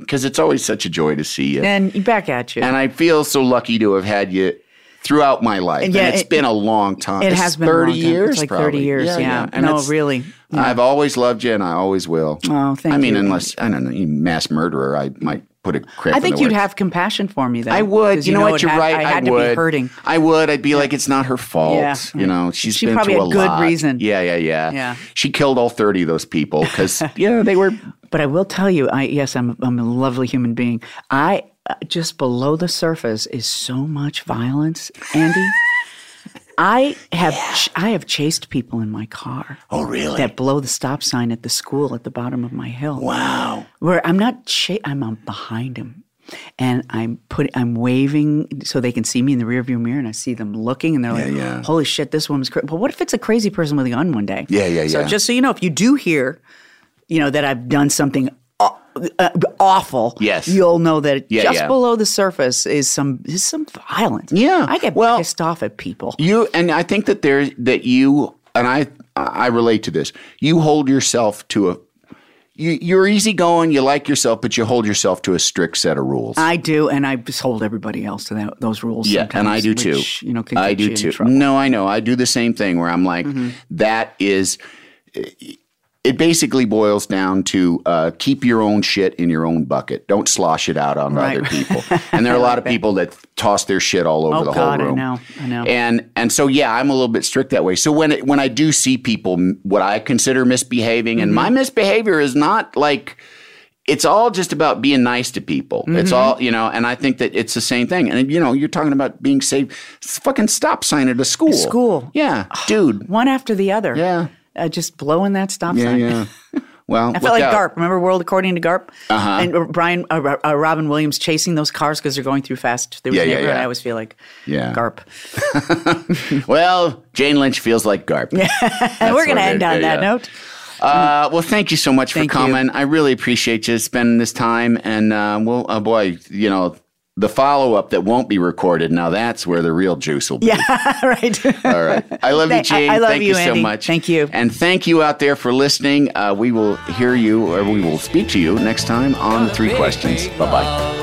Speaker 2: because it's always such a joy to see you.
Speaker 3: And back at you.
Speaker 2: And I feel so lucky to have had you throughout my life. And,
Speaker 3: Yeah,
Speaker 2: it's
Speaker 3: it-
Speaker 2: been a long time.
Speaker 3: it
Speaker 2: It's
Speaker 3: has been a
Speaker 2: 30
Speaker 3: long time.
Speaker 2: years.
Speaker 3: It's like 30
Speaker 2: probably.
Speaker 3: years, yeah. No,
Speaker 2: it's-
Speaker 3: really.
Speaker 2: I've always loved you and I always will.
Speaker 3: Oh, thank
Speaker 2: I mean,
Speaker 3: you.
Speaker 2: unless, I don't know, you mass murderer, I might put a crap.
Speaker 3: I
Speaker 2: in
Speaker 3: think
Speaker 2: the
Speaker 3: you'd
Speaker 2: works.
Speaker 3: have compassion for me, though.
Speaker 2: I would.
Speaker 3: 'cause
Speaker 2: You, know, what?
Speaker 3: it
Speaker 2: You're
Speaker 3: had-
Speaker 2: right.
Speaker 3: I had to
Speaker 2: would.
Speaker 3: be hurting.
Speaker 2: I would. I'd be like, it's not her fault.
Speaker 3: Yeah.
Speaker 2: You know, she's
Speaker 3: She
Speaker 2: been
Speaker 3: probably
Speaker 2: through
Speaker 3: had
Speaker 2: a
Speaker 3: good
Speaker 2: lot.
Speaker 3: reason.
Speaker 2: Yeah, yeah, yeah.
Speaker 3: Yeah.
Speaker 2: She killed all thirty of those people because yeah, they were.
Speaker 3: But I will tell you, I yes, I'm I'm a lovely human being. I uh, just below the surface is so much violence, Andy. I have ch- I have chased people in my car
Speaker 2: Oh, really?
Speaker 3: that blow the stop sign at the school at the bottom of my hill.
Speaker 2: wow.
Speaker 3: Where I'm not cha- I'm um, behind them. And I'm put I'm waving so they can see me in the rearview mirror, and I see them looking, and they're like,
Speaker 2: yeah.
Speaker 3: "Holy shit, this woman's crazy." But what if it's a crazy person with a gun one day?
Speaker 2: Yeah, yeah,
Speaker 3: So
Speaker 2: yeah.
Speaker 3: just so you know, if you do hear, you know that I've done something aw- uh, awful.
Speaker 2: Yes.
Speaker 3: you'll know that
Speaker 2: Yeah,
Speaker 3: just
Speaker 2: yeah.
Speaker 3: below the surface is some is some violence.
Speaker 2: Yeah.
Speaker 3: I get
Speaker 2: Well-
Speaker 3: pissed off at people.
Speaker 2: You and I think that there that you and I I relate to this. You hold yourself to a. You, you're easygoing. You like yourself, but you hold yourself to a strict set of rules.
Speaker 3: I do, and I just hold everybody else to that, those rules.
Speaker 2: Yeah,
Speaker 3: sometimes,
Speaker 2: and I do too.
Speaker 3: which, You know, can
Speaker 2: I
Speaker 3: get
Speaker 2: do
Speaker 3: you
Speaker 2: too.
Speaker 3: In trouble. Mm-hmm.
Speaker 2: No, I know. I do the same thing where I'm like, that is. It basically boils down to uh, keep your own shit in your own bucket. Don't slosh it out on
Speaker 3: Right.
Speaker 2: other people. And there are a lot of people that toss their shit all over
Speaker 3: Oh,
Speaker 2: the
Speaker 3: God, I
Speaker 2: whole room.
Speaker 3: know. I know.
Speaker 2: And and so yeah, I'm a little bit strict that way. So when it, when I do see people, m- what I consider misbehaving,
Speaker 3: Mm-hmm.
Speaker 2: and my misbehavior is not like it's all just about being nice to people.
Speaker 3: Mm-hmm.
Speaker 2: It's all, you know, and I think that it's the same thing. And, you know, you're talking about being safe. It's a fucking stop sign at a school.
Speaker 3: school.
Speaker 2: Yeah. Dude.
Speaker 3: One after the other.
Speaker 2: Yeah.
Speaker 3: uh, just blowing that stop
Speaker 2: Yeah,
Speaker 3: sign.
Speaker 2: yeah. Well,
Speaker 3: I felt
Speaker 2: look
Speaker 3: like
Speaker 2: out.
Speaker 3: Garp. Remember World According to Garp? Uh-huh. And uh, Brian, uh, uh, Robin Williams chasing those cars because they're going through fast. There was
Speaker 2: Yeah,
Speaker 3: a
Speaker 2: yeah,
Speaker 3: neighborhood.
Speaker 2: yeah.
Speaker 3: I always feel like
Speaker 2: Yeah.
Speaker 3: Garp.
Speaker 2: Well, Jane Lynch feels like Garp.
Speaker 3: And we're going to
Speaker 2: what it
Speaker 3: end
Speaker 2: is.
Speaker 3: on
Speaker 2: Yeah,
Speaker 3: that
Speaker 2: yeah.
Speaker 3: note.
Speaker 2: Uh, well, thank you so much
Speaker 3: Thank
Speaker 2: for
Speaker 3: you.
Speaker 2: coming. I really appreciate you spending this time. And, uh, well, oh boy, you know, the follow up that won't be recorded. Now that's where the real juice will be.
Speaker 3: Yeah, right.
Speaker 2: All right. I love you,
Speaker 3: Thank- I-
Speaker 2: Gene.
Speaker 3: I love
Speaker 2: thank you,
Speaker 3: you,
Speaker 2: so
Speaker 3: Andy.
Speaker 2: much.
Speaker 3: Thank you.
Speaker 2: And thank you out there for listening. Uh, we will hear you or we will speak to you next time on Three Questions. Bye bye.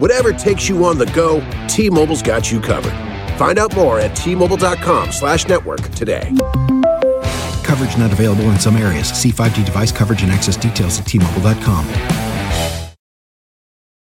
Speaker 8: Whatever takes you on the go, T Mobile's got you covered. Find out more at T Mobile.com slash network today.
Speaker 4: Coverage not available in some areas. See 5G device coverage and access details at tmobile.com.